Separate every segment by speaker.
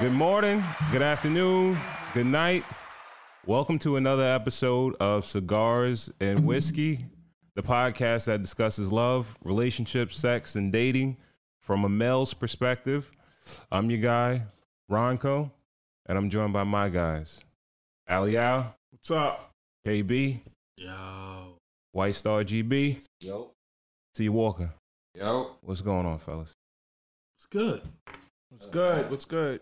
Speaker 1: Good morning, good afternoon, good night. Welcome to another episode of Cigars and Whiskey, the podcast that discusses love, relationships, sex, and dating from a male's perspective. I'm your guy, Ronco, and I'm joined by my guys, Ali Al,
Speaker 2: What's up?
Speaker 1: KB,
Speaker 2: Yo.
Speaker 1: White Star GB,
Speaker 3: Yo,
Speaker 1: T Walker.
Speaker 3: yo,
Speaker 1: What's going on, fellas?
Speaker 2: What's good? What's good? What's good?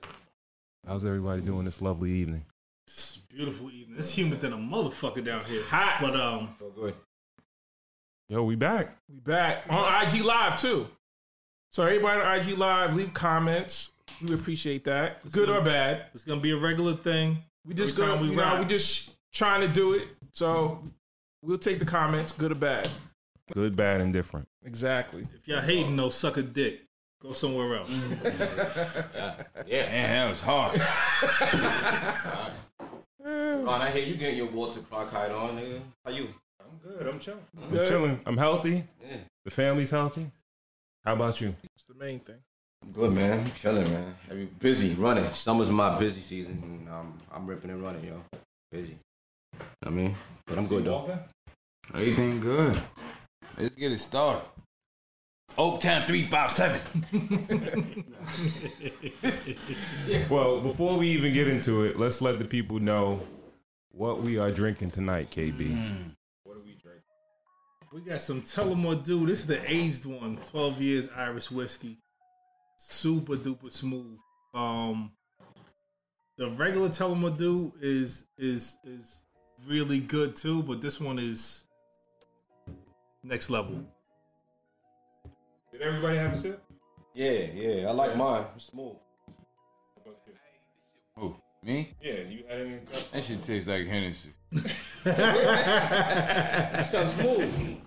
Speaker 1: How's everybody doing this lovely evening?
Speaker 2: It's a beautiful evening. It's humid than a motherfucker down here. Hot. But um
Speaker 3: feel good.
Speaker 1: Yo, we back.
Speaker 4: We back on IG Live too. So everybody on IG Live, leave comments. We appreciate that, good or bad.
Speaker 2: it's gonna be a regular thing.
Speaker 4: We just
Speaker 2: Every time
Speaker 4: go,
Speaker 2: we
Speaker 4: you know,
Speaker 2: ride.
Speaker 4: we just trying to do it. So we'll take the comments, good or bad.
Speaker 1: Good, bad, and different.
Speaker 4: Exactly.
Speaker 2: If y'all hating though, suck a dick. Go somewhere else.
Speaker 3: Yeah, man, that was hard. Ron, I hear you getting your Walter Clark hide on, nigga. How you? I'm good. I'm chilling.
Speaker 1: I'm chilling. I'm healthy.
Speaker 3: Yeah.
Speaker 1: The family's healthy. How about you?
Speaker 4: It's the main thing.
Speaker 3: I'm good, man. I'm chilling, man. I be busy running. Summer's my busy season, and um, I'm ripping and running, yo. Busy. I mean, but I'm good though.
Speaker 5: Everything good. Let's get it started. Oaktown 357.
Speaker 1: Well, before we even get into it, let's let the people know what we are drinking tonight, KB.
Speaker 2: We got some Tullamore Dew. This is the aged one, 12 years Irish whiskey. Super duper smooth. Um, the regular Tullamore Dew is is is really good too, but this one is next level.
Speaker 1: Did everybody have a sip?
Speaker 3: Yeah, yeah. I like mine. It's smooth.
Speaker 5: Who? Me?
Speaker 1: Yeah, you had any?
Speaker 5: That shit tastes like Hennessy.
Speaker 3: It's kind of smooth.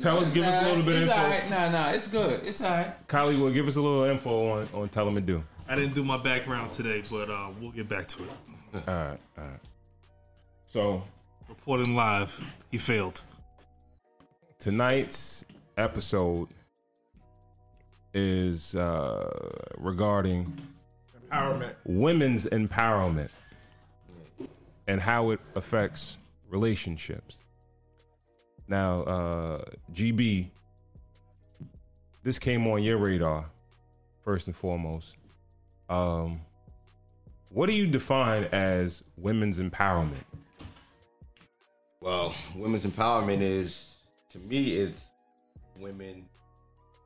Speaker 1: Tell us, give us a little bit of
Speaker 5: It's
Speaker 1: info.
Speaker 5: alright. Nah, nah, it's good. It's alright.
Speaker 1: Kylie will give us a little info on on Tell 'em and Do.
Speaker 2: I didn't do my background today, but uh, we'll get back to it.
Speaker 1: All right, all right. So
Speaker 2: Reporting live, he failed.
Speaker 1: tonight's episode is uh, regarding
Speaker 4: Empowerment.
Speaker 1: women's empowerment and how it affects relationships. Now, uh, GB, this came on your radar first and foremost. Um, what do you define as women's empowerment?
Speaker 3: Well, women's empowerment is, to me, it's women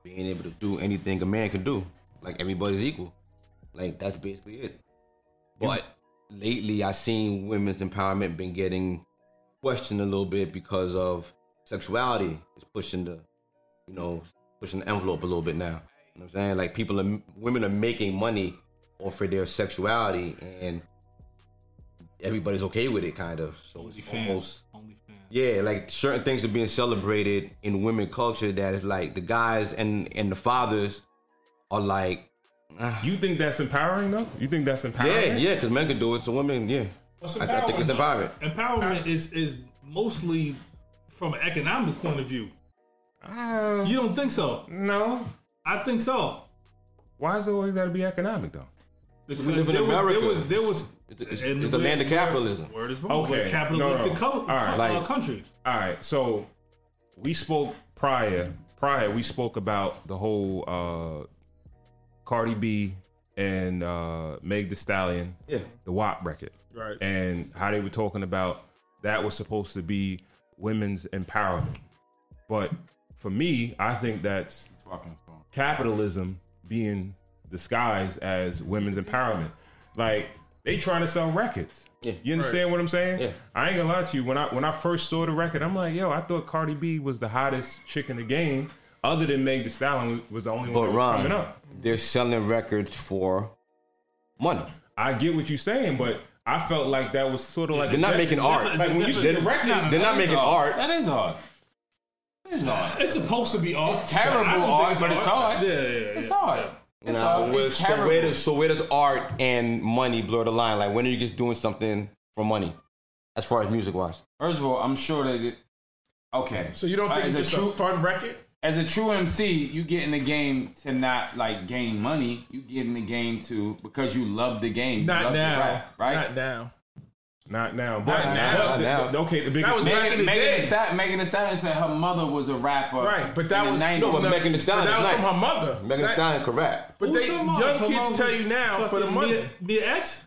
Speaker 3: being able to do anything a man can do. Like everybody's equal. Like that's basically it. But lately, I seen women's empowerment been getting questioned a little bit because of sexuality is pushing the, you know, pushing the envelope a little bit now. You know what I'm saying? Like people are, women are making money off of their sexuality and. Everybody's okay with it, kind of. So it's almost
Speaker 2: Only fans.
Speaker 3: yeah, like certain things are being celebrated in women culture that is like the guys and and the fathers are like,
Speaker 1: You think that's empowering, though? You think that's empowering?
Speaker 3: yeah, yeah, because men can do it, so women, yeah. I, I think it's empowerment.
Speaker 2: Empowerment is is mostly from an economic point of view.
Speaker 1: Uh,
Speaker 2: You don't think so?
Speaker 1: no.
Speaker 2: I think so.
Speaker 1: Why is it always got to be economic, though?
Speaker 2: Because
Speaker 3: live in
Speaker 2: there was,
Speaker 3: America.
Speaker 2: there was there was
Speaker 3: It's, it's,
Speaker 2: and
Speaker 3: it's the land of
Speaker 2: where-
Speaker 3: capitalism.
Speaker 2: Word is born.
Speaker 1: Okay,
Speaker 2: Okay, capitalistic
Speaker 1: no, no.
Speaker 2: co-
Speaker 1: All right,
Speaker 2: uh,
Speaker 3: like-
Speaker 2: country.
Speaker 1: All right, so we spoke prior. Prior, we spoke about the whole uh, Cardi B and uh, Meg The Stallion,
Speaker 3: Yeah,
Speaker 1: the WAP record,
Speaker 4: Right.
Speaker 1: and how they were talking about that was supposed to be women's empowerment. But for me, I think that's
Speaker 5: Fucking song.
Speaker 1: capitalism being disguised as women's empowerment. Like they trying to sell records.
Speaker 3: Yeah.
Speaker 1: you understand what I'm saying?
Speaker 3: Yeah.
Speaker 1: I ain't gonna lie to you. When I when I first saw the record, I'm like, yo, I thought Cardi B was the hottest chick in the game, other than Meg Thee Stallion was the only one
Speaker 3: but
Speaker 1: that was coming
Speaker 3: Ron,
Speaker 1: up.
Speaker 3: they're selling records for money.
Speaker 1: I get what you're saying, but I felt like that was sort of like
Speaker 3: They're
Speaker 1: a
Speaker 3: not
Speaker 1: gesture.
Speaker 3: making art.
Speaker 1: Like when you see the
Speaker 2: Definitely.
Speaker 1: record,
Speaker 2: No, no,
Speaker 3: They're not making art.
Speaker 5: That is hard. That is hard.
Speaker 2: It's supposed to be art.
Speaker 5: It's terrible
Speaker 2: I don't think
Speaker 5: art, but it's art.
Speaker 2: Yeah, yeah, yeah.
Speaker 5: It's hard.
Speaker 3: You
Speaker 5: It's
Speaker 3: know,
Speaker 5: hard.
Speaker 3: where-
Speaker 5: It's
Speaker 3: so where
Speaker 5: terrible.
Speaker 3: does so where does art and money blur the line? Like when are you just doing something for money, as far as music wise?
Speaker 5: First of all, I'm sure that it. Okay.
Speaker 4: So you don't think
Speaker 5: Alright,
Speaker 4: it's
Speaker 5: is
Speaker 4: just
Speaker 5: it
Speaker 4: a fun record?
Speaker 5: as a true MC, you get in the game to not like gain money. You get in the game to because you love the game. You
Speaker 4: Not
Speaker 5: love the
Speaker 4: now,
Speaker 5: rap, right?
Speaker 4: Not now.
Speaker 1: Not now. But, but
Speaker 4: now.
Speaker 3: Not
Speaker 1: the-
Speaker 3: now.
Speaker 1: the- okay, the
Speaker 4: That
Speaker 1: biggest.
Speaker 4: was
Speaker 1: thing-
Speaker 4: back in the
Speaker 5: Megan, Megan
Speaker 4: day.
Speaker 5: Thee Stallion, Megan Thee Stallion said her mother was a rapper.
Speaker 4: Right, but that
Speaker 5: in
Speaker 4: was
Speaker 5: the 90s.
Speaker 3: No, but Megan Thee
Speaker 4: But
Speaker 3: Stallion
Speaker 4: that
Speaker 3: is
Speaker 4: was
Speaker 3: nice.
Speaker 4: from her mother.
Speaker 3: Megan Thee
Speaker 4: That-
Speaker 3: Stallion can rap.
Speaker 4: But they,
Speaker 6: Who's your mom?
Speaker 4: young
Speaker 6: Her mom
Speaker 4: kids tell
Speaker 6: was
Speaker 4: you now for the
Speaker 6: fucking
Speaker 4: money.
Speaker 6: Mia- Mia X?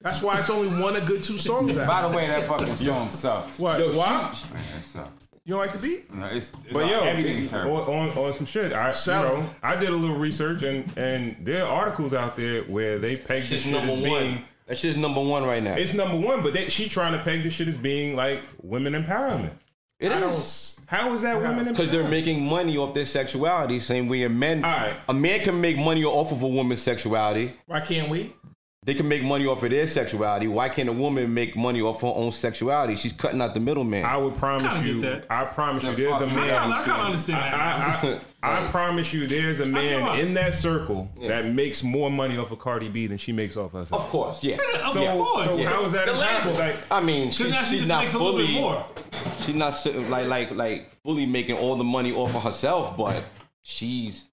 Speaker 4: That's why it's only one a good two songs out.
Speaker 5: By the way, that fucking song sucks.
Speaker 4: What? why?
Speaker 5: Man, it sucks.
Speaker 4: You don't like the beat?
Speaker 5: No, it's, it's
Speaker 1: But yo,
Speaker 5: everything's
Speaker 1: it- on,
Speaker 5: terrible.
Speaker 1: on on some shit. I you
Speaker 4: Sell.
Speaker 1: know, I did a little research and and there are articles out there where they peg this
Speaker 3: Shit's
Speaker 1: shit as
Speaker 3: number
Speaker 1: being
Speaker 3: one. That shit's number one right now.
Speaker 1: it's number one, but they, she trying to peg this shit as being like women empowerment.
Speaker 3: It
Speaker 4: I
Speaker 3: is.
Speaker 4: don't.
Speaker 1: How is that women
Speaker 3: Because
Speaker 1: empowerment?
Speaker 3: they're making money off their sexuality, same way a man.
Speaker 1: Alright.
Speaker 3: A man can make money off of a woman's sexuality.
Speaker 4: Why can't we?
Speaker 3: They can make money off of their sexuality. Why can't a woman make money off her own sexuality? She's cutting out the middleman.
Speaker 1: I would promise
Speaker 6: Kinda
Speaker 1: you.
Speaker 6: get that.
Speaker 1: I promise you.
Speaker 5: It's a
Speaker 1: There's a
Speaker 5: fucking-
Speaker 1: man.
Speaker 6: I kinda- I kinda understand that.
Speaker 1: I, I, I, I promise you. There's a
Speaker 6: I-
Speaker 1: man in that circle
Speaker 3: Yeah.
Speaker 1: that makes more money off of Cardi B than she makes off herself.
Speaker 3: of course, yeah.
Speaker 6: Of
Speaker 1: So,
Speaker 6: course.
Speaker 1: so how is that
Speaker 4: The label.
Speaker 1: empowerment? Like,
Speaker 3: I mean, she,
Speaker 6: Because now
Speaker 3: she's
Speaker 6: she just
Speaker 3: not
Speaker 6: makes a little
Speaker 3: fully.
Speaker 6: bit more.
Speaker 3: She's not si- like like like fully making all the money off of herself, but she's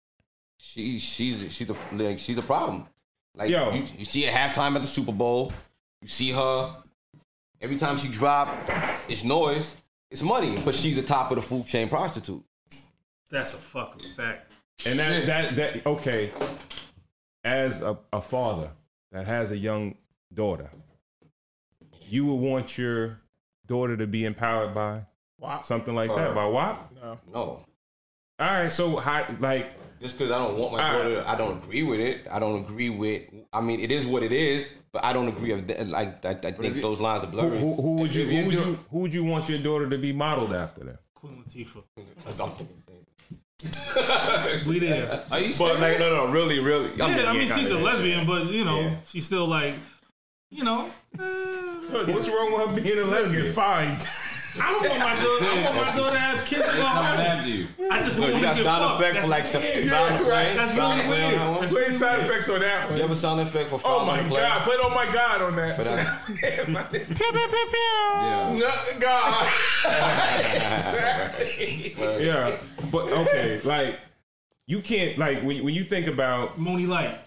Speaker 3: she she's she's a like she's a problem. Like
Speaker 1: Yo.
Speaker 3: you, you see her halftime at the Super Bowl, you see her every time she drop, it's noise, it's money, but she's the top of the food chain prostitute.
Speaker 6: That's a fucking fact.
Speaker 1: And that
Speaker 5: Shit.
Speaker 1: that that okay. As a, a father that has a young daughter, you would want your daughter to be empowered by
Speaker 4: Why?
Speaker 1: something like that. By WAP?
Speaker 3: No,
Speaker 1: All right, so how like
Speaker 3: just because I don't want my
Speaker 1: All right.
Speaker 3: daughter, I don't agree with it. I don't agree with. I mean, it is what it is, but I don't agree with that. Like I, I think
Speaker 5: you-
Speaker 3: those lines are
Speaker 1: who,
Speaker 3: blurry.
Speaker 1: who, who would you
Speaker 5: If
Speaker 1: who
Speaker 5: you
Speaker 1: would
Speaker 5: do-
Speaker 1: you who would you want your daughter to be modeled after then?
Speaker 6: Queen Latifah.
Speaker 3: I'm thinking the same.
Speaker 6: We there.
Speaker 5: Are you
Speaker 3: But
Speaker 5: serious?
Speaker 3: like, no, no, really, really. I'm
Speaker 6: Yeah, I mean,
Speaker 3: kinda
Speaker 6: she's a
Speaker 3: yeah.
Speaker 6: lesbian, but, you know,
Speaker 3: Yeah.
Speaker 6: she's still like, you know. eh,
Speaker 1: What's wrong with her being a
Speaker 4: You're
Speaker 1: lesbian?
Speaker 4: fined.
Speaker 6: I don't want my daughter. I want my daughter to have kids
Speaker 5: They coming
Speaker 6: along.
Speaker 5: after you.
Speaker 6: I
Speaker 3: Look,
Speaker 6: just don't
Speaker 3: you
Speaker 6: want
Speaker 3: got
Speaker 6: to get
Speaker 3: sound
Speaker 6: fucked.
Speaker 3: effects
Speaker 6: That's
Speaker 3: for like some
Speaker 6: weird.
Speaker 3: sound effect.
Speaker 6: That's
Speaker 3: sound effect
Speaker 6: really
Speaker 3: on that
Speaker 6: weird.
Speaker 3: one.
Speaker 4: Play side effects on that
Speaker 3: You
Speaker 4: one.
Speaker 3: ever sound effect for
Speaker 4: Oh
Speaker 3: follow
Speaker 4: my
Speaker 3: the play?
Speaker 4: god! Put oh my god on that.
Speaker 5: Yeah.
Speaker 4: No, god.
Speaker 1: Yeah, but okay, like you can't like when, when you think about
Speaker 6: Mooney Light.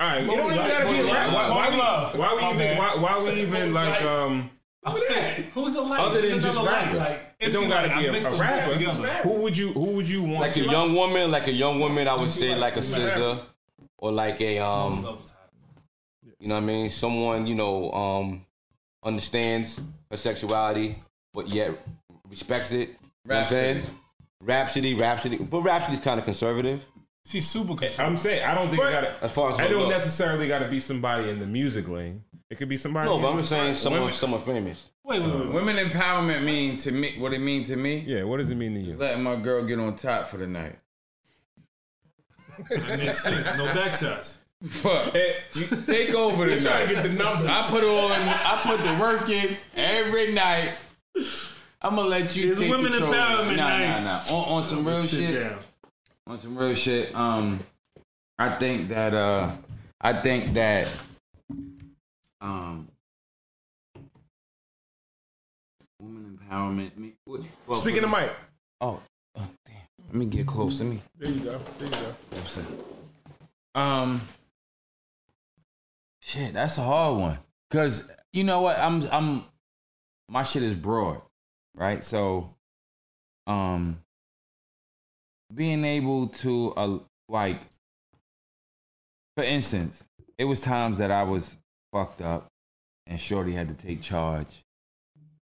Speaker 1: all right, you don't even
Speaker 4: Moonlight,
Speaker 1: gotta be
Speaker 5: Moonlight,
Speaker 1: around. Why, why, we-
Speaker 6: Moonlight.
Speaker 1: why we
Speaker 6: My
Speaker 1: even
Speaker 6: bad.
Speaker 1: why, why we even like
Speaker 6: Moonlight.
Speaker 1: um
Speaker 6: I was thinking, Who's the light?
Speaker 1: other than
Speaker 6: There's
Speaker 1: just
Speaker 6: another light,
Speaker 1: rappers.
Speaker 6: like,
Speaker 1: it
Speaker 6: MC
Speaker 1: don't gotta
Speaker 6: Light. I
Speaker 1: be a,
Speaker 6: mixed
Speaker 1: a
Speaker 6: those
Speaker 1: rapper.
Speaker 6: two together.
Speaker 1: Who would you who would you want
Speaker 3: Like a
Speaker 1: to
Speaker 3: young woman, like a young woman, I would say like a scissor or like a um, you know what I mean? Someone you know um understands her sexuality, but yet respects it. You know what I'm saying? Rhapsody, Rhapsody, but Rhapsody's kind of conservative
Speaker 6: She's super concerned.
Speaker 1: I'm saying I don't think it
Speaker 4: But-
Speaker 1: gotta
Speaker 3: as far as
Speaker 1: I
Speaker 3: her
Speaker 1: don't
Speaker 3: look.
Speaker 1: necessarily gotta be somebody in the music lane. It could be somebody
Speaker 3: No,
Speaker 1: in-
Speaker 3: but I'm just saying someone,
Speaker 5: Women-
Speaker 3: someone famous.
Speaker 6: Wait, wait, wait.
Speaker 5: Women empowerment mean to me what it mean to me?
Speaker 1: Yeah, what does it mean to you?
Speaker 5: Letting my girl get on top for the night.
Speaker 6: That makes sense. No backshots.
Speaker 5: Fuck.
Speaker 1: Eh, you-
Speaker 5: Take over the
Speaker 4: Trying to get
Speaker 5: night.
Speaker 4: the numbers.
Speaker 5: I put all in I put the work in every night. I'm gonna let you
Speaker 6: It's
Speaker 5: take
Speaker 6: women
Speaker 5: control.
Speaker 6: empowerment
Speaker 5: nah,
Speaker 6: night.
Speaker 5: Nah, nah, On, on some
Speaker 6: Oh,
Speaker 5: real shit.
Speaker 6: down.
Speaker 5: on some real shit. Um, I think that uh, I think that um, woman empowerment. me- well,
Speaker 4: Speaking of Mike,
Speaker 5: oh, oh, damn. Let me get close. Let me.
Speaker 4: there you go. There you go.
Speaker 5: Um, shit, that's a hard one. Cause you know what, I'm I'm my shit is broad, right? So, um, being able to uh, like, for instance, it was times that I was fucked up, and Shorty had to take charge,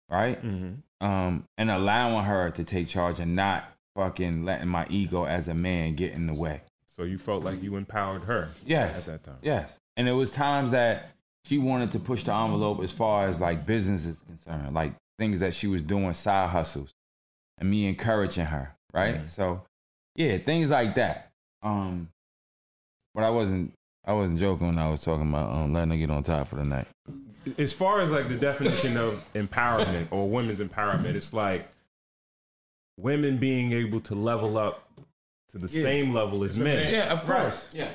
Speaker 5: right?
Speaker 1: Mm-hmm.
Speaker 5: Um, and allowing her to take charge and not fucking letting my ego as a man get in the way.
Speaker 1: So you felt like you empowered her
Speaker 5: Yes.
Speaker 1: at that time.
Speaker 5: Yes. And it was times that she wanted to push the envelope as far as like business is concerned, like things that she was doing, side hustles, and me encouraging her, right?
Speaker 1: Mm-hmm.
Speaker 5: So, yeah, things like that. Um, but I wasn't, I wasn't joking when I was talking about um, letting her get on top for the night.
Speaker 1: as far as like the definition of empowerment or women's empowerment, it's like women being able to level up to the same level as men.
Speaker 5: of course.
Speaker 3: Yeah.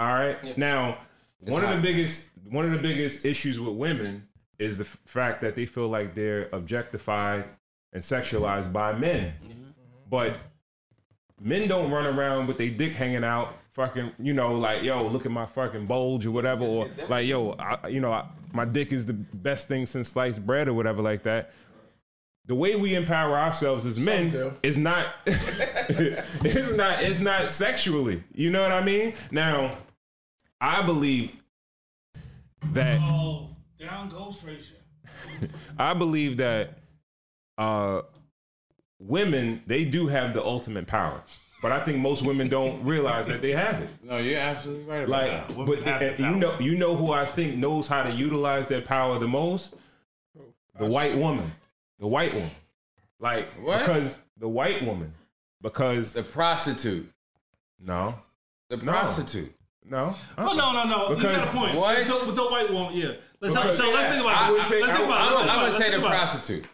Speaker 1: All right. Now, one of
Speaker 5: hot.
Speaker 1: the biggest one of the biggest issues with women is the f- fact that they feel like they're objectified and sexualized by men. But men don't run around with their dick hanging out, fucking, you know, like yo, look at my fucking bulge or whatever, or like yo, I, you know, I, my dick is the best thing since sliced bread or whatever like that. The way we empower ourselves as men
Speaker 4: do.
Speaker 1: is not, it's not, it's not sexually. You know what I mean? Now, I believe that.
Speaker 6: Oh, down goes Frazier.
Speaker 1: I believe that uh, women they do have the ultimate power, but I think most women don't realize that they have it.
Speaker 5: No, you're absolutely right about
Speaker 1: Like,
Speaker 5: that.
Speaker 1: but and you know, you know who I think knows how to utilize their power the most? The white woman, the white woman, like
Speaker 5: What?
Speaker 1: because the white woman, because
Speaker 5: The prostitute.
Speaker 1: no,
Speaker 5: The prostitute.
Speaker 1: no, uh-uh.
Speaker 6: Oh no, no, no! you
Speaker 1: Because-
Speaker 6: got a point.
Speaker 5: What?
Speaker 6: The, with the white woman, yeah. Let's
Speaker 1: Because-
Speaker 6: so let's think
Speaker 1: I
Speaker 6: about
Speaker 1: would
Speaker 6: it.
Speaker 1: say-
Speaker 6: let's
Speaker 1: I
Speaker 6: think
Speaker 1: would-
Speaker 6: about
Speaker 5: I'm,
Speaker 6: it. Let's
Speaker 5: I'm
Speaker 6: think
Speaker 5: gonna say the
Speaker 6: about it.
Speaker 5: prostitute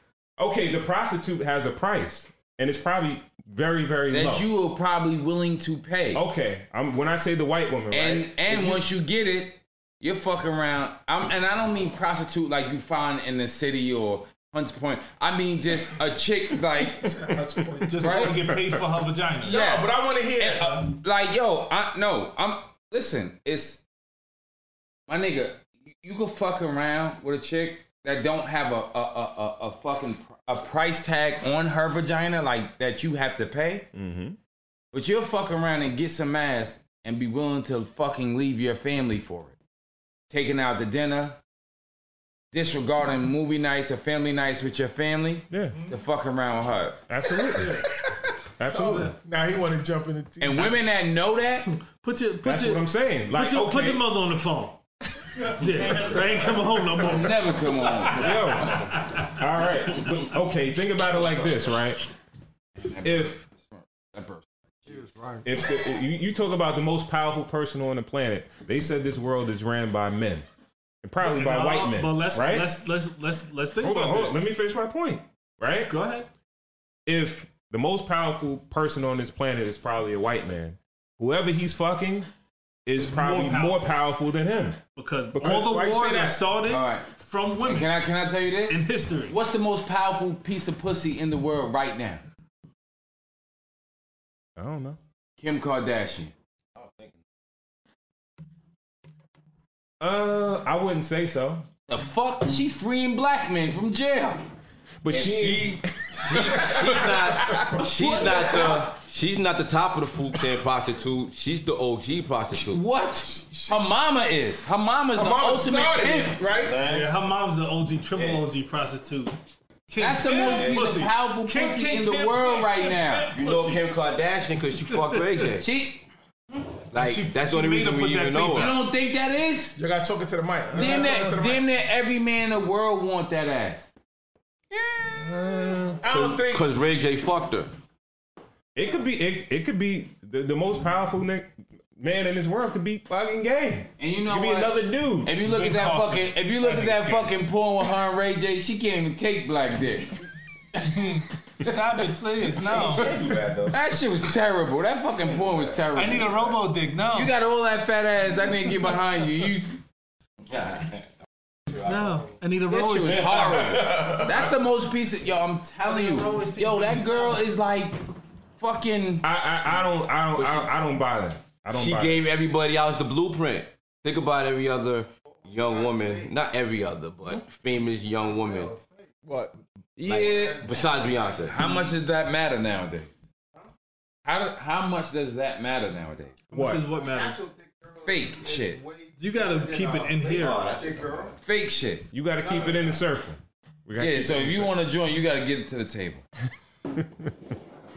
Speaker 1: okay, the prostitute has a price, and it's probably very, very
Speaker 5: that
Speaker 1: low. Oh,
Speaker 5: you are probably willing to pay.
Speaker 1: okay, I'm when I say the white woman,
Speaker 5: And
Speaker 1: right?
Speaker 5: and once you get it, you're fucking around. I'm, and I don't mean prostitute like you find in the city or Hunts Point. I mean just a chick like
Speaker 6: Just
Speaker 5: Right?
Speaker 6: want to get paid for her vagina.
Speaker 5: yes.
Speaker 4: but I want to hear.
Speaker 5: And, uh, like yo, I no, I'm listen. It's my nigga. You, you can fuck around with a chick that don't have a a, a, a, a fucking pr- a price tag on her vagina like that you have to pay. But you'll fuck around and get some ass and be willing to fucking leave your family for it, taking out to dinner, disregarding movie nights or family nights with your family
Speaker 1: Yeah,
Speaker 5: to fuck around with her.
Speaker 1: absolutely,
Speaker 6: Oh,
Speaker 1: absolutely.
Speaker 4: now he want to jump in the tea.
Speaker 5: And women that know that.
Speaker 6: Put your put
Speaker 1: That's
Speaker 6: your
Speaker 1: what I'm saying. Like,
Speaker 6: put, your, put
Speaker 1: okay,
Speaker 6: your mother on the phone. yeah, I ain't coming home no more.
Speaker 5: Never come on.
Speaker 1: yo. All right. But, okay, think about it like this, right? If if the, you, you talk about the most powerful person on the planet, they said this world is ran by men, and probably by
Speaker 6: Uh,
Speaker 1: white men.
Speaker 6: But let's
Speaker 1: right?
Speaker 6: let's let's let's let's think
Speaker 1: hold on,
Speaker 6: about
Speaker 1: hold
Speaker 6: this.
Speaker 1: on. Let me finish my point. Right?
Speaker 6: Go ahead.
Speaker 1: if the most powerful person on this planet is probably a white man, whoever he's fucking is probably more powerful,
Speaker 6: powerful.
Speaker 1: than him.
Speaker 6: Because,
Speaker 1: Because-
Speaker 6: all
Speaker 1: why
Speaker 6: the
Speaker 1: you say
Speaker 6: wars
Speaker 1: that?
Speaker 6: are started
Speaker 5: All right.
Speaker 6: from women
Speaker 5: Can I can I tell you this?
Speaker 6: in history.
Speaker 5: What's the most powerful piece of pussy in the world right now?
Speaker 1: I don't know.
Speaker 5: Kim Kardashian.
Speaker 1: Uh, I wouldn't say so.
Speaker 5: The fuck? She freeing black men from jail.
Speaker 1: But she,
Speaker 3: Not- she's not the she's not the top of the food chain prostitute. She's the OG prostitute.
Speaker 5: What? Her mama is. Her mama's the
Speaker 4: Mama
Speaker 5: ultimate
Speaker 4: started
Speaker 5: pimp.
Speaker 4: it, right?
Speaker 6: Yeah, her mom's the OG, triple OG prostitute. Kim
Speaker 5: That's the most
Speaker 6: Kim
Speaker 5: piece of
Speaker 6: pussy.
Speaker 5: powerful
Speaker 6: Kim-
Speaker 5: pussy
Speaker 6: Kim-
Speaker 5: in the
Speaker 6: Kim-
Speaker 5: world
Speaker 6: Kim-
Speaker 5: right
Speaker 6: Kim-
Speaker 5: now.
Speaker 6: Kim
Speaker 3: You know
Speaker 6: pussy.
Speaker 3: Kim Kardashian because she fucked Ray J.
Speaker 5: She.
Speaker 3: Like
Speaker 6: She-
Speaker 3: that's
Speaker 6: she
Speaker 3: the only
Speaker 6: made
Speaker 3: reason
Speaker 6: her
Speaker 3: we
Speaker 6: put that
Speaker 3: even know
Speaker 6: tape
Speaker 3: her.
Speaker 5: You
Speaker 6: back.
Speaker 5: don't think that is?
Speaker 4: You gotta talk it to the mic. You
Speaker 5: Damn
Speaker 4: gotta talk it to
Speaker 5: that!
Speaker 4: the
Speaker 5: Damn
Speaker 4: mic.
Speaker 5: that! Every man in the world want that ass.
Speaker 4: I don't think.
Speaker 3: Because Ray J fucked her.
Speaker 1: it could be, it, it could be the, the most powerful ni- man in this world could be fucking gay.
Speaker 5: And you know
Speaker 1: could be
Speaker 5: what?
Speaker 1: another dude.
Speaker 5: If you look at
Speaker 6: Jim
Speaker 5: that
Speaker 6: Carson.
Speaker 5: fucking, if you look at that fucking porn with her and Ray J, she can't even take black dick.
Speaker 6: Stop it, please. No.
Speaker 5: That shit was terrible. That fucking porn was terrible.
Speaker 6: I need a robo dick. No.
Speaker 5: You got all that fat ass I didn't get behind you. You
Speaker 6: no. I need a
Speaker 5: that
Speaker 6: robo
Speaker 5: shit was
Speaker 6: dick.
Speaker 5: horrible. That's the most piece of yo, I'm telling you. Yo, that girl is like fucking
Speaker 1: I, I, I don't, I don't, I, I don't buy that. I don't.
Speaker 3: She
Speaker 1: buy
Speaker 3: gave everybody else the blueprint. Think about every other young woman, not every other, but famous young woman.
Speaker 4: What?
Speaker 3: Yeah. Besides Beyonce.
Speaker 5: How much does that matter nowadays? How do, how much does that matter nowadays?
Speaker 1: That. What?
Speaker 6: This is what matters.
Speaker 5: Fake shit.
Speaker 6: You gotta keep it in here.
Speaker 5: Fake shit.
Speaker 1: You got to keep it in the circle. We gotta
Speaker 5: Yeah,
Speaker 1: keep
Speaker 5: so
Speaker 1: it in
Speaker 5: if
Speaker 1: the
Speaker 5: you
Speaker 1: circle.
Speaker 5: want to join, you got to get it to the table.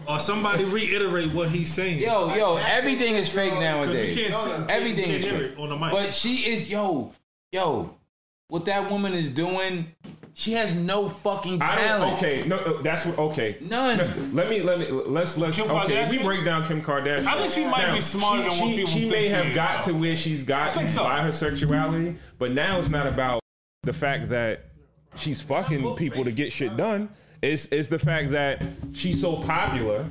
Speaker 6: Or somebody reiterate what he's saying.
Speaker 5: Yo, yo, everything is fake nowadays.
Speaker 6: You can't see-
Speaker 5: Everything
Speaker 6: you
Speaker 5: is
Speaker 6: can't hear
Speaker 5: fake.
Speaker 6: it on the mic.
Speaker 5: But she is yo, yo. What that woman is doing, she has no fucking
Speaker 1: I don't.
Speaker 5: talent.
Speaker 1: Okay, no, no, that's what. Okay,
Speaker 5: None.
Speaker 1: Let me let me let's let's
Speaker 6: Kim
Speaker 1: okay. We
Speaker 6: Kardashian?
Speaker 1: break down Kim Kardashian.
Speaker 6: I think she might be
Speaker 1: she,
Speaker 6: smarter than what
Speaker 1: she,
Speaker 6: people
Speaker 1: She
Speaker 6: think
Speaker 1: may
Speaker 6: she
Speaker 1: have
Speaker 6: is,
Speaker 1: got
Speaker 6: though.
Speaker 1: to where she's gotten
Speaker 6: think so.
Speaker 1: by her sexuality, but now it's not about the fact that she's fucking people to get shit done. It's it's the fact that she's so popular.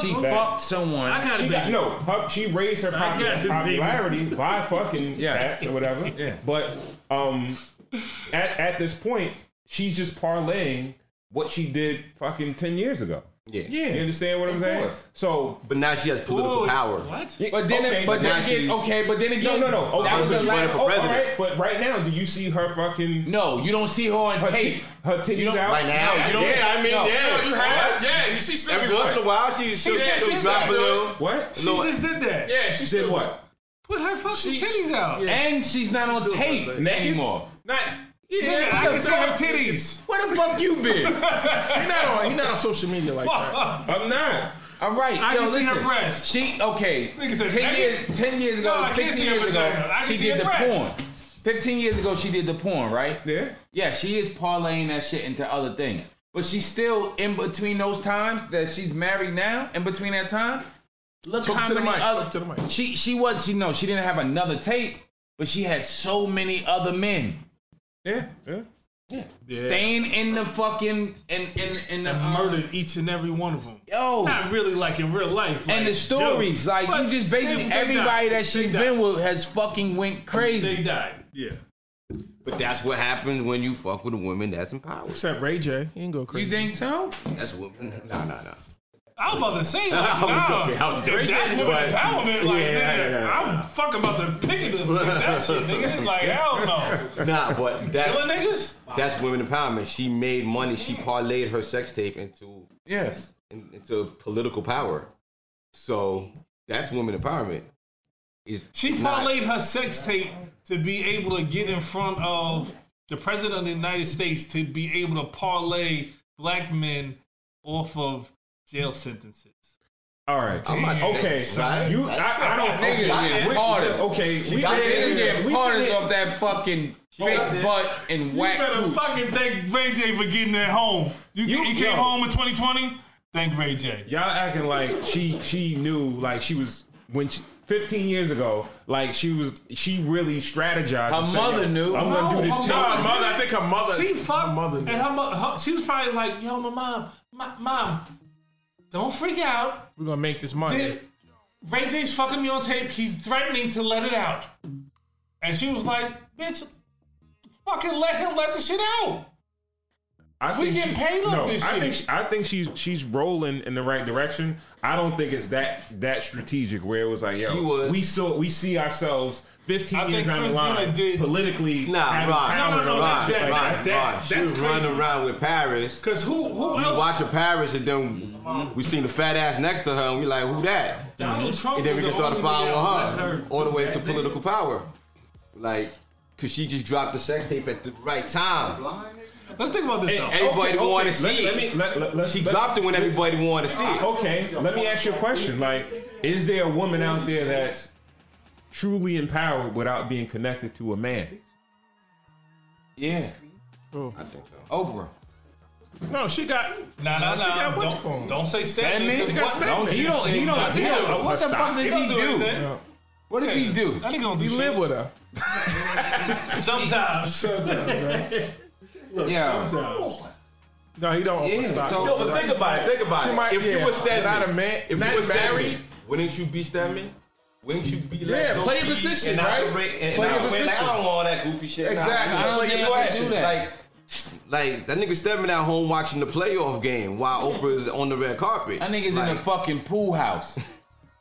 Speaker 5: She
Speaker 1: That-
Speaker 5: fucked someone.
Speaker 6: I got
Speaker 1: She
Speaker 6: it,
Speaker 1: got
Speaker 6: baby.
Speaker 1: no. Her, she raised her
Speaker 6: I got
Speaker 1: popu-
Speaker 6: it, baby.
Speaker 1: popularity by fucking
Speaker 5: Yes.
Speaker 1: cats or whatever.
Speaker 5: Yeah.
Speaker 1: But um, at at this point, she's just parlaying what she did fucking ten years ago.
Speaker 3: Yeah.
Speaker 1: You
Speaker 5: Yeah.
Speaker 1: understand what I'm
Speaker 5: Of
Speaker 1: saying?
Speaker 5: course.
Speaker 1: So
Speaker 3: But now she has political power.
Speaker 2: What?
Speaker 5: But then,
Speaker 1: Okay,
Speaker 5: but
Speaker 3: now
Speaker 5: then again,
Speaker 3: she's-
Speaker 5: okay, but then
Speaker 1: no,
Speaker 5: again,
Speaker 1: no, no. Okay,
Speaker 5: that was
Speaker 1: but
Speaker 5: the
Speaker 1: you
Speaker 5: last-
Speaker 3: running for
Speaker 1: oh, all
Speaker 3: president.
Speaker 1: right, but right now, do you see her fucking
Speaker 5: No, you don't see her on
Speaker 1: her,
Speaker 5: tape.
Speaker 1: t- her titties
Speaker 5: don't-
Speaker 1: out
Speaker 3: Right now,
Speaker 5: No, you don't-
Speaker 1: Yeah, I mean,
Speaker 5: No.
Speaker 1: yeah.
Speaker 4: You have, yeah, you see still
Speaker 3: every once in a while she's she'll,
Speaker 4: did-
Speaker 3: she'll
Speaker 4: she
Speaker 3: drop
Speaker 4: did.
Speaker 3: a little.
Speaker 1: What?
Speaker 2: She
Speaker 3: No,
Speaker 2: just did that.
Speaker 4: Yeah, she still
Speaker 1: Did what?
Speaker 2: Put her fucking
Speaker 4: She's-
Speaker 2: titties out.
Speaker 4: yeah.
Speaker 5: And she's not on
Speaker 4: still
Speaker 5: tape
Speaker 4: does
Speaker 1: that.
Speaker 5: anymore.
Speaker 4: Not. Yeah,
Speaker 2: Nigga, I can see her titties.
Speaker 5: Where the fuck you been?
Speaker 4: He's not on. He's not on social media like that.
Speaker 1: I'm not.
Speaker 5: All right,
Speaker 2: I
Speaker 5: yo,
Speaker 2: can see
Speaker 5: listen.
Speaker 2: her breasts.
Speaker 5: She okay.
Speaker 2: Nigga said,
Speaker 5: ten
Speaker 2: "Nigga."
Speaker 5: years, ten years ago,
Speaker 2: No, I can't
Speaker 5: fifteen
Speaker 2: see her
Speaker 5: years ago,
Speaker 2: vagina. I can
Speaker 5: she
Speaker 2: see
Speaker 5: did
Speaker 2: her
Speaker 5: the porn.
Speaker 2: breasts.
Speaker 5: Fifteen years ago, she did the porn, right?
Speaker 1: Yeah.
Speaker 5: Yeah, she is parlaying that shit into other things. But she's still in between those times that she's married now. In between that time, look
Speaker 4: Talk
Speaker 5: how
Speaker 4: to the
Speaker 5: many
Speaker 4: mic,
Speaker 5: other
Speaker 4: talk to the mic.
Speaker 5: she she was she no she didn't have another tape, but she had so many other men
Speaker 1: Yeah. Yeah.
Speaker 5: staying in the fucking in in in the um,
Speaker 2: And murdered each and every one of them.
Speaker 5: Yo,
Speaker 2: Not really like in real life.
Speaker 5: and the
Speaker 2: like,
Speaker 5: stories
Speaker 2: joke.
Speaker 5: like
Speaker 2: But
Speaker 5: you just basically
Speaker 2: they- they
Speaker 5: everybody
Speaker 2: died.
Speaker 5: that she's
Speaker 2: They
Speaker 5: been
Speaker 2: died.
Speaker 5: with has fucking went crazy.
Speaker 2: They died. Yeah.
Speaker 3: But that's what happens when you fuck with a woman that's in power.
Speaker 4: Except Ray J, he didn't go
Speaker 5: You
Speaker 4: crazy.
Speaker 5: think so?
Speaker 3: That's what. Nah, nah, nah.
Speaker 2: I was about to say, like,
Speaker 3: I was joking, I was
Speaker 2: nah,
Speaker 3: joking.
Speaker 2: that's women
Speaker 3: But-
Speaker 2: empowerment. Like,
Speaker 3: Yeah,
Speaker 2: nigga,
Speaker 3: yeah, yeah, yeah.
Speaker 2: I'm fucking about to pick it up against that shit, nigga. Like, hell no.
Speaker 3: Nah, but
Speaker 2: Killing
Speaker 3: that's
Speaker 2: niggas?
Speaker 3: that's women empowerment. She made money. She parlayed her sex tape into
Speaker 5: Yes.
Speaker 3: in- into political power. So that's women empowerment. It's
Speaker 2: She
Speaker 3: not-
Speaker 2: parlayed her sex tape to be able to get in front of the president of the United States to be able to parlay black men off of jail sentences.
Speaker 1: All right.
Speaker 3: I'm not saying-
Speaker 1: okay.
Speaker 3: Right?
Speaker 1: You, I, I don't.
Speaker 5: Nigga,
Speaker 1: Okay.
Speaker 5: yeah,
Speaker 1: we-
Speaker 5: hard.
Speaker 1: Okay. We
Speaker 3: got
Speaker 1: yeah,
Speaker 5: They
Speaker 3: it.
Speaker 1: yeah,
Speaker 5: get
Speaker 1: we
Speaker 5: partners
Speaker 1: should-
Speaker 5: off that fucking fake butt and
Speaker 2: You
Speaker 5: whack
Speaker 2: better
Speaker 5: cooch.
Speaker 2: fucking thank Ray J for getting that home. You,
Speaker 1: You-
Speaker 2: you, came
Speaker 1: yo.
Speaker 2: home in 2020? Thank Ray J.
Speaker 1: Y'all acting like she she knew like she was when she, 15 years ago like she was she really strategized. and
Speaker 5: Her
Speaker 1: said,
Speaker 5: mother knew.
Speaker 1: I'm gonna
Speaker 2: No,
Speaker 1: do
Speaker 2: her
Speaker 1: this.
Speaker 4: No,
Speaker 1: thing.
Speaker 4: her mother. I think her mother.
Speaker 2: She
Speaker 4: Her
Speaker 2: fucked.
Speaker 4: mother.
Speaker 2: and her, mo- her, she was probably like, yo, my mom, my, mom, don't freak out.
Speaker 4: We're gonna make this money.
Speaker 2: Then Ray J's fucking me on tape. He's threatening to let it out. And she was like, bitch, fucking let him let the shit out.
Speaker 1: I
Speaker 2: We
Speaker 1: think
Speaker 2: get
Speaker 1: she-
Speaker 2: paid off
Speaker 1: no,
Speaker 2: this
Speaker 1: I
Speaker 2: shit.
Speaker 1: Think she, I think she's she's rolling in the right direction. I don't think it's that that strategic where it was like, yo,
Speaker 3: She was-
Speaker 1: we saw we see ourselves 15
Speaker 2: I
Speaker 1: years
Speaker 2: think
Speaker 1: down the
Speaker 2: Chris
Speaker 1: line
Speaker 2: Jenner did-
Speaker 1: politically.
Speaker 3: Nah,
Speaker 1: having
Speaker 3: Ron,
Speaker 1: power
Speaker 2: No, no, no,
Speaker 1: and all
Speaker 3: Ron,
Speaker 1: shit
Speaker 2: that-
Speaker 1: like
Speaker 3: Ron,
Speaker 1: that.
Speaker 2: that- that-
Speaker 3: Ron. She
Speaker 2: that's
Speaker 3: was running
Speaker 2: crazy.
Speaker 3: around with Paris.
Speaker 2: Because who, who
Speaker 3: We
Speaker 2: else?
Speaker 3: watching Paris, and then we seen the fat ass next to her, and we like, who that?
Speaker 2: Donald Trump
Speaker 3: and then we
Speaker 2: was
Speaker 3: can
Speaker 2: the
Speaker 3: start
Speaker 2: only
Speaker 3: following
Speaker 2: man that
Speaker 3: her,
Speaker 2: let her
Speaker 3: all the
Speaker 2: do
Speaker 3: way
Speaker 2: that
Speaker 3: to
Speaker 2: thing.
Speaker 3: political power. Like, cause she just dropped the sex tape at the right time.
Speaker 2: Let's think about this, though.
Speaker 3: Everybody
Speaker 1: Okay,
Speaker 3: wanted to
Speaker 1: okay,
Speaker 3: see
Speaker 1: let, Let me,
Speaker 3: it.
Speaker 1: let, let, let's-
Speaker 3: she
Speaker 1: let-
Speaker 3: dropped it when everybody wanted to see it.
Speaker 1: Okay, let me ask you a question. Like, is there a woman out there that's truly empowered without being connected to a man?
Speaker 5: Yeah.
Speaker 3: I think so.
Speaker 5: Oprah.
Speaker 4: no, she got.
Speaker 2: Nah, nah,
Speaker 4: She got
Speaker 2: nah.
Speaker 4: what you
Speaker 2: Don't,
Speaker 4: call 'em?
Speaker 2: don't say
Speaker 5: That
Speaker 2: statement.
Speaker 5: means
Speaker 2: 'cause
Speaker 5: she
Speaker 4: got
Speaker 2: what-
Speaker 4: statement.
Speaker 1: He don't. He don't. He don't
Speaker 5: What the fuck
Speaker 2: He
Speaker 5: did
Speaker 2: don't
Speaker 5: he
Speaker 2: do
Speaker 5: do?
Speaker 2: anything.
Speaker 5: What does he do?
Speaker 2: That nigga don't
Speaker 4: He
Speaker 2: do
Speaker 4: lived
Speaker 2: shit.
Speaker 4: with her.
Speaker 2: Sometimes. Look,
Speaker 5: Yeah.
Speaker 2: sometimes.
Speaker 4: No, he don't.
Speaker 5: Yeah,
Speaker 4: open stock.
Speaker 5: so-
Speaker 3: No, but think about it. Think about
Speaker 4: She
Speaker 3: it.
Speaker 4: might-
Speaker 3: if
Speaker 4: yeah,
Speaker 3: you were Stedman,
Speaker 4: not a man-
Speaker 3: if
Speaker 4: not
Speaker 3: you were Stedman,
Speaker 4: married.
Speaker 3: wouldn't you be Stedman? Wouldn't you be like,
Speaker 4: Yeah,
Speaker 3: no,
Speaker 4: play a
Speaker 3: please,
Speaker 4: position,
Speaker 3: and I
Speaker 4: right?
Speaker 3: operate- and,
Speaker 4: Play
Speaker 3: and
Speaker 4: a
Speaker 3: I, win. Like, I
Speaker 4: position.
Speaker 3: don't want all that goofy shit. Nah,
Speaker 4: Exactly.
Speaker 3: I'm
Speaker 5: I don't
Speaker 4: Play
Speaker 5: think
Speaker 4: your
Speaker 5: I should
Speaker 4: position.
Speaker 5: do that.
Speaker 3: Like, like that nigga Stedman at home watching the playoff game while Oprah's on the red carpet.
Speaker 5: That nigga's in
Speaker 3: Like,
Speaker 5: the fucking pool house.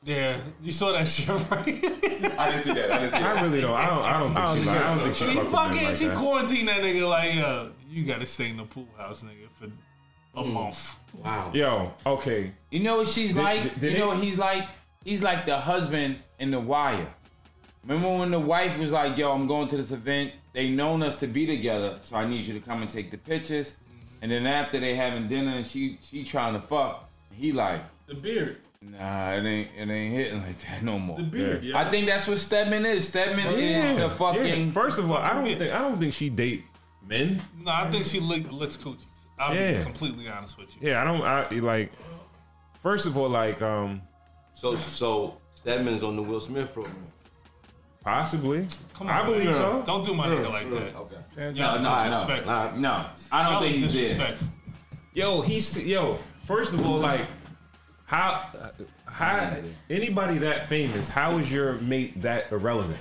Speaker 2: Yeah, you saw that shit, right?
Speaker 3: I didn't see that. I didn't see
Speaker 1: I
Speaker 3: that.
Speaker 1: really don't. I don't. I don't think she. I don't think she.
Speaker 2: She
Speaker 1: fuck with men
Speaker 2: fucking
Speaker 1: like
Speaker 2: she
Speaker 1: that.
Speaker 2: quarantined that nigga like uh you gotta stay in the pool house nigga for a
Speaker 3: Hmm.
Speaker 2: month.
Speaker 3: Wow.
Speaker 1: Yo. Okay.
Speaker 5: You know what she's like?
Speaker 1: did- did
Speaker 5: you know
Speaker 1: it-
Speaker 5: what he's like? He's like the husband in The Wire. Remember when the wife was like, yo, I'm going to this event. They known us to be together, so I need you to come and take the pictures. And then after they having dinner and she she trying to fuck, he like,
Speaker 2: The beard,
Speaker 5: nah, it ain't it ain't hitting like that no more.
Speaker 2: the beard. Yeah.
Speaker 5: I think that's what Stedman is. Stedman
Speaker 1: Yeah.
Speaker 5: is the fucking
Speaker 1: yeah. First of all, I don't think. I don't think she date men.
Speaker 2: no, I think she lick, licks coochies. I'll
Speaker 1: Yeah.
Speaker 2: be completely honest with you.
Speaker 1: Yeah. I don't. I like. First of all, like um,
Speaker 3: So so Stedman's on the Will Smith program.
Speaker 1: possibly.
Speaker 2: Come on,
Speaker 1: I believe
Speaker 2: man.
Speaker 1: so.
Speaker 2: Don't do my nigga like that.
Speaker 3: Okay.
Speaker 2: Y'all
Speaker 5: no, no,
Speaker 2: disrespectful.
Speaker 3: Nah,
Speaker 5: No, I don't
Speaker 2: Y'all
Speaker 5: think he's there.
Speaker 2: disrespectful.
Speaker 1: Yo, he's yo. First of all, like how how anybody that famous? How is your mate that irrelevant?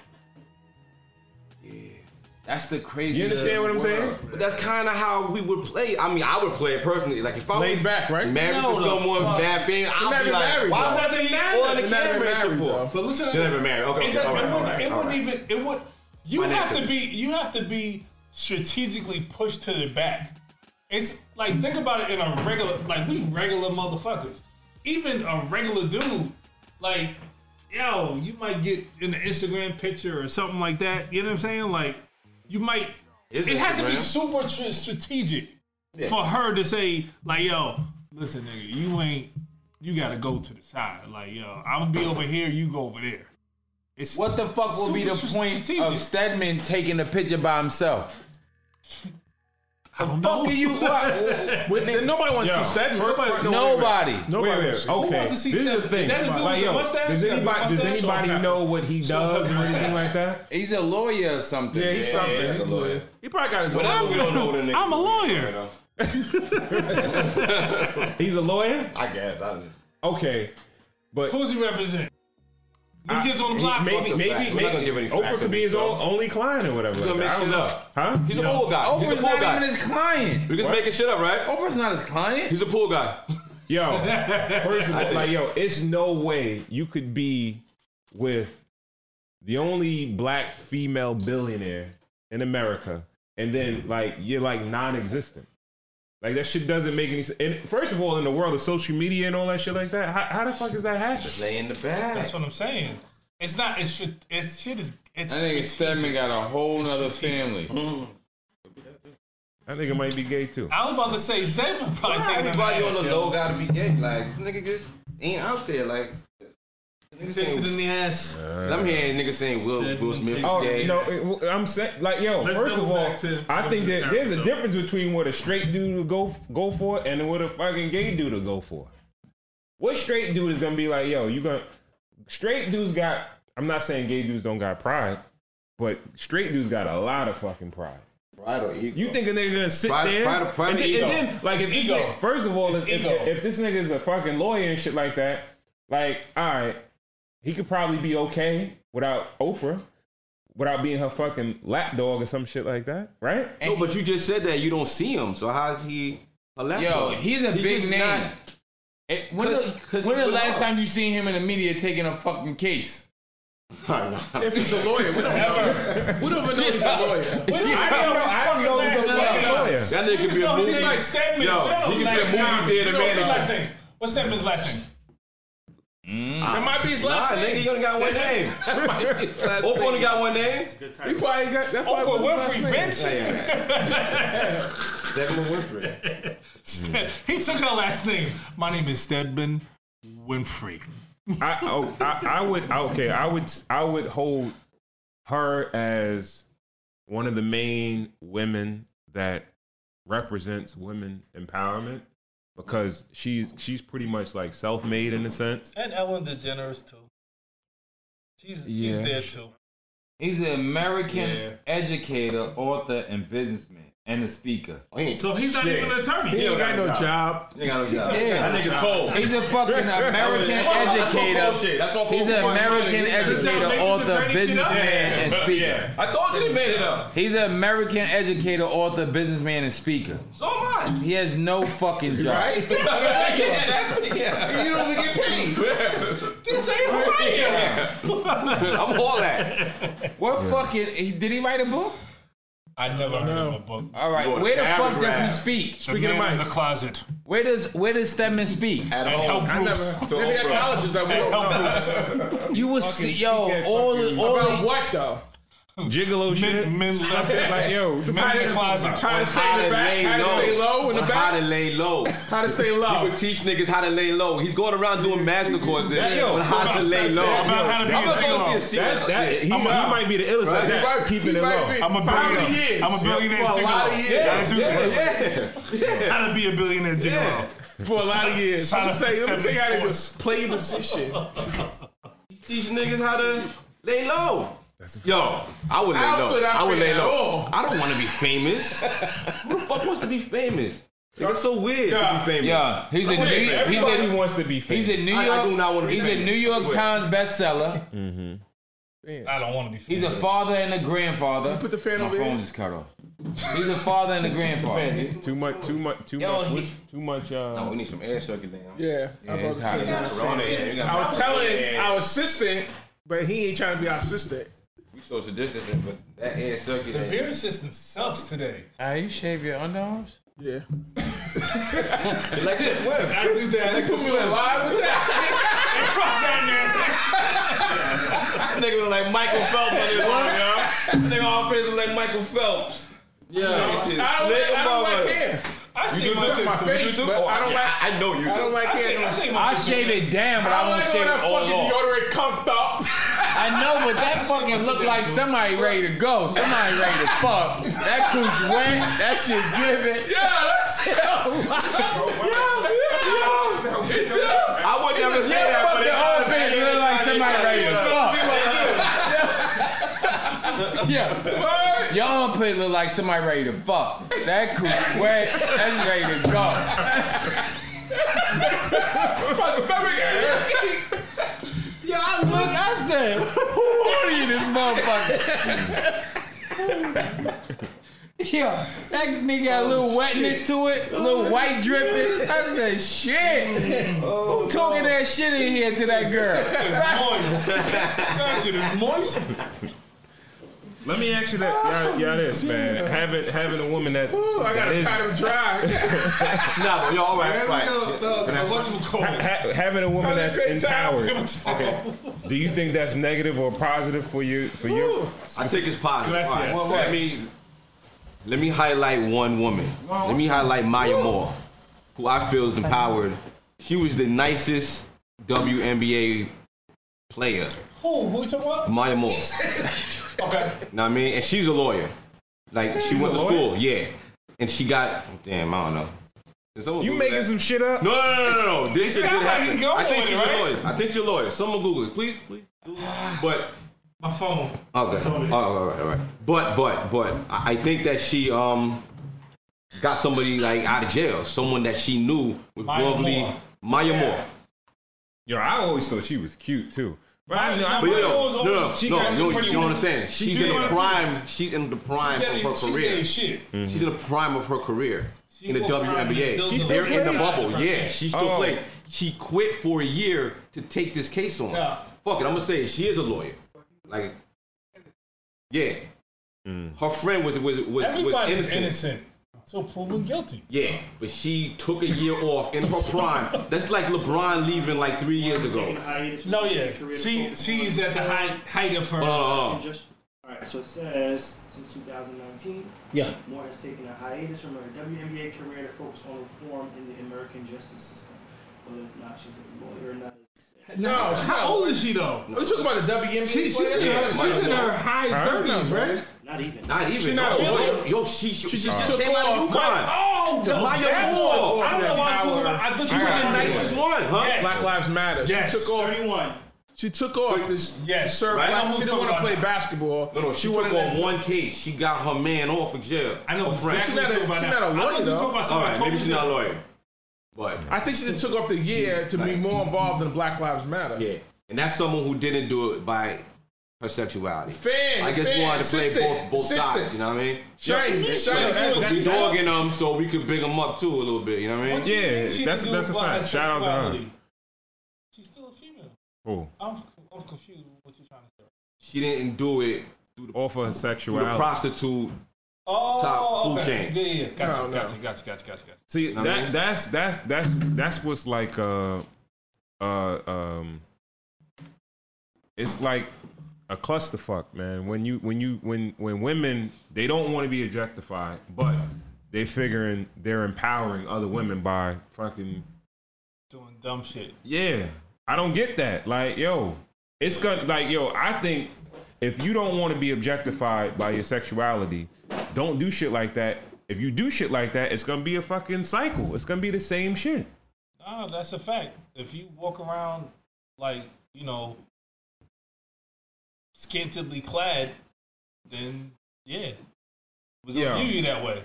Speaker 5: That's the crazy.
Speaker 1: You understand what I'm saying?
Speaker 3: But that's kind of how we would play. I mean, I would play it personally. Like if I
Speaker 4: Laid
Speaker 3: was
Speaker 4: back, right?
Speaker 3: married
Speaker 5: No,
Speaker 3: to
Speaker 5: the
Speaker 3: someone,
Speaker 5: fuck.
Speaker 3: bad thing, I'd
Speaker 4: not
Speaker 3: be
Speaker 4: even
Speaker 3: like,
Speaker 4: married, though.
Speaker 3: why was
Speaker 2: Doesn't
Speaker 3: he
Speaker 2: matter.
Speaker 3: on the
Speaker 4: They're not even
Speaker 3: camera and shit
Speaker 4: married,
Speaker 3: for?
Speaker 4: though.
Speaker 2: But listen, to
Speaker 3: They're
Speaker 2: this.
Speaker 3: never married. Okay,
Speaker 2: it,
Speaker 3: okay,
Speaker 2: doesn't-
Speaker 3: all right,
Speaker 2: it
Speaker 3: all
Speaker 2: wouldn't,
Speaker 3: right,
Speaker 2: it
Speaker 3: all
Speaker 2: wouldn't even. It would. You have to be. You have to be strategically pushed to the back. It's like think about it in a regular. Like we regular motherfuckers. Even a regular dude, like yo, you might get in an Instagram picture or something like that. You know what I'm saying? Like you might.
Speaker 3: It's
Speaker 2: it has to be
Speaker 3: Instagram.
Speaker 2: super tr- strategic for her to say like yo, listen, nigga, you ain't. You gotta go to the side. Like yo, I'm gonna be over here. You go over there. It's
Speaker 5: What the fuck would be the
Speaker 2: Super
Speaker 5: point
Speaker 2: strategic.
Speaker 5: of Stedman taking a picture by himself?
Speaker 2: I don't
Speaker 5: Fuck are you? What?
Speaker 4: With, then nobody wants
Speaker 1: Yo.
Speaker 4: to see Stedman.
Speaker 2: Nobody-
Speaker 4: Nobody.
Speaker 5: Nobody.
Speaker 1: Wait,
Speaker 4: nobody
Speaker 1: wait,
Speaker 4: wants to
Speaker 1: wait.
Speaker 4: see-
Speaker 1: Okay.
Speaker 2: wants to see
Speaker 1: this is
Speaker 2: Steph?
Speaker 1: the thing.
Speaker 2: That dude with
Speaker 1: Like,
Speaker 2: the
Speaker 1: yo, does
Speaker 2: mustache? Yeah, with the
Speaker 1: anybody, does
Speaker 2: mustache.
Speaker 1: anybody know what he does or anything like that?
Speaker 5: He's a lawyer or something.
Speaker 4: Yeah, he's something.
Speaker 3: yeah,
Speaker 4: he's
Speaker 3: yeah.
Speaker 4: lawyer. He probably got his own.
Speaker 3: right. We
Speaker 4: lawyer.
Speaker 3: don't know what a nigga
Speaker 2: I'm a
Speaker 3: is,
Speaker 2: lawyer.
Speaker 3: you know?
Speaker 1: He's a lawyer?
Speaker 3: I guess. I don't
Speaker 1: Okay. But
Speaker 2: Who's he represent? The kids on the
Speaker 1: he-
Speaker 2: block.
Speaker 1: maybe,
Speaker 3: the facts.
Speaker 1: maybe,
Speaker 3: We're not gonna
Speaker 1: maybe
Speaker 3: give any
Speaker 1: Oprah
Speaker 3: facts
Speaker 1: could
Speaker 3: on
Speaker 1: be
Speaker 3: this
Speaker 1: his
Speaker 3: show.
Speaker 1: own, only client or whatever.
Speaker 3: gonna
Speaker 1: like that.
Speaker 3: mix
Speaker 1: I don't
Speaker 3: shit
Speaker 1: know.
Speaker 3: up.
Speaker 1: Huh?
Speaker 3: He's a pool guy. He's
Speaker 5: Oprah's
Speaker 3: a pool
Speaker 5: not
Speaker 3: guy.
Speaker 5: even his client.
Speaker 3: you just making shit up, right?
Speaker 5: Oprah's not his client.
Speaker 3: He's a pool guy.
Speaker 1: Yo, first of all, like yo, it's no way you could be with the only black female billionaire in America, and then like you're like non-existent. Like that shit doesn't make any sense. And first of all, in the world of social media and all that shit like that, how, how the fuck does that happen?
Speaker 3: Lay in the back.
Speaker 2: That's what I'm saying. It's not. It's shit. It's shit. Is it's.
Speaker 5: That nigga Stedman got a whole nother family.
Speaker 1: I think it might be gay too.
Speaker 2: I was about to say Zayman probably taking
Speaker 3: Everybody on the low
Speaker 2: low.
Speaker 3: gotta be gay. Like this nigga just ain't out there. Like niggas
Speaker 6: Takes it
Speaker 3: saying-
Speaker 6: in the ass.
Speaker 3: I'm hearing niggas saying Will Will Smith is
Speaker 2: Oh,
Speaker 1: Oh
Speaker 3: gay.
Speaker 1: no! it- I'm saying, like, yo.
Speaker 2: Let's
Speaker 1: first of
Speaker 2: double
Speaker 1: all,
Speaker 2: back to-
Speaker 1: I think that there's a
Speaker 6: though.
Speaker 1: difference between what a straight dude would go go for and what a fucking gay dude would go for. What straight dude is gonna be like, yo? You gonna straight dudes got? I'm not saying gay dudes don't got pride, but straight dudes got a lot of fucking pride.
Speaker 3: Pride or ego?
Speaker 1: You think a nigga gonna sit
Speaker 3: Pride-
Speaker 1: there?
Speaker 3: pride- pride
Speaker 1: and,
Speaker 3: and
Speaker 1: then-
Speaker 3: ego.
Speaker 1: and then, like, if
Speaker 2: It's
Speaker 1: this
Speaker 2: ego.
Speaker 1: nigga, first of all,
Speaker 2: It's
Speaker 1: if, if,
Speaker 2: ego.
Speaker 1: if this nigga's a fucking lawyer and shit like that, like, all right, he could probably be okay without Oprah, without being her fucking lapdog or some shit like that, right?
Speaker 3: No, but you just said that you don't see him. So how's he? A
Speaker 5: Yo,
Speaker 3: lapdog?
Speaker 5: he's a big
Speaker 3: just
Speaker 5: name.
Speaker 3: not-
Speaker 5: Eh, when
Speaker 3: 'Cause-
Speaker 5: the,
Speaker 3: 'cause he
Speaker 5: when the
Speaker 3: put it
Speaker 5: last
Speaker 3: out.
Speaker 5: time you seen him in the media taking a fucking case?
Speaker 4: If he's a lawyer, we don't know. We don't even know he's a lawyer.
Speaker 2: I don't know.
Speaker 5: I
Speaker 1: don't know- I don't know
Speaker 2: I
Speaker 1: if he's a fucking lawyer.
Speaker 3: That nigga could be a movie.
Speaker 2: He's like Stedman.
Speaker 3: Yo,
Speaker 2: We don't know
Speaker 3: he
Speaker 2: his
Speaker 3: could be a
Speaker 2: last
Speaker 3: movie
Speaker 2: name.
Speaker 3: theater
Speaker 2: We don't know his
Speaker 3: manager.
Speaker 2: last name. What's Stedman's last name?
Speaker 4: That might be his
Speaker 3: Nah,
Speaker 4: last
Speaker 3: nigga,
Speaker 4: name.
Speaker 3: you only got one name.
Speaker 4: That might be his last
Speaker 3: Oprah only
Speaker 4: name.
Speaker 3: got one name.
Speaker 4: He probably got. That's probably
Speaker 2: Oprah
Speaker 4: what
Speaker 2: Winfrey,
Speaker 4: his last name.
Speaker 2: bitch.
Speaker 3: Stephen Winfrey.
Speaker 2: Sted- He took her last name. My name is Stedman Winfrey.
Speaker 1: I, oh, I I would okay. I would I would hold her as one of the main women that represents women empowerment because she's she's pretty much like self-made in a sense.
Speaker 2: And Ellen DeGeneres too. She's
Speaker 1: Yeah.
Speaker 2: she's there too.
Speaker 5: He's an American educator, author, and businessman, and a speaker.
Speaker 2: So he's not even an attorney.
Speaker 4: He ain't got no job.
Speaker 3: Nigga, I don't got it.
Speaker 5: Yeah.
Speaker 3: That nigga's cold.
Speaker 5: He's a fucking American
Speaker 3: That's all
Speaker 5: educator.
Speaker 3: bullshit. That's all
Speaker 5: He's an
Speaker 3: bullshit.
Speaker 5: American
Speaker 2: Good
Speaker 5: educator,
Speaker 2: job, niggas.
Speaker 5: author,
Speaker 2: Attorney shit up.
Speaker 5: businessman, and speaker.
Speaker 3: Yeah. I told you they made it up.
Speaker 5: He's an American educator, author, businessman, and speaker.
Speaker 3: So am I.
Speaker 5: He has no fucking job.
Speaker 4: Right? You
Speaker 3: Yeah, that's what- yeah.
Speaker 4: don't even get paid.
Speaker 2: This ain't who I am.
Speaker 3: I'm all that.
Speaker 5: What fucking? he- Did he write a book?
Speaker 2: I never heard of a book.
Speaker 5: All right.
Speaker 3: Boy,
Speaker 5: Where the fuck does he
Speaker 3: paragraph.
Speaker 5: speak?
Speaker 2: The
Speaker 4: Speaking of
Speaker 2: man in
Speaker 4: Mike.
Speaker 2: the closet.
Speaker 5: Where does Where does Stedman speak?
Speaker 3: At
Speaker 2: And help
Speaker 3: home.
Speaker 2: groups.
Speaker 3: To
Speaker 4: Maybe at
Speaker 3: Oprah.
Speaker 4: colleges that we
Speaker 2: And
Speaker 4: don't
Speaker 2: help
Speaker 4: know.
Speaker 2: groups.
Speaker 5: You will see,
Speaker 1: speak
Speaker 5: yo,
Speaker 1: at
Speaker 5: all the-
Speaker 1: fucking-
Speaker 5: all
Speaker 4: About
Speaker 5: the-
Speaker 4: what though?
Speaker 1: Gigolo shit.
Speaker 2: Men, men left
Speaker 1: It's like yo, what the fuck?
Speaker 2: Men in the closet.
Speaker 4: How to stay in
Speaker 3: How to
Speaker 4: the back?
Speaker 3: lay
Speaker 4: How to
Speaker 3: low.
Speaker 4: stay low in the
Speaker 3: On How to
Speaker 4: back?
Speaker 3: lay low.
Speaker 4: How to stay
Speaker 3: He
Speaker 4: low?
Speaker 3: would teach niggas how to lay low. He's going around doing master courses
Speaker 1: yo,
Speaker 3: on how to lay low.
Speaker 2: About how to be
Speaker 3: I'm
Speaker 2: a
Speaker 3: gonna go
Speaker 2: gigolo.
Speaker 3: see a
Speaker 1: That's
Speaker 3: shit.
Speaker 1: that. He, he
Speaker 3: I'm out.
Speaker 1: might be the illest at
Speaker 3: Right.
Speaker 4: He
Speaker 1: that.
Speaker 4: might-
Speaker 1: Keeping
Speaker 4: he
Speaker 1: it
Speaker 4: might
Speaker 1: low.
Speaker 4: be-
Speaker 2: I'm a
Speaker 4: For how many
Speaker 2: billionaire.
Speaker 4: years?
Speaker 2: I'm a billionaire
Speaker 4: For a lot of
Speaker 2: gigolo.
Speaker 4: years.
Speaker 2: Gotta do this.
Speaker 3: Yeah.
Speaker 2: How to be a billionaire gigolo.
Speaker 4: For a lot of years.
Speaker 2: Shout
Speaker 4: I'm
Speaker 2: out to
Speaker 4: saying, let me tell you how
Speaker 2: Stephen's
Speaker 4: to just play your position.
Speaker 3: teach niggas how to lay low. Yo, I would lay
Speaker 4: I
Speaker 3: low.
Speaker 4: feel that
Speaker 3: I would lay
Speaker 4: at
Speaker 3: low.
Speaker 4: all.
Speaker 3: I don't want to be famous. Who the fuck wants to be famous? Like, it's so weird
Speaker 4: Yeah.
Speaker 3: to be famous.
Speaker 5: Yeah, he's a
Speaker 4: Wait,
Speaker 5: New he's
Speaker 1: Everybody
Speaker 5: a
Speaker 1: wants to be famous.
Speaker 5: he's a New
Speaker 3: I- I
Speaker 5: York
Speaker 3: do not wanna be
Speaker 5: he's a
Speaker 3: famous.
Speaker 5: New York
Speaker 3: Wait.
Speaker 5: Times bestseller.
Speaker 4: Fan.
Speaker 2: I don't want to be.
Speaker 5: He's a
Speaker 2: famous.
Speaker 5: father and a grandfather.
Speaker 4: put the fan
Speaker 5: My
Speaker 4: over
Speaker 5: phone
Speaker 4: here.
Speaker 5: just cut off. He's a father and a grandfather.
Speaker 1: Too much, too much, too
Speaker 5: Yo,
Speaker 1: much,
Speaker 5: he-
Speaker 1: wish- too much.
Speaker 3: Oh,
Speaker 1: Uh,
Speaker 3: we need some air circulating.
Speaker 4: Yeah,
Speaker 5: Yeah,
Speaker 4: I'm about
Speaker 5: it's
Speaker 4: to
Speaker 5: hot.
Speaker 4: say that.
Speaker 3: We're on the air. We got-
Speaker 4: I was telling our assistant, but he ain't trying to be our assistant.
Speaker 3: we social distancing, but that air circulating.
Speaker 2: Beer assistant sucks today.
Speaker 5: Ah, you shave your underarms?
Speaker 4: Yeah.
Speaker 3: Like this web.
Speaker 2: I do that.
Speaker 4: Put me like live with that.
Speaker 3: nigga look like Michael Phelps on his arm, yo. Nigga all pissed like Michael Phelps.
Speaker 5: Yeah.
Speaker 3: Shit,
Speaker 4: I don't,
Speaker 3: slick
Speaker 4: like, I don't
Speaker 3: motherfucker.
Speaker 4: like hair.
Speaker 2: I
Speaker 3: You do
Speaker 2: shave
Speaker 3: this to
Speaker 2: my
Speaker 3: my
Speaker 2: shit.
Speaker 3: face,
Speaker 4: face,
Speaker 1: Oh,
Speaker 4: but I don't like-
Speaker 3: I know you.
Speaker 4: I don't like
Speaker 2: I shave- I
Speaker 4: hair.
Speaker 2: shave my
Speaker 5: I
Speaker 2: shit.
Speaker 5: shave it down, but
Speaker 4: I
Speaker 5: I
Speaker 4: don't
Speaker 5: won't
Speaker 4: like
Speaker 5: shave
Speaker 4: when
Speaker 5: it
Speaker 4: that
Speaker 5: all
Speaker 4: fucking
Speaker 5: off.
Speaker 4: deodorant comes up.
Speaker 5: I know, but that fucking looked like somebody ready to go. Somebody ready to fuck. That cooch wet. That shit dripping.
Speaker 4: Yeah, that shit. Yo, yo, yo. Dude.
Speaker 3: I would never say
Speaker 5: Your
Speaker 3: that, but
Speaker 5: fucking whole
Speaker 3: it
Speaker 5: face look like somebody ready to fuck. Yeah.
Speaker 4: What?
Speaker 5: Your armpit look like somebody ready to fuck. That cooch wet. That's ready to go.
Speaker 4: My stomach hurt.
Speaker 5: Yo, I look. I said, who are you, this motherfucker? Yeah, that nigga got a
Speaker 4: Oh,
Speaker 5: little wetness to it, a little white dripping. I said, shit. Who talking that shit in here to that girl?
Speaker 2: It's moist. That shit is moist.
Speaker 1: let me ask you that, y'all, y'all this man. Having having a woman that's
Speaker 4: Ooh, I
Speaker 1: that
Speaker 4: gotta
Speaker 1: is-
Speaker 4: pat him dry.
Speaker 3: Nah, yo, all right,
Speaker 2: The,
Speaker 3: right.
Speaker 2: the, the, what you call it?
Speaker 1: ha- having a woman
Speaker 4: Having a
Speaker 1: that's
Speaker 4: great time.
Speaker 1: empowered. Do you think that's negative or positive for you? For you?
Speaker 3: I think it's positive.
Speaker 2: Gracias.
Speaker 3: All right. Well, let me let me highlight one woman. Let me highlight Maya Moore, who I feel is empowered. She was the nicest WNBA player,
Speaker 2: Who? Who you talking about?
Speaker 3: Maya Moore.
Speaker 2: Okay.
Speaker 3: know what I mean? And she's a lawyer. Like she went to school, yeah. And she got damn, I don't know. Did someone
Speaker 1: You
Speaker 3: Google
Speaker 1: making
Speaker 3: that?
Speaker 1: some shit up?
Speaker 3: No, no, no, no, no. This is
Speaker 2: sound
Speaker 3: good
Speaker 2: like
Speaker 3: happen.
Speaker 2: he's going
Speaker 3: I think
Speaker 2: with
Speaker 3: she's
Speaker 2: it, right?
Speaker 3: a lawyer. I think she's a lawyer. Someone Google it, please, please. Google it. But
Speaker 2: My phone.
Speaker 3: okay,
Speaker 2: over
Speaker 3: oh,
Speaker 2: there.
Speaker 3: all right, all right. But but but I I think that she um got somebody like out of jail, someone that she knew was
Speaker 2: Maya
Speaker 3: probably
Speaker 2: Moore.
Speaker 3: Maya Moore.
Speaker 1: Yo, I always thought she was cute too. But I knew,
Speaker 2: Now,
Speaker 1: I,
Speaker 3: But yo,
Speaker 2: Maya
Speaker 3: yo,
Speaker 2: Moore's
Speaker 3: no,
Speaker 2: always-
Speaker 3: no,
Speaker 2: she
Speaker 3: no,
Speaker 2: got- she's
Speaker 3: you,
Speaker 2: pretty
Speaker 3: you don't
Speaker 2: woman.
Speaker 3: understand. She's,
Speaker 2: She's
Speaker 3: in the
Speaker 2: pretty
Speaker 3: prime. She's in the prime
Speaker 2: She's
Speaker 3: of her
Speaker 2: getting- she's
Speaker 3: career.
Speaker 2: getting shit.
Speaker 3: She's in the prime of her career
Speaker 2: She
Speaker 3: in the
Speaker 2: walks around in a
Speaker 3: WNBA.
Speaker 2: dildo.
Speaker 3: She's
Speaker 2: She
Speaker 3: there in
Speaker 2: still
Speaker 3: the
Speaker 2: plays.
Speaker 3: bubble. Yeah, she still
Speaker 1: Oh.
Speaker 3: plays. She quit for a year to take this case on.
Speaker 4: Yeah.
Speaker 3: Fuck it, I'm gonna say it. She is a lawyer. Like, yeah. Her friend was was was, was
Speaker 2: Everybody's
Speaker 3: innocent.
Speaker 2: innocent until proven guilty.
Speaker 3: Yeah, but she took a year off in her prime. That's like LeBron leaving like three years ago.
Speaker 2: No, yeah. She she's at the height height of her.
Speaker 3: Uh,
Speaker 7: Alright, so it says since 2019,
Speaker 5: Yeah.
Speaker 7: Moore has taken a hiatus from her WNBA career to focus on reform in the American justice system. Whether or not she's a lawyer or not.
Speaker 4: No, she's
Speaker 2: How
Speaker 4: not.
Speaker 2: old is she though?
Speaker 4: Are you talking about the WNBA?
Speaker 2: She, she's in
Speaker 4: player?
Speaker 2: her, she's in her high thirties, right?
Speaker 7: Not even.
Speaker 3: not even.
Speaker 4: She not a
Speaker 3: yo,
Speaker 4: lawyer.
Speaker 3: yo, she she,
Speaker 4: just
Speaker 3: just
Speaker 4: took
Speaker 3: came out of
Speaker 4: off,
Speaker 3: UConn.
Speaker 2: Oh, the
Speaker 3: Maya
Speaker 2: that
Speaker 3: Moore.
Speaker 2: was- I don't know why I was talking about. I thought you
Speaker 3: The
Speaker 2: were the nicest.
Speaker 3: nicest one, huh?
Speaker 2: Yes.
Speaker 4: Black Lives Matter.
Speaker 2: Yes.
Speaker 4: She took off.
Speaker 7: 31.
Speaker 4: She took off this.
Speaker 2: Yes,
Speaker 4: to serve
Speaker 2: right?
Speaker 4: black-
Speaker 2: I know who
Speaker 4: She
Speaker 2: you're
Speaker 4: didn't want to
Speaker 2: talking
Speaker 4: play
Speaker 2: about.
Speaker 4: basketball.
Speaker 3: No, no, she, took
Speaker 4: wanted
Speaker 3: on
Speaker 4: to-
Speaker 3: one case. She got her man off of jail.
Speaker 2: I know
Speaker 3: Her friend.
Speaker 2: exactly
Speaker 4: She's not
Speaker 2: what
Speaker 4: a-
Speaker 2: you're talking about.
Speaker 4: she's not a
Speaker 2: I thought you
Speaker 4: lawyer,
Speaker 2: were talking
Speaker 4: though.
Speaker 2: about
Speaker 3: All
Speaker 2: somebody
Speaker 3: right,
Speaker 2: totally
Speaker 3: maybe she's not a
Speaker 2: different.
Speaker 3: lawyer, but
Speaker 4: I think she just took off the year to be more involved in Black Lives Matter.
Speaker 3: yeah, and that's someone who didn't do it by her sexuality.
Speaker 4: Fan,
Speaker 3: I guess
Speaker 4: fan,
Speaker 3: we wanted to play
Speaker 4: assistant,
Speaker 3: both both sides.
Speaker 4: assistant.
Speaker 3: You know what I mean?
Speaker 4: Shame, shame.
Speaker 2: That's-
Speaker 3: We
Speaker 2: that's-
Speaker 3: dogging them so we could big them up too a little bit. You know what I mean?
Speaker 2: What you
Speaker 1: Yeah,
Speaker 2: think she
Speaker 1: that's-
Speaker 2: can do
Speaker 1: that's a
Speaker 2: about
Speaker 1: fact.
Speaker 2: her
Speaker 1: Shout out to her.
Speaker 2: sexuality? She's still a female.
Speaker 1: oh,
Speaker 2: I'm, I'm confused with what you're trying to say.
Speaker 3: She didn't do it through the,
Speaker 1: all for her
Speaker 3: through the
Speaker 1: sexuality.
Speaker 3: prostitute.
Speaker 2: Oh,
Speaker 3: Top food
Speaker 2: okay.
Speaker 3: chain.
Speaker 2: Yeah, yeah, yeah. Gotcha,
Speaker 4: No, no.
Speaker 2: gotcha, gotcha, gotcha, gotcha, gotcha.
Speaker 1: See
Speaker 3: know what I
Speaker 1: that
Speaker 3: mean?
Speaker 1: that's that's that's that's what's like uh uh um it's like a clusterfuck, man. When you when you when when women they don't want to be objectified, but they figuring they're empowering other women by fucking
Speaker 2: Doing dumb shit.
Speaker 1: yeah. I don't get that. Like yo, it's gonna like yo. I think if you don't want to be objectified by your sexuality, don't do shit like that. If you do shit like that, it's gonna be a fucking cycle. It's gonna be the same shit.
Speaker 2: Nah, that's a fact. If you walk around like you know scantily clad, then yeah, we're gonna
Speaker 1: Yeah.
Speaker 2: view you that way.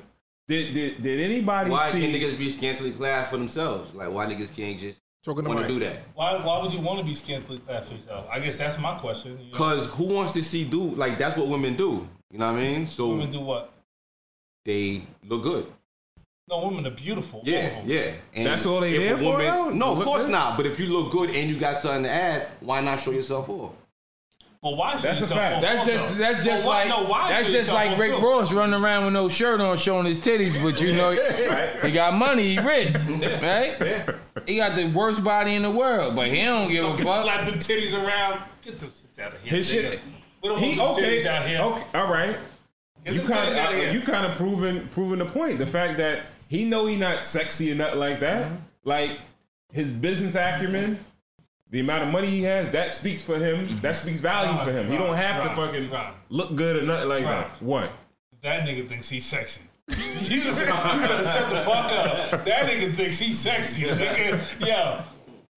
Speaker 1: Did did, did anybody
Speaker 3: Why
Speaker 1: see?
Speaker 3: can't niggas be scantily clad for themselves? Like why niggas can't just
Speaker 4: Talking to
Speaker 3: want
Speaker 4: Mike.
Speaker 3: to do that.
Speaker 2: Why, why would you want to be scantily clad-faced though? I guess that's my question. You know,
Speaker 3: Cause who wants to see dude like that's what women do. You know what I mean? So
Speaker 2: women do what?
Speaker 3: they look good.
Speaker 2: No, women are beautiful. all
Speaker 3: Yeah,
Speaker 2: of them.
Speaker 3: yeah. And
Speaker 1: That's all they
Speaker 3: if
Speaker 1: there
Speaker 3: a
Speaker 1: for,
Speaker 3: woman-
Speaker 1: though?
Speaker 3: No, of
Speaker 1: Look
Speaker 3: course
Speaker 1: good?
Speaker 3: not. But if you look good and you got something to add, why not show yourself off?
Speaker 2: But why should
Speaker 1: That's
Speaker 2: you
Speaker 1: a
Speaker 2: self
Speaker 1: fact.
Speaker 2: off
Speaker 5: That's
Speaker 2: also?
Speaker 5: just that's just
Speaker 2: But why-
Speaker 5: like
Speaker 2: no, why
Speaker 5: that's
Speaker 2: should you
Speaker 5: just
Speaker 2: self
Speaker 5: like
Speaker 2: off
Speaker 5: Rick
Speaker 2: too?
Speaker 5: Ross running around with no shirt on, showing his titties, but you know he got money, he rich, right? He got the worst body in the world, but he don't give a
Speaker 2: Fucking
Speaker 5: fuck.
Speaker 2: slap them titties around. Get them shits out of here.
Speaker 1: His
Speaker 2: nigga.
Speaker 1: shit-
Speaker 2: We don't
Speaker 1: He
Speaker 2: want them
Speaker 1: okay.
Speaker 2: titties out here.
Speaker 1: Okay, all right.
Speaker 2: Get
Speaker 1: you
Speaker 2: them titties
Speaker 1: kind
Speaker 2: out of here.
Speaker 1: of you kind of proving proving the point. The fact that he know he not sexy or nothing like that.
Speaker 2: Mm-hmm.
Speaker 1: Like his business acumen, the amount of money he has, that speaks for him. That speaks value
Speaker 2: Right,
Speaker 1: for him. he
Speaker 2: Mm-hmm. right,
Speaker 1: don't have to
Speaker 2: right,
Speaker 1: fucking
Speaker 2: right.
Speaker 1: look good or nothing like
Speaker 2: Right.
Speaker 1: that. What?
Speaker 2: That nigga thinks he's sexy. Jesus, you better shut the fuck up. That nigga thinks he's sexy. Nigga. Yo,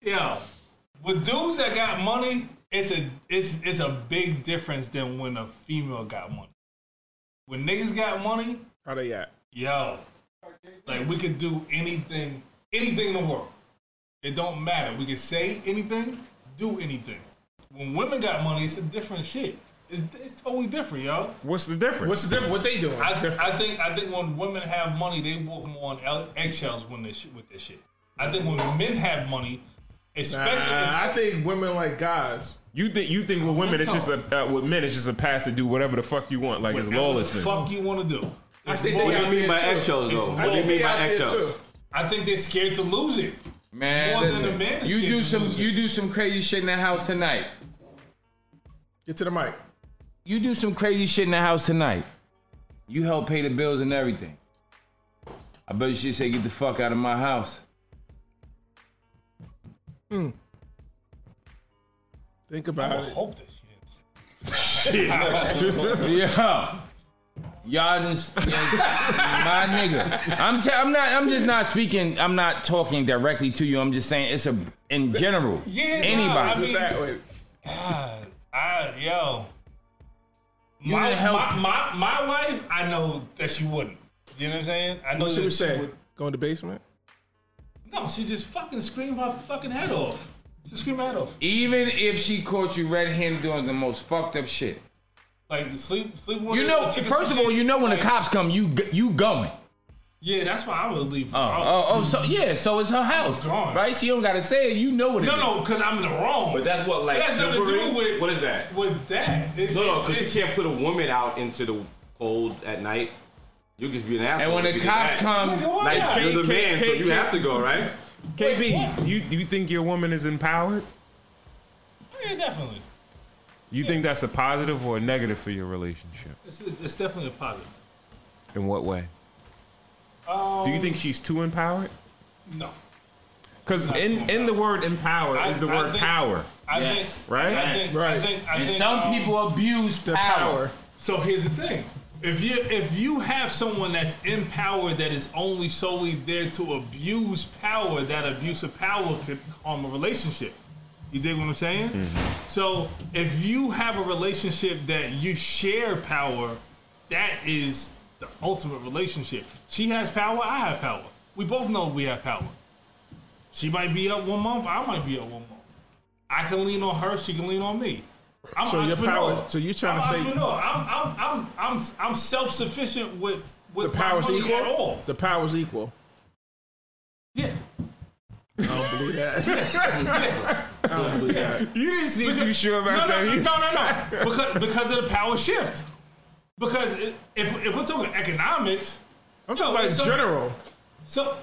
Speaker 2: yo. With dudes that got money, it's a it's it's a big difference than when a female got money. When niggas got money,
Speaker 4: How they at?
Speaker 2: yo, like we could do anything, anything in the world. It don't matter. We could say anything, do anything. When women got money, it's a different shit. It's, it's totally different, yo.
Speaker 1: What's the difference?
Speaker 4: What's the difference? What they doing?
Speaker 2: I,
Speaker 4: different.
Speaker 2: I think I think when women have money, they walk more on el- eggshells when they sh- with this shit. I think when men have money, especially
Speaker 4: Nah, I think women like guys.
Speaker 1: you think you think with women it's just a uh, with men it's just a pass to do whatever the fuck you want. Like it's
Speaker 2: whatever the
Speaker 1: lawlessness.
Speaker 2: fuck you want to do. It's
Speaker 4: think they
Speaker 2: more
Speaker 4: got
Speaker 2: than-
Speaker 4: me in my Yeah,
Speaker 3: eggshells
Speaker 2: it's
Speaker 3: though.
Speaker 2: low.
Speaker 3: What do you mean
Speaker 4: They
Speaker 3: by
Speaker 4: out there,
Speaker 3: eggshells?
Speaker 4: too.
Speaker 2: I think they're scared to lose it.
Speaker 5: Man,
Speaker 2: More than the
Speaker 5: listen,
Speaker 2: man is
Speaker 5: you
Speaker 2: scared
Speaker 5: do
Speaker 2: to
Speaker 5: some
Speaker 2: lose it.
Speaker 5: you do some crazy shit in the house tonight.
Speaker 4: Get to the mic.
Speaker 5: You do some crazy shit in the house tonight. You help pay the bills and everything. I bet you should say, "Get the fuck out of my house."
Speaker 4: Think
Speaker 2: I
Speaker 4: about
Speaker 2: would
Speaker 4: it.
Speaker 2: hope that shit.
Speaker 5: Yeah. Y'all just my nigga. I'm t- I'm not I'm just not speaking. I'm not talking directly to you. I'm just saying it's a in general.
Speaker 2: Yeah, nah,
Speaker 5: anybody.
Speaker 2: I mean-
Speaker 4: That way.
Speaker 2: God, I yo.
Speaker 5: You
Speaker 2: My,
Speaker 5: gonna
Speaker 2: my,
Speaker 5: help-
Speaker 2: my my wife, I know that she wouldn't. You know what I'm saying? I know
Speaker 4: What
Speaker 2: that
Speaker 4: she would say?
Speaker 2: would-
Speaker 4: Go in the basement.
Speaker 2: No, she just fucking screamed her fucking head off. She screamed her head off.
Speaker 5: Even if she caught you red-handed doing the most fucked up shit.
Speaker 2: Like sleep, sleep. with
Speaker 5: You
Speaker 2: her,
Speaker 5: know,
Speaker 2: like, chicken
Speaker 5: first of
Speaker 2: shit.
Speaker 5: all, you know when the
Speaker 2: Like,
Speaker 5: cops come, you g- you going.
Speaker 2: Yeah, that's why I would leave.
Speaker 5: Oh, oh, oh, so yeah, so it's her house,
Speaker 2: Gone.
Speaker 5: right? She don't gotta say it. You know what it is.
Speaker 2: no, no, because I'm in the wrong.
Speaker 3: But that's what like
Speaker 2: It has nothing to do
Speaker 3: chivalry-
Speaker 2: with-
Speaker 3: What is that?
Speaker 2: with that. It's,
Speaker 3: No, no,
Speaker 2: it's-
Speaker 3: because you can't put a woman out into the cold at night. You just be an asshole.
Speaker 5: And when
Speaker 3: if
Speaker 5: the
Speaker 3: you do
Speaker 5: cops
Speaker 3: that.
Speaker 5: come,
Speaker 2: Nigga, why
Speaker 3: like
Speaker 2: not?
Speaker 3: you're the
Speaker 1: K-
Speaker 3: man,
Speaker 1: K-
Speaker 3: so you
Speaker 1: K-
Speaker 3: have to go right.
Speaker 2: Wait,
Speaker 1: KB,
Speaker 2: what?
Speaker 1: you do you think your woman is empowered?
Speaker 2: Yeah, definitely.
Speaker 1: You think that's a positive or a negative for your relationship?
Speaker 2: It's, it's definitely a positive.
Speaker 1: In what way?
Speaker 2: Um,
Speaker 1: Do you think she's too empowered?
Speaker 2: No,
Speaker 1: Because
Speaker 2: Not
Speaker 1: in,
Speaker 2: too
Speaker 1: in the word empower
Speaker 2: I-
Speaker 1: is the
Speaker 2: I
Speaker 1: word
Speaker 2: think-
Speaker 1: power.
Speaker 2: I
Speaker 5: Yes.
Speaker 2: think
Speaker 1: Right?
Speaker 2: I think, I
Speaker 4: Right.
Speaker 2: think, I
Speaker 5: And
Speaker 2: think,
Speaker 5: some
Speaker 2: um,
Speaker 5: people abuse
Speaker 4: The
Speaker 5: power.
Speaker 4: power.
Speaker 2: So here's the thing: if you if you have someone that's in power that is only solely there to abuse power, that abuse of power could harm a relationship. You dig what I'm saying?
Speaker 4: Mm-hmm.
Speaker 2: So if you have a relationship that you share power, that is the ultimate relationship. She has power, I have power. We both know we have power. She might be up one month, I might be up one month. I can lean on her, she can lean on me. I'm
Speaker 4: So
Speaker 2: an
Speaker 4: your
Speaker 2: entrepreneur.
Speaker 4: power- so you're trying
Speaker 2: I'm
Speaker 4: to
Speaker 2: an
Speaker 4: say-
Speaker 2: entrepreneur. I'm I'm I'm I'm, I'm self sufficient with
Speaker 4: The
Speaker 2: with my
Speaker 4: power's
Speaker 2: money at
Speaker 4: equal.
Speaker 2: all.
Speaker 4: The power's equal.
Speaker 2: Yeah,
Speaker 4: I don't believe that.
Speaker 1: You didn't seem too sure
Speaker 2: no,
Speaker 1: about
Speaker 2: no, no,
Speaker 1: that. either.
Speaker 2: no, no, no. Because because of the power shift. Because if if we're talking economics,
Speaker 4: I'm talking about in
Speaker 2: so-
Speaker 4: general.
Speaker 2: so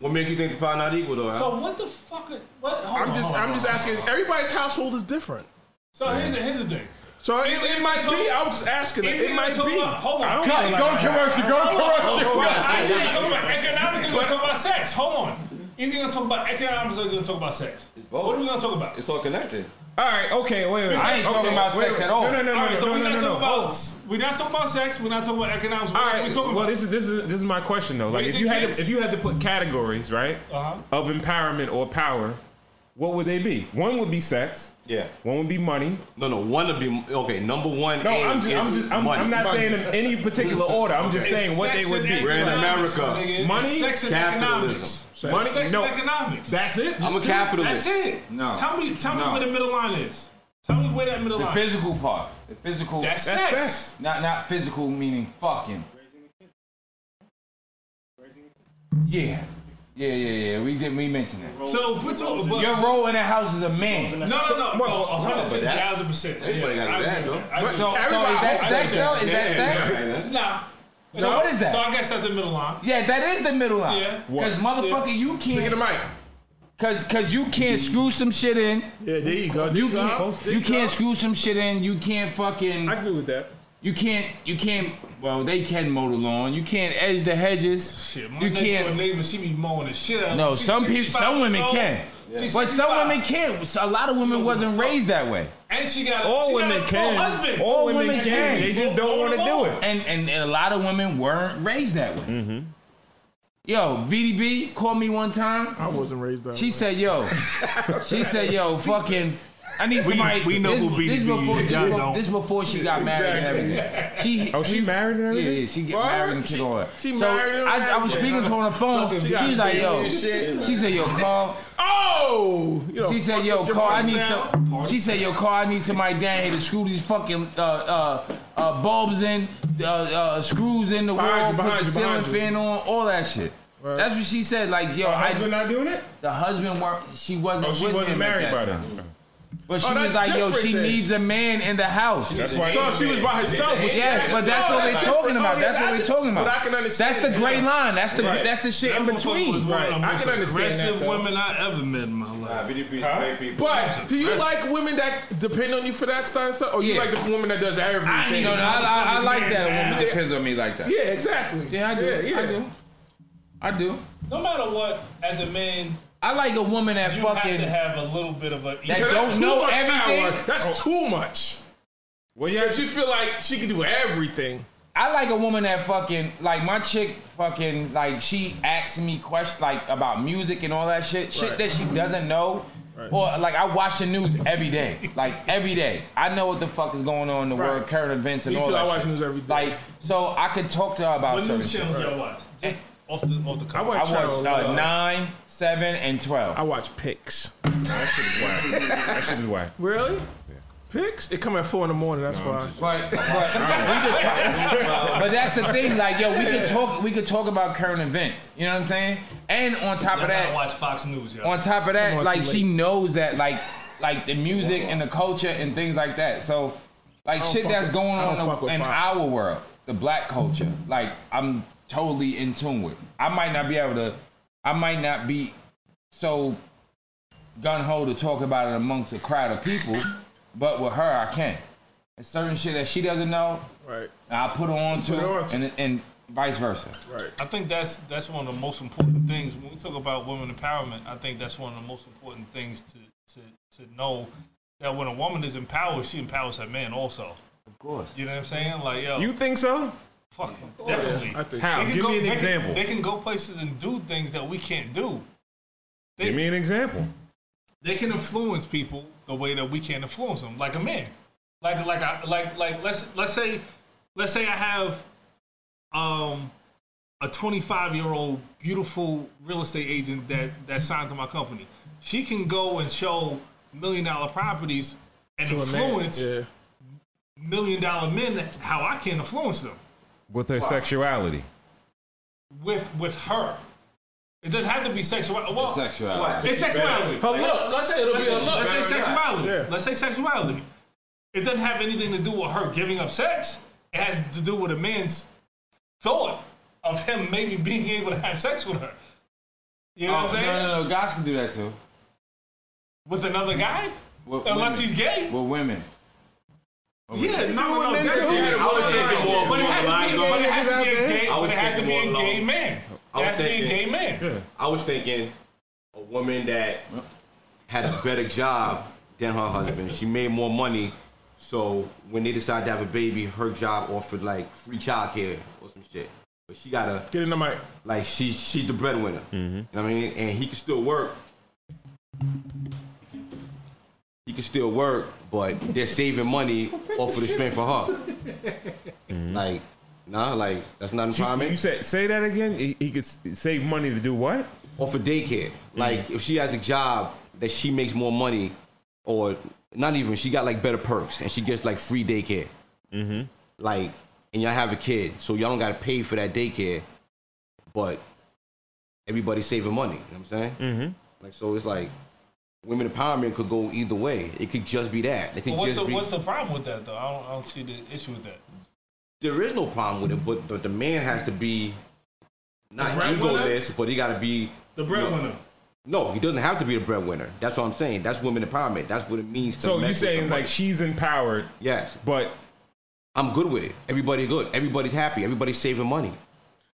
Speaker 3: What makes you think the power not equal though? huh?
Speaker 2: so what the fuck? Are, what? Hold
Speaker 4: I'm
Speaker 2: on,
Speaker 4: just
Speaker 2: hold on,
Speaker 4: I'm just
Speaker 2: hold on.
Speaker 4: asking. Everybody's household is different.
Speaker 2: So here's the, here's the thing.
Speaker 4: So it, it might be. I'm just asking. It, it
Speaker 2: Anything
Speaker 4: might
Speaker 2: I talk
Speaker 4: be.
Speaker 2: About, hold on.
Speaker 1: I don't
Speaker 5: Cut,
Speaker 1: feel like
Speaker 5: go
Speaker 1: I-
Speaker 5: commercial, go commercial.
Speaker 2: I ain't gonna talk about economics. I'm gonna talk about sex. Hold on. Anything gonna talk about economics? I'm gonna talk about sex.
Speaker 3: both.
Speaker 2: What are we gonna talk about?
Speaker 3: It's all connected.
Speaker 1: All right, okay, wait, wait.
Speaker 5: I ain't talking about
Speaker 1: wait,
Speaker 5: sex
Speaker 1: wait.
Speaker 5: at all.
Speaker 1: No, no, no,
Speaker 2: All
Speaker 1: no,
Speaker 2: right, so
Speaker 1: no,
Speaker 2: we're
Speaker 1: no,
Speaker 2: not
Speaker 1: no,
Speaker 2: talking
Speaker 1: no.
Speaker 2: about
Speaker 1: Oh,
Speaker 2: we're not talking about sex. We're not talking about economics. What
Speaker 1: All
Speaker 2: else
Speaker 1: right,
Speaker 2: we talking
Speaker 1: well,
Speaker 2: about?
Speaker 1: this is this is this is my question though. Like, if
Speaker 2: Raising
Speaker 1: you had
Speaker 2: kids?
Speaker 1: to, if you had to put categories right
Speaker 2: Uh-huh.
Speaker 1: of empowerment or power, what would they be? One would be sex.
Speaker 3: Yeah.
Speaker 1: One would be money.
Speaker 3: No, no. One would be okay. Number one.
Speaker 1: No,
Speaker 3: aim
Speaker 1: I'm just, I'm
Speaker 3: is
Speaker 1: just, I'm,
Speaker 3: money.
Speaker 1: I'm not
Speaker 3: Money.
Speaker 1: saying in any particular order. I'm just
Speaker 2: It's
Speaker 1: saying what
Speaker 2: sex
Speaker 1: they would
Speaker 2: and
Speaker 1: be.
Speaker 3: We're in
Speaker 2: economics,
Speaker 3: America.
Speaker 2: my nigga. It's
Speaker 1: Money,
Speaker 2: sex and
Speaker 3: capitalism.
Speaker 2: economics.
Speaker 4: So
Speaker 2: Money,
Speaker 4: money,
Speaker 2: sex
Speaker 4: no,
Speaker 2: and economics.
Speaker 4: that's it.
Speaker 5: I'm a
Speaker 4: two-
Speaker 5: capitalist.
Speaker 2: That's it.
Speaker 5: No.
Speaker 2: Tell me, tell me
Speaker 5: No.
Speaker 2: where the middle line is. Tell me where that middle
Speaker 5: The
Speaker 2: line.
Speaker 5: physical part. The physical.
Speaker 2: That's,
Speaker 4: That's
Speaker 2: sex.
Speaker 4: sex.
Speaker 5: Not not physical meaning fucking. Yeah. Yeah, yeah, yeah. We did. We mentioned that.
Speaker 2: So if we're talking, well,
Speaker 5: Your role in the house is a man.
Speaker 2: no, no, no,
Speaker 4: Well,
Speaker 2: a hundred
Speaker 3: but
Speaker 2: ten
Speaker 3: that's-
Speaker 2: thousand percent.
Speaker 3: everybody
Speaker 2: Yeah,
Speaker 3: gotta
Speaker 2: I
Speaker 3: do that,
Speaker 2: agree
Speaker 3: though.
Speaker 2: with I agree
Speaker 4: But
Speaker 2: with
Speaker 5: So,
Speaker 2: that.
Speaker 5: so is that
Speaker 4: I
Speaker 5: sex
Speaker 4: understand.
Speaker 5: though? Is
Speaker 4: Yeah,
Speaker 5: that sex?
Speaker 3: Right, man.
Speaker 2: Nah.
Speaker 5: So what is that?
Speaker 2: So I guess that's the middle line.
Speaker 5: Yeah, that is the middle line.
Speaker 2: Yeah.
Speaker 5: Cause motherfucker, you
Speaker 4: Look at the
Speaker 5: can't.
Speaker 4: mic.
Speaker 5: Cause cause you can't screw some shit in.
Speaker 4: Yeah, there you go.
Speaker 5: You can't. You can't screw some shit in. You can't fucking.
Speaker 4: I agree with that.
Speaker 5: You can't. You can't. Well, they can mow the lawn. You can't edge the hedges.
Speaker 2: Shit, my
Speaker 5: You
Speaker 2: next door
Speaker 5: can't.
Speaker 2: neighbor, she be mowing the shit out. of
Speaker 5: No,
Speaker 2: me. She's
Speaker 5: some people,
Speaker 2: 65
Speaker 5: some women
Speaker 2: years old.
Speaker 5: can.
Speaker 2: She's
Speaker 5: But some
Speaker 2: 65.
Speaker 5: women can't. A lot of women
Speaker 2: don't
Speaker 5: wasn't
Speaker 2: give a fuck.
Speaker 5: raised that way.
Speaker 2: And she got a,
Speaker 1: All
Speaker 2: she
Speaker 1: women
Speaker 2: got a
Speaker 1: can.
Speaker 2: full husband.
Speaker 5: All women can.
Speaker 1: They just don't want to do it.
Speaker 5: and, and and a lot of women weren't raised that way. Yo, BDB called me one time.
Speaker 4: I wasn't raised that.
Speaker 5: She
Speaker 4: way.
Speaker 5: said, "Yo," she said, "Yo, fucking." I need somebody.
Speaker 2: we know
Speaker 5: this,
Speaker 2: who BDB
Speaker 5: this before,
Speaker 2: is,
Speaker 5: This,
Speaker 2: y'all
Speaker 5: be-
Speaker 2: don't.
Speaker 5: this before she got married and everything. She
Speaker 1: Oh, she married and
Speaker 5: Yeah,
Speaker 1: everything?
Speaker 5: yeah, she get
Speaker 4: What?
Speaker 5: married and shit
Speaker 4: She-
Speaker 5: all that.
Speaker 4: she
Speaker 5: so
Speaker 4: married and
Speaker 5: I, I was
Speaker 4: everything.
Speaker 5: speaking to her on the phone. She,
Speaker 4: got
Speaker 5: was like, "Yo,"
Speaker 4: babies and shit.
Speaker 5: she said, "Yo, Carl."
Speaker 4: "Oh," you know,
Speaker 5: She said,
Speaker 4: fuck
Speaker 5: "Yo,
Speaker 4: with your
Speaker 5: Carl, I
Speaker 4: friends
Speaker 5: need
Speaker 4: now.
Speaker 5: some." She said, "Yo, Carl, I need somebody down here to screw these fucking uh, uh, uh, bulbs in, uh, uh, screws in the
Speaker 4: Behind
Speaker 5: wall,
Speaker 4: you,
Speaker 5: put
Speaker 4: behind
Speaker 5: the
Speaker 4: you,
Speaker 5: ceiling
Speaker 4: behind you.
Speaker 5: fan on, all that shit." That's what she said. Like, yo,
Speaker 1: Husband
Speaker 5: I,
Speaker 1: not doing it?
Speaker 5: the husband work. She wasn't.
Speaker 1: Oh, she
Speaker 5: with
Speaker 1: wasn't
Speaker 5: him at
Speaker 1: married
Speaker 5: that
Speaker 1: by
Speaker 5: time.
Speaker 1: then.
Speaker 5: But she
Speaker 4: Oh,
Speaker 5: was
Speaker 4: that's
Speaker 5: like, yo,
Speaker 4: different
Speaker 5: she
Speaker 4: then.
Speaker 5: needs a man in the house.
Speaker 1: That's why
Speaker 4: So she was by herself. when she
Speaker 5: Yes,
Speaker 4: asked
Speaker 5: but
Speaker 4: you.
Speaker 5: that's
Speaker 4: No,
Speaker 5: what we're
Speaker 4: that's
Speaker 5: talking
Speaker 4: different.
Speaker 5: about.
Speaker 4: Oh, yeah,
Speaker 5: That's
Speaker 4: I
Speaker 5: what we're
Speaker 4: can-
Speaker 5: talking about.
Speaker 4: But I can understand.
Speaker 5: That's the
Speaker 4: that.
Speaker 5: gray line. That's the
Speaker 4: Right.
Speaker 5: that's the shit
Speaker 2: That
Speaker 5: in
Speaker 2: motherfucker was
Speaker 5: between.
Speaker 2: one
Speaker 4: Right,
Speaker 2: of the
Speaker 4: I
Speaker 2: most
Speaker 4: can understand that,
Speaker 2: aggressive
Speaker 4: though.
Speaker 2: women I ever met in my life.
Speaker 4: But do you
Speaker 2: That's-
Speaker 4: like women that depend on you for that style of stuff, or you
Speaker 5: Yeah.
Speaker 4: like the woman that does everything?
Speaker 2: I ain't
Speaker 5: No, no, I, I, I like that a woman
Speaker 2: Yeah.
Speaker 5: depends on me like that.
Speaker 4: yeah, exactly.
Speaker 5: Yeah, I do.
Speaker 4: Yeah, yeah.
Speaker 5: I do. I do.
Speaker 2: No matter what, as a man,
Speaker 5: I like a woman that
Speaker 2: you have
Speaker 5: fucking
Speaker 2: to have a little bit of a.
Speaker 5: That
Speaker 4: That's
Speaker 5: don't
Speaker 4: too
Speaker 5: know
Speaker 4: much
Speaker 5: everything. Oh.
Speaker 4: Power. That's too much.
Speaker 1: Well, yeah,
Speaker 4: If she feel like she can do everything,
Speaker 5: I like a woman that fucking like my chick fucking like she asks me questions like about music and all that shit. Shit
Speaker 4: Right.
Speaker 5: that she doesn't know. Or like I watch the news every day. Like every day. I know what the fuck is going on in the
Speaker 4: Right.
Speaker 5: world, current events and
Speaker 4: me
Speaker 5: all
Speaker 4: too.
Speaker 5: that
Speaker 4: I watch
Speaker 5: shit.
Speaker 4: news every day.
Speaker 5: Like so I could talk to her about
Speaker 2: What
Speaker 5: certain
Speaker 2: new
Speaker 5: shit.
Speaker 2: channels y'all watch? Just off the off the
Speaker 4: I
Speaker 2: cuff.
Speaker 4: watch.
Speaker 5: I watched uh,
Speaker 4: uh,
Speaker 5: nine, seven, and twelve.
Speaker 4: I watch pics.
Speaker 1: that shit is whack. That shit is whack.
Speaker 4: Really? Pics? It come at four in the morning. That's why.
Speaker 5: But but, we could talk, but that's the thing, like yo, we could talk we could talk about current events. You know what I'm saying? And on top
Speaker 2: Y'all
Speaker 5: of
Speaker 2: gotta
Speaker 5: that,
Speaker 2: watch Fox News, y'all.
Speaker 5: on top of
Speaker 4: Come
Speaker 5: that,
Speaker 4: on,
Speaker 5: like
Speaker 4: too
Speaker 5: she
Speaker 4: late.
Speaker 5: knows that like like the music and the culture and things like that. So like shit
Speaker 4: fuck
Speaker 5: that's
Speaker 4: with-
Speaker 5: going
Speaker 4: I don't
Speaker 5: on
Speaker 4: fuck
Speaker 5: in,
Speaker 4: with
Speaker 5: in
Speaker 4: Fox.
Speaker 5: our world, the black culture, like I'm totally in tune with. I might not be able to I might not be so gun ho to talk about it amongst a crowd of people, but with her I can. There's certain shit that she doesn't know,
Speaker 4: Right.
Speaker 5: I put her on to,
Speaker 4: Put her on to.
Speaker 5: and and vice versa.
Speaker 4: Right.
Speaker 2: I think that's that's one of the most important things when we talk about women empowerment. I think that's one of the most important things to to, to know that when a woman is empowered, she empowers her man also.
Speaker 5: Of course.
Speaker 2: You know what I'm saying? Like yo,
Speaker 1: You think so?
Speaker 2: fuck, definitely.
Speaker 4: I think.
Speaker 1: How?
Speaker 2: They can
Speaker 1: Give
Speaker 2: go-
Speaker 1: me an
Speaker 2: they can-
Speaker 1: example.
Speaker 2: they can go places and do things that we can't do. They,
Speaker 1: Give me an example.
Speaker 2: they can influence people the way that we can't influence them, like a man. Like like I like like let's let's say let's say I have um a 25 year old beautiful real estate agent that that signed to my company. She can go and show million dollar properties and
Speaker 4: To a man,
Speaker 2: influence
Speaker 4: Yeah.
Speaker 2: million dollar men how I can influence them
Speaker 1: With her sexuality.
Speaker 2: with with her. It doesn't have to be sexual. Well,
Speaker 5: Sexuality.
Speaker 2: It's sexuality.
Speaker 4: Her looks.
Speaker 2: Let's say,
Speaker 4: It'll
Speaker 2: let's
Speaker 4: be
Speaker 2: say-
Speaker 4: her
Speaker 2: let's
Speaker 4: looks.
Speaker 2: say sexuality.
Speaker 4: Yeah.
Speaker 2: Let's say sexuality. It doesn't have anything to do with her giving up sex. It has to do with a man's thought of him maybe being able to have sex with her. You know
Speaker 5: Oh,
Speaker 2: what I'm saying?
Speaker 5: no, no, no. Guys can do that too.
Speaker 2: With another guy,
Speaker 5: With
Speaker 2: unless
Speaker 5: women.
Speaker 2: he's gay.
Speaker 5: with women.
Speaker 2: yeah, no, no, no.
Speaker 1: men
Speaker 2: that's
Speaker 1: too.
Speaker 2: it.
Speaker 1: I
Speaker 3: would think it more-
Speaker 2: But it has to be- but it has to be a gay.
Speaker 3: I
Speaker 2: But
Speaker 3: was
Speaker 2: it has to be
Speaker 3: thinking
Speaker 2: a
Speaker 3: more
Speaker 2: gay
Speaker 3: along-
Speaker 2: man. It
Speaker 3: I was
Speaker 2: has to be a
Speaker 3: thinking-
Speaker 2: gay man.
Speaker 3: I was thinking a woman that had a better job than her husband. She made more money, so when they decided to have a baby, her job offered like free childcare or some shit. But she got a
Speaker 4: Get in the mic.
Speaker 3: like she she's the breadwinner. You know what I mean? And he can still work. He can still work, but they're saving money off of the spend for her. Like, nah, like that's not
Speaker 1: You
Speaker 3: empowerment.
Speaker 1: said say that again. He, he could s- save money to do what?
Speaker 3: or for daycare. Like if she has a job that she makes more money, or not even she got like better perks and she gets like free daycare. Mm-hmm. Like and y'all have a kid, so y'all don't gotta pay for that daycare, but everybody's saving money. You know what I'm saying? Mm-hmm. Like so, it's like women empowerment could go either way. It could just be that. It could
Speaker 2: What's
Speaker 3: just
Speaker 2: the,
Speaker 3: be.
Speaker 2: what's the problem with that though? I don't, I don't see the issue with that.
Speaker 3: there is no problem with it, but but the man has to be not
Speaker 6: The breadwinner?
Speaker 3: egoless, but he got to be
Speaker 6: The breadwinner.
Speaker 3: No, he doesn't have to be the breadwinner. That's what I'm saying. That's women empowerment. That's what it means. To
Speaker 1: So you
Speaker 3: mess with
Speaker 1: saying
Speaker 3: somebody.
Speaker 1: like she's empowered,
Speaker 3: yes?
Speaker 1: but
Speaker 3: I'm good with it. Everybody good. Everybody's happy. Everybody's saving money. You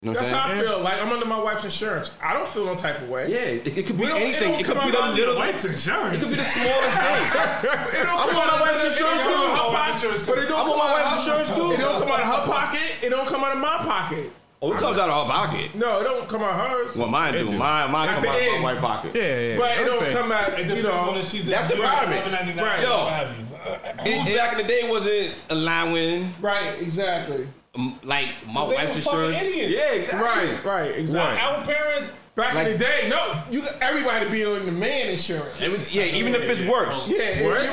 Speaker 3: know what
Speaker 4: That's
Speaker 3: I'm saying?
Speaker 4: how I feel. Like I'm under my wife's insurance. I don't feel no type of way.
Speaker 3: yeah, it, it could be
Speaker 4: We don't- it
Speaker 3: anything.
Speaker 4: don't
Speaker 3: It, could
Speaker 4: come
Speaker 3: be
Speaker 4: out
Speaker 3: the
Speaker 4: of your
Speaker 3: little. It
Speaker 4: wife's
Speaker 2: insurance.
Speaker 3: could be the smallest thing.
Speaker 4: It don't
Speaker 3: I
Speaker 4: come out
Speaker 3: want my
Speaker 4: of
Speaker 3: wife's
Speaker 4: her
Speaker 3: insurance too.
Speaker 4: pocket. But it don't
Speaker 3: I want
Speaker 4: come
Speaker 3: my
Speaker 4: out
Speaker 3: wife's
Speaker 4: of her-
Speaker 3: insurance too.
Speaker 4: It don't come out of her pocket. It don't come out of my pocket.
Speaker 3: Oh, it comes out of her pocket.
Speaker 4: No, it don't come out of hers.
Speaker 3: Well, mine do. Mine, mine
Speaker 4: At
Speaker 3: come
Speaker 4: the
Speaker 3: out of my
Speaker 4: end.
Speaker 3: wife's pocket.
Speaker 1: yeah, yeah,
Speaker 4: But it
Speaker 1: I'm
Speaker 4: don't
Speaker 1: saying-
Speaker 4: come out.
Speaker 2: It
Speaker 4: You
Speaker 2: depends on
Speaker 4: know,
Speaker 2: if she's
Speaker 3: that's
Speaker 2: in
Speaker 3: the
Speaker 2: Europe,
Speaker 3: problem.
Speaker 2: $11.99,
Speaker 4: Right.
Speaker 3: Yo.
Speaker 2: what have you.
Speaker 3: Who back in the day wasn't allowing
Speaker 4: right? Exactly.
Speaker 3: um, like my
Speaker 2: they
Speaker 3: wife's
Speaker 2: were fucking
Speaker 3: insurance.
Speaker 2: idiots.
Speaker 3: Yeah, exactly.
Speaker 4: Right. Right. Exactly.
Speaker 2: Our parents,
Speaker 4: Back
Speaker 3: Like-
Speaker 4: in the day, no, you got everybody be on the man insurance.
Speaker 3: Every- yeah, even if it's worse.
Speaker 4: Yeah, you're right.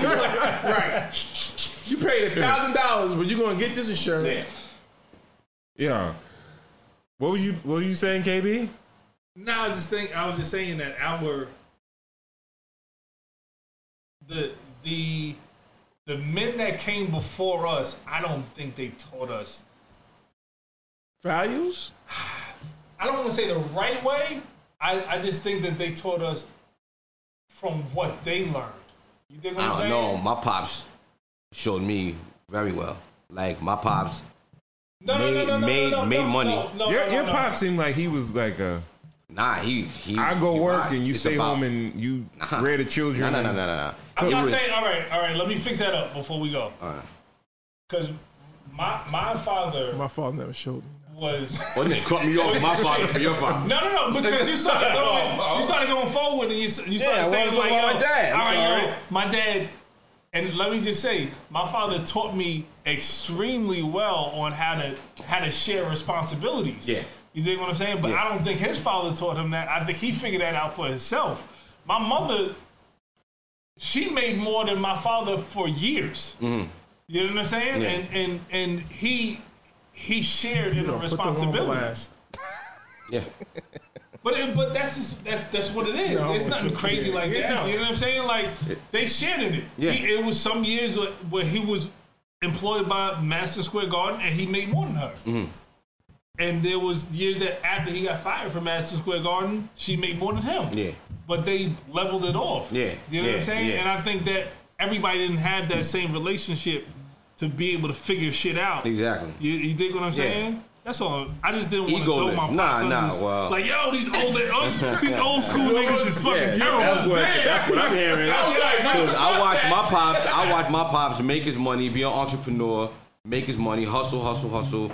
Speaker 4: You're right. right. You paid a thousand dollars, but you're gonna get this insurance.
Speaker 1: yeah. What were you What were you saying, KB?
Speaker 2: No, I was just think I was just saying that our the the the men that came before us, I don't think they taught us.
Speaker 4: Values?
Speaker 2: I don't want to say the right way. I, I just think that they taught us from what they learned. You think what I'm
Speaker 3: I don't
Speaker 2: saying?
Speaker 3: know. My pops showed me very well. Like my pops,
Speaker 2: No, no, no, no, no,
Speaker 3: Made-
Speaker 2: no, no,
Speaker 3: made
Speaker 2: no,
Speaker 3: money.
Speaker 2: No, no,
Speaker 1: Your
Speaker 2: no,
Speaker 1: Your
Speaker 2: no.
Speaker 1: pop seemed like he was like a
Speaker 3: nah, he he.
Speaker 1: I go
Speaker 3: he
Speaker 1: work
Speaker 3: rock.
Speaker 1: and you
Speaker 3: It's
Speaker 1: stay
Speaker 3: about-
Speaker 1: home and you
Speaker 3: Nah.
Speaker 1: rear the children.
Speaker 3: Nah, nah, nah,
Speaker 1: and-
Speaker 3: nah, nah. nah.
Speaker 2: I'm
Speaker 3: He
Speaker 2: not
Speaker 3: was-
Speaker 2: saying. All right, all right. Let me fix that up before we go.
Speaker 3: All right.
Speaker 2: Because my my father
Speaker 4: My father never showed me.
Speaker 2: was.
Speaker 3: Well, they cut me off with Oh, my father for your father. Oh,
Speaker 2: No, no, no, because you started going, you started going forward, and you, s- you started
Speaker 3: Yeah, I
Speaker 2: saying
Speaker 3: wanna
Speaker 2: like,
Speaker 3: talk about
Speaker 2: yo,
Speaker 3: my dad.
Speaker 2: all right,
Speaker 3: All
Speaker 2: yo,
Speaker 3: right.
Speaker 2: my dad, and let me just say, my father taught me extremely well on how to how to share responsibilities.
Speaker 3: Yeah.
Speaker 2: you dig what I'm saying? But I don't think his father taught him that. I think he figured that out for himself. My mother, she made more than my father for years. You know what I'm saying?
Speaker 3: Yeah.
Speaker 2: And and and he he shared in the responsibility.
Speaker 3: Yeah.
Speaker 2: But it, but that's just that's that's what it is.
Speaker 4: No,
Speaker 2: it's nothing
Speaker 4: it's-
Speaker 2: crazy like that.
Speaker 4: yeah.
Speaker 2: You know what I'm saying? Like they shared in it.
Speaker 3: Yeah.
Speaker 2: He, it was some years where, where he was employed by Madison Square Garden and he made more than her.
Speaker 3: Mm-hmm.
Speaker 2: And there was years that after he got fired from Madison Square Garden, she made more than him.
Speaker 3: Yeah.
Speaker 2: But they leveled it off.
Speaker 3: Yeah,
Speaker 2: You know what
Speaker 3: yeah,
Speaker 2: I'm saying?
Speaker 3: yeah.
Speaker 2: And I think that everybody didn't have that same relationship to be able to figure shit out.
Speaker 3: Exactly.
Speaker 2: You, you dig what I'm saying? That's all. I just didn't want to throw
Speaker 3: Egoless.
Speaker 2: my pops
Speaker 3: Nah,
Speaker 2: under
Speaker 3: nah,
Speaker 2: this-
Speaker 3: well.
Speaker 2: Like, yo, these old, these old school niggas is fucking
Speaker 3: Yeah,
Speaker 2: terrible.
Speaker 1: That's what, that's what I'm hearing.
Speaker 2: I was like,
Speaker 3: Cause
Speaker 2: what the
Speaker 3: I
Speaker 2: fuck's
Speaker 3: watched
Speaker 2: that?
Speaker 3: my pops. I watched my pops make his money, be an entrepreneur, make his money, hustle, hustle, hustle.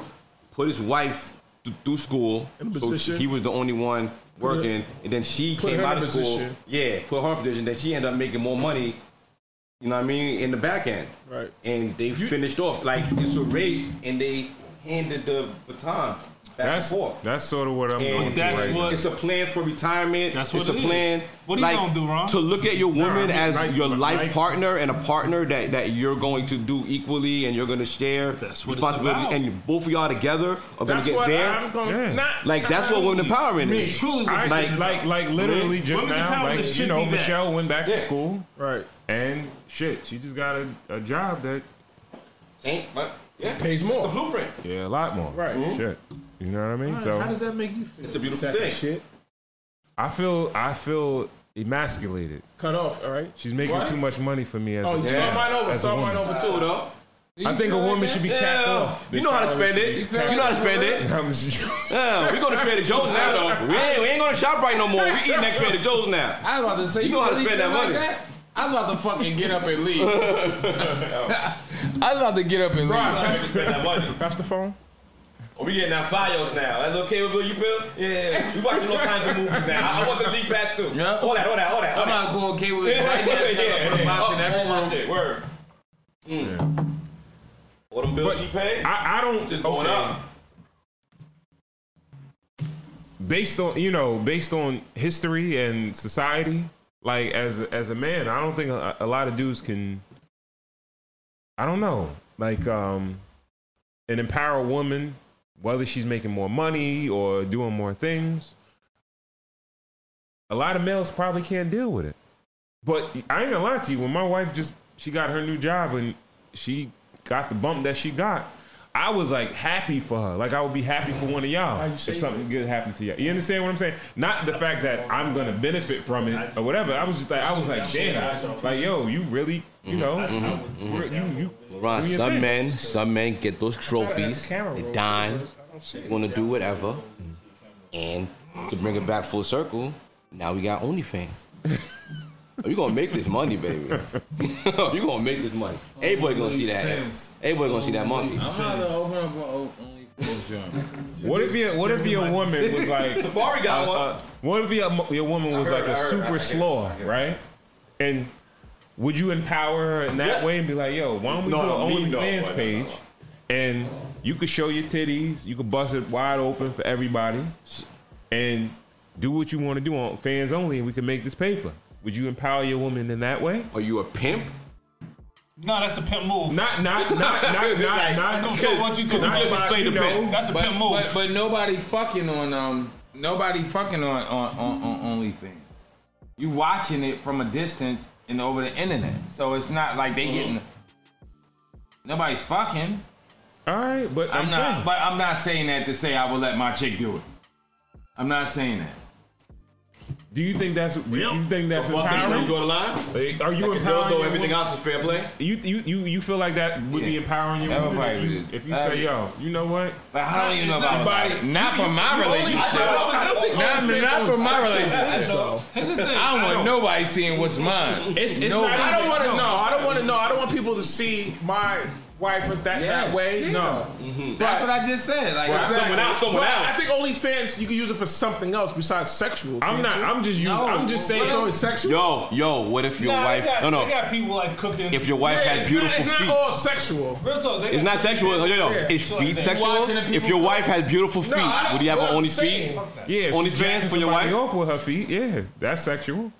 Speaker 3: Put his wife th- through school,
Speaker 4: In
Speaker 3: so
Speaker 4: position.
Speaker 3: he was the only one working. and then she
Speaker 4: put
Speaker 3: came
Speaker 4: her
Speaker 3: out
Speaker 4: in
Speaker 3: of school.
Speaker 4: position.
Speaker 3: Yeah, put her in position. Then she ended up making more money. You know what I mean? In the back end,
Speaker 4: Right.
Speaker 3: And they finished off like it's a race, and they handed the baton back
Speaker 1: That's
Speaker 3: and forth.
Speaker 1: that's sort of what I'm going.
Speaker 3: And
Speaker 1: through
Speaker 2: that's
Speaker 1: right now.
Speaker 2: what-
Speaker 3: it's a plan for retirement.
Speaker 2: That's what
Speaker 3: it's a
Speaker 2: it is.
Speaker 3: plan.
Speaker 2: What are you gonna do, Ron?
Speaker 3: To look at your woman
Speaker 1: mean,
Speaker 3: as
Speaker 1: like-
Speaker 3: your
Speaker 1: like-
Speaker 3: life partner and a partner that, that you're going to do equally and you're going to share
Speaker 2: That's what it's about.
Speaker 3: and both of y'all together are going
Speaker 4: That's
Speaker 3: to get
Speaker 4: what
Speaker 3: there.
Speaker 4: I'm gonna
Speaker 1: Yeah.
Speaker 4: not
Speaker 3: like that's what women empowerment
Speaker 2: Me,
Speaker 3: is.
Speaker 2: truly what
Speaker 1: I
Speaker 2: it
Speaker 1: like,
Speaker 2: is.
Speaker 1: like, like, literally just
Speaker 2: Women's
Speaker 1: now,
Speaker 2: empowerment
Speaker 1: like you
Speaker 2: should
Speaker 1: know,
Speaker 2: be that.
Speaker 1: Michelle went back to
Speaker 3: Yeah.
Speaker 1: school
Speaker 4: right.
Speaker 1: and shit. She just got a, a job that
Speaker 3: Ain't- what? Yeah.
Speaker 4: Pays
Speaker 3: It's the
Speaker 4: more.
Speaker 3: blueprint.
Speaker 1: yeah, a lot more.
Speaker 4: Right. Mhm.
Speaker 1: Shit. You know what I mean?
Speaker 2: How
Speaker 1: So
Speaker 2: does that make you feel?
Speaker 3: It's a beautiful
Speaker 4: Sack of
Speaker 3: thing.
Speaker 4: shit.
Speaker 1: I feel I feel emasculated.
Speaker 4: Cut off. All right.
Speaker 1: She's making
Speaker 4: What?
Speaker 1: too much money for me as
Speaker 4: Oh,
Speaker 1: a
Speaker 4: you
Speaker 1: man,
Speaker 4: start mine over.
Speaker 1: as a
Speaker 4: Start mine
Speaker 1: woman.
Speaker 4: over
Speaker 3: Too,
Speaker 4: too.
Speaker 3: though.
Speaker 1: I think a woman should be capped
Speaker 3: Yeah.
Speaker 1: off.
Speaker 3: You know how to spend it. You know how to spend it.
Speaker 1: I'm just-
Speaker 3: Yeah. We're going to Trader Joe's now, though. We ain't, we ain't going to shop right no more. We eating at Trader Joe's now.
Speaker 5: I was about to say, you,
Speaker 3: know how to
Speaker 5: really
Speaker 3: spend
Speaker 5: feel
Speaker 3: that
Speaker 5: like
Speaker 3: money.
Speaker 5: that? I was about to fucking get up and leave. I was about to get up and
Speaker 4: Ron,
Speaker 5: leave.
Speaker 4: pass,
Speaker 3: Spend that money.
Speaker 4: pass the phone.
Speaker 3: Oh, we getting our files now. That's okay with Bill, you Bill? Yeah. We watching all kinds of movies now. I, I want the league pass too.
Speaker 5: Yeah.
Speaker 3: All that, all that, all that. All
Speaker 5: I'm
Speaker 3: that.
Speaker 5: not cool okay with it right now. Yeah, put a box in every
Speaker 3: all
Speaker 5: room.
Speaker 3: that. Word. Mm. All them bills
Speaker 1: But
Speaker 3: she paid,
Speaker 1: I, I don't.
Speaker 3: just going
Speaker 1: okay.
Speaker 3: up.
Speaker 1: based on you know based on history and society like as as a man i don't think a, a lot of dudes can i don't know like um an empowered woman whether she's making more money or doing more things a lot of males probably can't deal with it but i ain't gonna lie to you when my wife just she got her new job and she got the bump that she got I was like happy for her. Like I would be happy for one of y'all if something good happened to y'all. You understand what I'm saying? Not the fact that I'm gonna benefit from it or whatever. I was just like, I was like, damn, like yo, you really, you know, you, you,
Speaker 3: Ron,
Speaker 1: Do your
Speaker 3: some
Speaker 1: thing.
Speaker 3: men, some men get those trophies,
Speaker 4: camera
Speaker 3: they
Speaker 4: roll.
Speaker 3: dine,
Speaker 4: I don't see
Speaker 3: they
Speaker 4: it.
Speaker 3: want to do whatever, and to bring it back full circle, now we got OnlyFans. Are you gonna make this money, baby? Oh, you gonna make this money. Everybody gonna see that.
Speaker 6: OnlyFans.
Speaker 3: Everybody gonna see that monkey.
Speaker 5: I'm about to open
Speaker 3: oh,
Speaker 5: up an OnlyFans joint.
Speaker 1: what if your what if your woman was like,
Speaker 3: Safari got one.
Speaker 1: uh, what if your mo- your woman was like a super slow, right? And would you empower her in that
Speaker 3: Yeah.
Speaker 1: way and be like, yo, why don't we
Speaker 3: No, no,
Speaker 1: do
Speaker 3: me,
Speaker 1: an
Speaker 3: no,
Speaker 1: OnlyFans
Speaker 3: no, no,
Speaker 1: page? And you could show your titties, you could bust it wide open for everybody, and do what you want to do on fans only, and we can make this paper. Would you empower your woman in that way?
Speaker 3: Are you a pimp?
Speaker 2: No, that's a pimp move.
Speaker 1: Not, not, not, not, not, not.
Speaker 2: I don't give a fuck what you talking
Speaker 1: not
Speaker 2: about.
Speaker 1: about, you know,
Speaker 2: That's a
Speaker 5: But,
Speaker 2: pimp move.
Speaker 5: but but nobody fucking on um nobody fucking on on, on, on OnlyFans. You watching it from a distance and over the internet, so it's not like they getting
Speaker 3: Uh-huh.
Speaker 5: nobody's fucking.
Speaker 1: All right, but
Speaker 5: I'm,
Speaker 1: I'm,
Speaker 5: not,
Speaker 1: saying,
Speaker 5: but I'm not saying that to say I will let my chick do it. I'm not saying that.
Speaker 1: do you think that's do you think that's empowering?
Speaker 3: draw the line?
Speaker 1: Like, Are you empowering?
Speaker 3: Though
Speaker 1: your
Speaker 3: everything
Speaker 1: woman?
Speaker 3: else is fair play.
Speaker 1: You, you you you feel like that would be
Speaker 5: Yeah.
Speaker 1: empowering you
Speaker 5: That would
Speaker 1: if
Speaker 5: probably
Speaker 1: you,
Speaker 5: be-
Speaker 1: if you
Speaker 5: that'd
Speaker 1: say,
Speaker 5: be-
Speaker 1: yo, you know what?
Speaker 5: But I don't even know about
Speaker 1: Nobody-
Speaker 5: nobody. Not for my relationship.
Speaker 4: I don't think
Speaker 5: Not,
Speaker 4: OnlyFans
Speaker 5: not for
Speaker 4: owns
Speaker 5: my
Speaker 4: sex.
Speaker 5: relationship.
Speaker 2: Here's the thing.
Speaker 5: I don't want nobody seeing what's mine.
Speaker 1: It's- it's
Speaker 5: nobody.
Speaker 1: not
Speaker 4: I don't want to know. I don't want to know. I don't want people to see my wife with that that
Speaker 5: Yes, Mm-hmm.
Speaker 4: way.
Speaker 5: yeah.
Speaker 4: No,
Speaker 5: That's what I just said. Like
Speaker 4: Exactly.
Speaker 3: Someone else, someone
Speaker 4: But
Speaker 3: else.
Speaker 4: I think OnlyFans you can use it for something else besides sexual.
Speaker 1: I'm not. I'm just using.
Speaker 5: No.
Speaker 1: I'm just saying.
Speaker 4: It's only sexual.
Speaker 3: Yo, yo, what if your
Speaker 2: Nah,
Speaker 3: wife?
Speaker 2: they got,
Speaker 3: no,
Speaker 2: They
Speaker 3: no.
Speaker 2: got people like cooking.
Speaker 3: If your wife
Speaker 4: Yeah,
Speaker 3: has
Speaker 4: it's
Speaker 3: beautiful
Speaker 4: not, it's not
Speaker 3: feet,
Speaker 4: all sexual.
Speaker 2: Real talk, they
Speaker 3: it's
Speaker 2: got-
Speaker 3: not sexual. No, no, no.
Speaker 4: Yeah.
Speaker 3: Is feet
Speaker 2: Watching
Speaker 3: sexual?
Speaker 5: the people-
Speaker 3: If your wife has beautiful feet,
Speaker 4: No, I don't-
Speaker 3: would you have
Speaker 4: what
Speaker 3: an
Speaker 4: I'm
Speaker 3: only
Speaker 4: saying-
Speaker 3: feet?
Speaker 1: Yeah, if
Speaker 3: Only
Speaker 1: she's
Speaker 3: fans
Speaker 1: jacking
Speaker 3: for your
Speaker 1: somebody
Speaker 3: wife?
Speaker 1: Off with her feet. Yeah, that's sexual.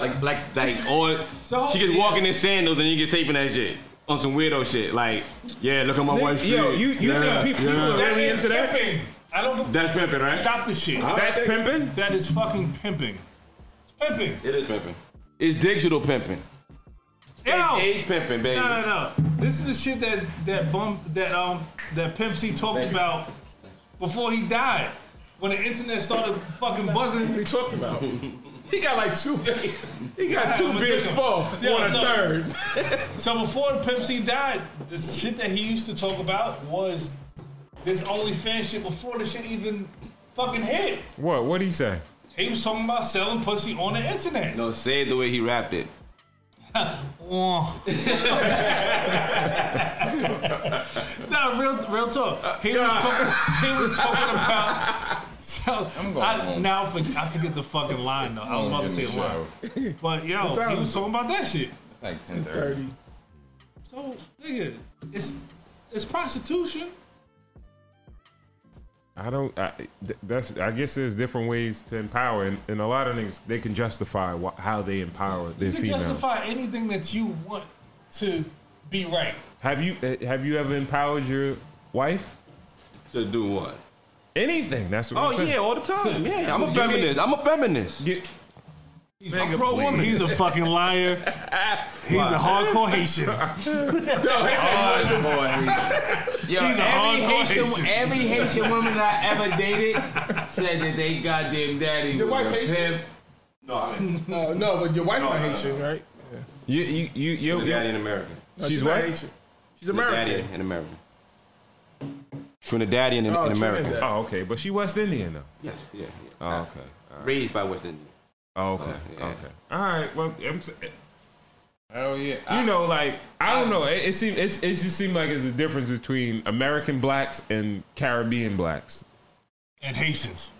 Speaker 3: Like, like, like, all.
Speaker 2: So-
Speaker 3: she gets walking in sandals and you get taping that shit on some weirdo shit. Like, yeah, look at my wife's
Speaker 1: yo,
Speaker 3: feet.
Speaker 1: you- you
Speaker 3: yeah,
Speaker 1: think people- people are-
Speaker 2: That
Speaker 1: Really
Speaker 2: is
Speaker 1: into that?
Speaker 2: pimping. I don't.
Speaker 3: That's pimping, right?
Speaker 2: Stop the shit.
Speaker 1: That's pimping.
Speaker 2: That is fucking pimping. It's pimping.
Speaker 3: It is pimping. It's digital pimping. It's
Speaker 2: Yo.
Speaker 3: age pimping, baby.
Speaker 2: No, no, no. This is the shit that that bump that um that Pimp C talked about before he died. When the internet started fucking buzzing,
Speaker 4: What are you talking about? He got like two. He got two
Speaker 2: I'm gonna
Speaker 4: beers
Speaker 2: take him.
Speaker 4: full,
Speaker 2: Yeah,
Speaker 4: one a
Speaker 2: so-
Speaker 4: third.
Speaker 2: So before Pimp C died, the shit that he used to talk about was this OnlyFans shit before the shit even fucking hit.
Speaker 1: What? What do you say?
Speaker 2: He was talking about selling pussy on the internet.
Speaker 3: No, say it the way he rapped it.
Speaker 2: Oh. nah, real, real talk. He was, talking, he was talking about. So
Speaker 5: going
Speaker 2: I,
Speaker 5: home.
Speaker 2: now I forget, I forget the fucking line though. I was about to say a line, but yo, he was talking about that shit.
Speaker 5: Like 10:30.
Speaker 2: So nigga, it's it's prostitution.
Speaker 1: I don't. I, th- that's. I guess there's different ways to empower, and, and a lot of niggas they can justify wh- how they empower their
Speaker 2: You can
Speaker 1: females.
Speaker 2: justify anything that you want to be right.
Speaker 1: have you uh, have you ever empowered your wife?
Speaker 3: To do what?
Speaker 1: Anything? That's what.
Speaker 3: Oh
Speaker 1: I'm saying.
Speaker 3: yeah, all the time. Yeah, I'm a
Speaker 1: Give me-
Speaker 3: feminist. I'm a feminist.
Speaker 1: Get-
Speaker 2: He's a pro woman. He's a fucking liar. He's a hardcore Haitian.
Speaker 5: Yo,
Speaker 2: He's a hardcore
Speaker 5: every Haitian,
Speaker 2: Haitian.
Speaker 5: every Haitian woman I ever dated said that they goddamn daddy was
Speaker 4: wife
Speaker 5: a
Speaker 4: Haitian?
Speaker 5: pimp.
Speaker 4: No, no, but your wife not Haitian, right? Yeah.
Speaker 1: you you you you.
Speaker 3: Your
Speaker 1: you-
Speaker 3: daddy in America.
Speaker 4: No,
Speaker 1: She's
Speaker 4: not
Speaker 1: what?
Speaker 4: Haitian. She's
Speaker 3: Your daddy
Speaker 4: American.
Speaker 3: in America. Trinidadian in,
Speaker 4: Oh,
Speaker 3: in America.
Speaker 4: Trinidad.
Speaker 1: Oh, okay, but she West Indian though.
Speaker 3: Yes, yeah, yeah. Uh,
Speaker 1: Oh, okay.
Speaker 3: Raised by West Indian.
Speaker 1: Oh, okay.
Speaker 3: yeah.
Speaker 1: Okay. All right. Well, I'm, s-
Speaker 5: Oh yeah,
Speaker 1: you
Speaker 5: I,
Speaker 1: know, like I don't know. It, it seems it's, it just seems like it's a difference between American blacks and Caribbean blacks.
Speaker 2: And Haitians.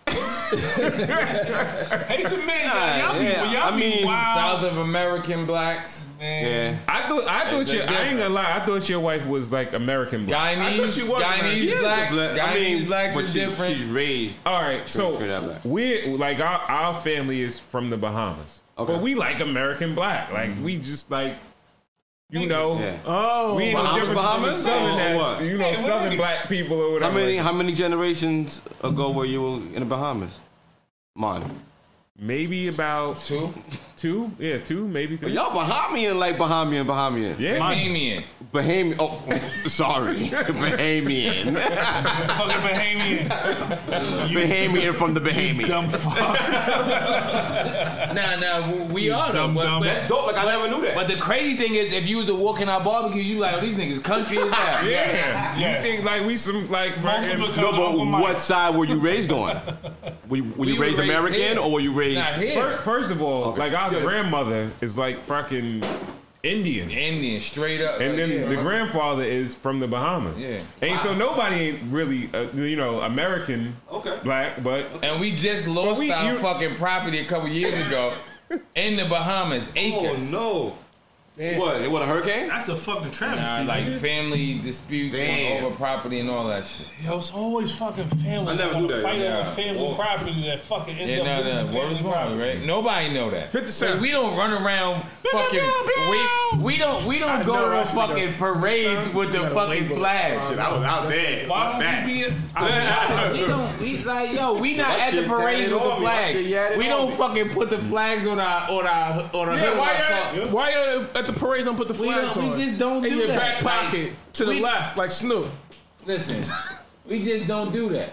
Speaker 2: Haitian men, y'all, y'all
Speaker 5: yeah,
Speaker 2: be, y'all
Speaker 5: I
Speaker 2: be
Speaker 5: mean,
Speaker 2: wild,
Speaker 5: South of American blacks,
Speaker 2: man.
Speaker 3: Yeah.
Speaker 1: I thought I thought your, I ain't gonna lie. I thought your wife was like American black.
Speaker 5: Guyanese,
Speaker 4: she was American. She
Speaker 5: Guyanese blacks,
Speaker 3: Black-
Speaker 5: Guyanese blacks
Speaker 3: but
Speaker 5: is
Speaker 3: she-
Speaker 5: different.
Speaker 3: She's raised.
Speaker 1: All right,
Speaker 3: Straight up
Speaker 1: so
Speaker 3: black.
Speaker 1: we like our our family is from the Bahamas,
Speaker 3: Okay.
Speaker 1: but we like American black. Like we just like you know.
Speaker 3: Yeah.
Speaker 4: Oh,
Speaker 1: We ain't no
Speaker 3: Bahamas,
Speaker 1: different
Speaker 3: Bahamas?
Speaker 1: from the southern
Speaker 3: Or
Speaker 1: ass,
Speaker 3: what?
Speaker 1: you know,
Speaker 2: Yeah, what
Speaker 1: southern
Speaker 2: niggas?
Speaker 1: black people or
Speaker 3: How
Speaker 1: whatever.
Speaker 3: many
Speaker 1: Like,
Speaker 3: how many generations ago were you in the Bahamas? Mine.
Speaker 1: maybe about two, two, yeah, two, maybe three.
Speaker 3: Y'all Bahamian like Bahamian Bahamian.
Speaker 1: Yeah,
Speaker 5: Bahamian.
Speaker 3: Bahamian. Oh, sorry. Bahamian.
Speaker 2: Fucking Bahamian,
Speaker 3: Bahamian from the Bahamian.
Speaker 2: dumb fuck.
Speaker 5: Nah, nah, we- we are though.
Speaker 2: dumb,
Speaker 5: but,
Speaker 2: dumb.
Speaker 5: but-
Speaker 3: That's dope. Like I never knew that.
Speaker 5: but the crazy thing is, if you was to walk in our barbecue, you like, oh, these niggas country as hell.
Speaker 1: yeah. You
Speaker 2: Yes.
Speaker 1: think like we some like
Speaker 2: Most
Speaker 1: fucking-
Speaker 2: of it
Speaker 3: No,
Speaker 2: comes
Speaker 3: but
Speaker 2: Uncle Mike.
Speaker 3: what side were you raised on? Were you, were you
Speaker 5: We were
Speaker 3: raised
Speaker 5: raised
Speaker 3: American
Speaker 5: here.
Speaker 3: or were you raised?
Speaker 5: Not
Speaker 1: Fir-
Speaker 5: here.
Speaker 1: First of all,
Speaker 3: Okay.
Speaker 1: like our
Speaker 3: Yeah.
Speaker 1: grandmother is like fucking Indian.
Speaker 5: Indian, straight up.
Speaker 1: And
Speaker 5: like,
Speaker 1: then
Speaker 5: yeah,
Speaker 1: the
Speaker 5: right.
Speaker 1: grandfather is from the Bahamas.
Speaker 5: Yeah.
Speaker 1: And so nobody ain't really, uh, you know, American
Speaker 3: Okay.
Speaker 1: black, but
Speaker 5: And we just lost
Speaker 1: we-
Speaker 5: our
Speaker 1: you-
Speaker 5: fucking property a couple years ago in the Bahamas,
Speaker 3: Oh
Speaker 5: acres.
Speaker 3: no! What? It was a hurricane?
Speaker 2: That's a fucking
Speaker 5: Nah,
Speaker 2: travesty.
Speaker 5: like family disputes
Speaker 3: Damn.
Speaker 5: and over property and all that shit.
Speaker 2: Yo, it's always fucking family.
Speaker 3: I never
Speaker 2: gonna
Speaker 3: knew that,
Speaker 2: Fight
Speaker 5: yeah.
Speaker 2: over family
Speaker 3: Oh.
Speaker 2: property that fucking ends
Speaker 5: Yeah,
Speaker 2: up
Speaker 5: no,
Speaker 2: losing
Speaker 5: no, what
Speaker 2: family
Speaker 5: was wrong,
Speaker 2: property.
Speaker 5: right? Nobody know that.
Speaker 4: Hit the
Speaker 5: Like,
Speaker 4: sound.
Speaker 5: we don't run around fucking. We, we don't we don't
Speaker 4: I
Speaker 5: go
Speaker 4: know I
Speaker 5: to
Speaker 4: should've
Speaker 5: fucking parades with the fucking flags.
Speaker 3: I was out there.
Speaker 2: Why don't you be? I-
Speaker 5: We don't, we like yo, we not at the
Speaker 3: shit
Speaker 5: parades
Speaker 3: tatted
Speaker 5: with the
Speaker 3: on me. That shit
Speaker 5: flags.
Speaker 3: yatted
Speaker 5: We
Speaker 3: on
Speaker 5: don't
Speaker 3: me.
Speaker 5: fucking put the flags on our on our on our. hood
Speaker 4: Yeah,
Speaker 5: of our car.
Speaker 4: why y'all, why y'all at the parades don't put the
Speaker 5: We don't-
Speaker 4: flags
Speaker 5: we
Speaker 4: on?
Speaker 5: just don't
Speaker 4: In
Speaker 5: do
Speaker 4: your
Speaker 5: that.
Speaker 4: back
Speaker 5: Like,
Speaker 4: pocket, to the
Speaker 5: we-
Speaker 4: left, like Snoop.
Speaker 5: Listen, we just don't do that.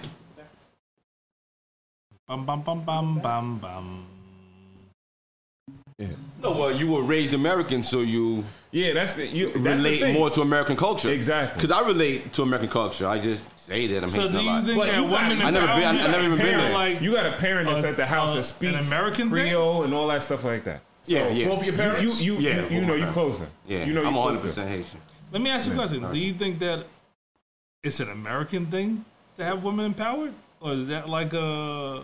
Speaker 6: Bum bum bum bum bum bum.
Speaker 3: No, well, you were raised American, so you
Speaker 1: yeah, that's the you that's the
Speaker 3: relate
Speaker 1: thing.
Speaker 3: more to American culture.
Speaker 1: Exactly.
Speaker 3: Because I relate to American culture. I just say that I'm
Speaker 2: So
Speaker 3: hating
Speaker 2: do
Speaker 3: a
Speaker 2: you
Speaker 3: lot.
Speaker 2: think
Speaker 1: But
Speaker 2: that
Speaker 1: you got-
Speaker 2: woman?
Speaker 1: I
Speaker 2: in
Speaker 3: never
Speaker 2: power,
Speaker 3: been- I
Speaker 2: you got
Speaker 3: never even been
Speaker 2: parent,
Speaker 3: there.
Speaker 2: Like
Speaker 1: you got a parent that's
Speaker 2: Uh,
Speaker 1: at the house
Speaker 2: uh,
Speaker 1: that speaks
Speaker 2: an American thing?
Speaker 1: Creole and all that stuff like that.
Speaker 3: yeah, yeah.
Speaker 4: Both of your parents.
Speaker 1: You you
Speaker 3: Yeah,
Speaker 1: you, you
Speaker 3: oh
Speaker 1: know
Speaker 3: my
Speaker 1: you
Speaker 3: God.
Speaker 1: closer.
Speaker 3: yeah.
Speaker 1: you know
Speaker 3: I'm
Speaker 1: you
Speaker 3: 100
Speaker 1: closer.
Speaker 3: percent Haitian.
Speaker 2: Let me ask you a question. Do you think that it's an American thing to have women empowered? Or is that like a.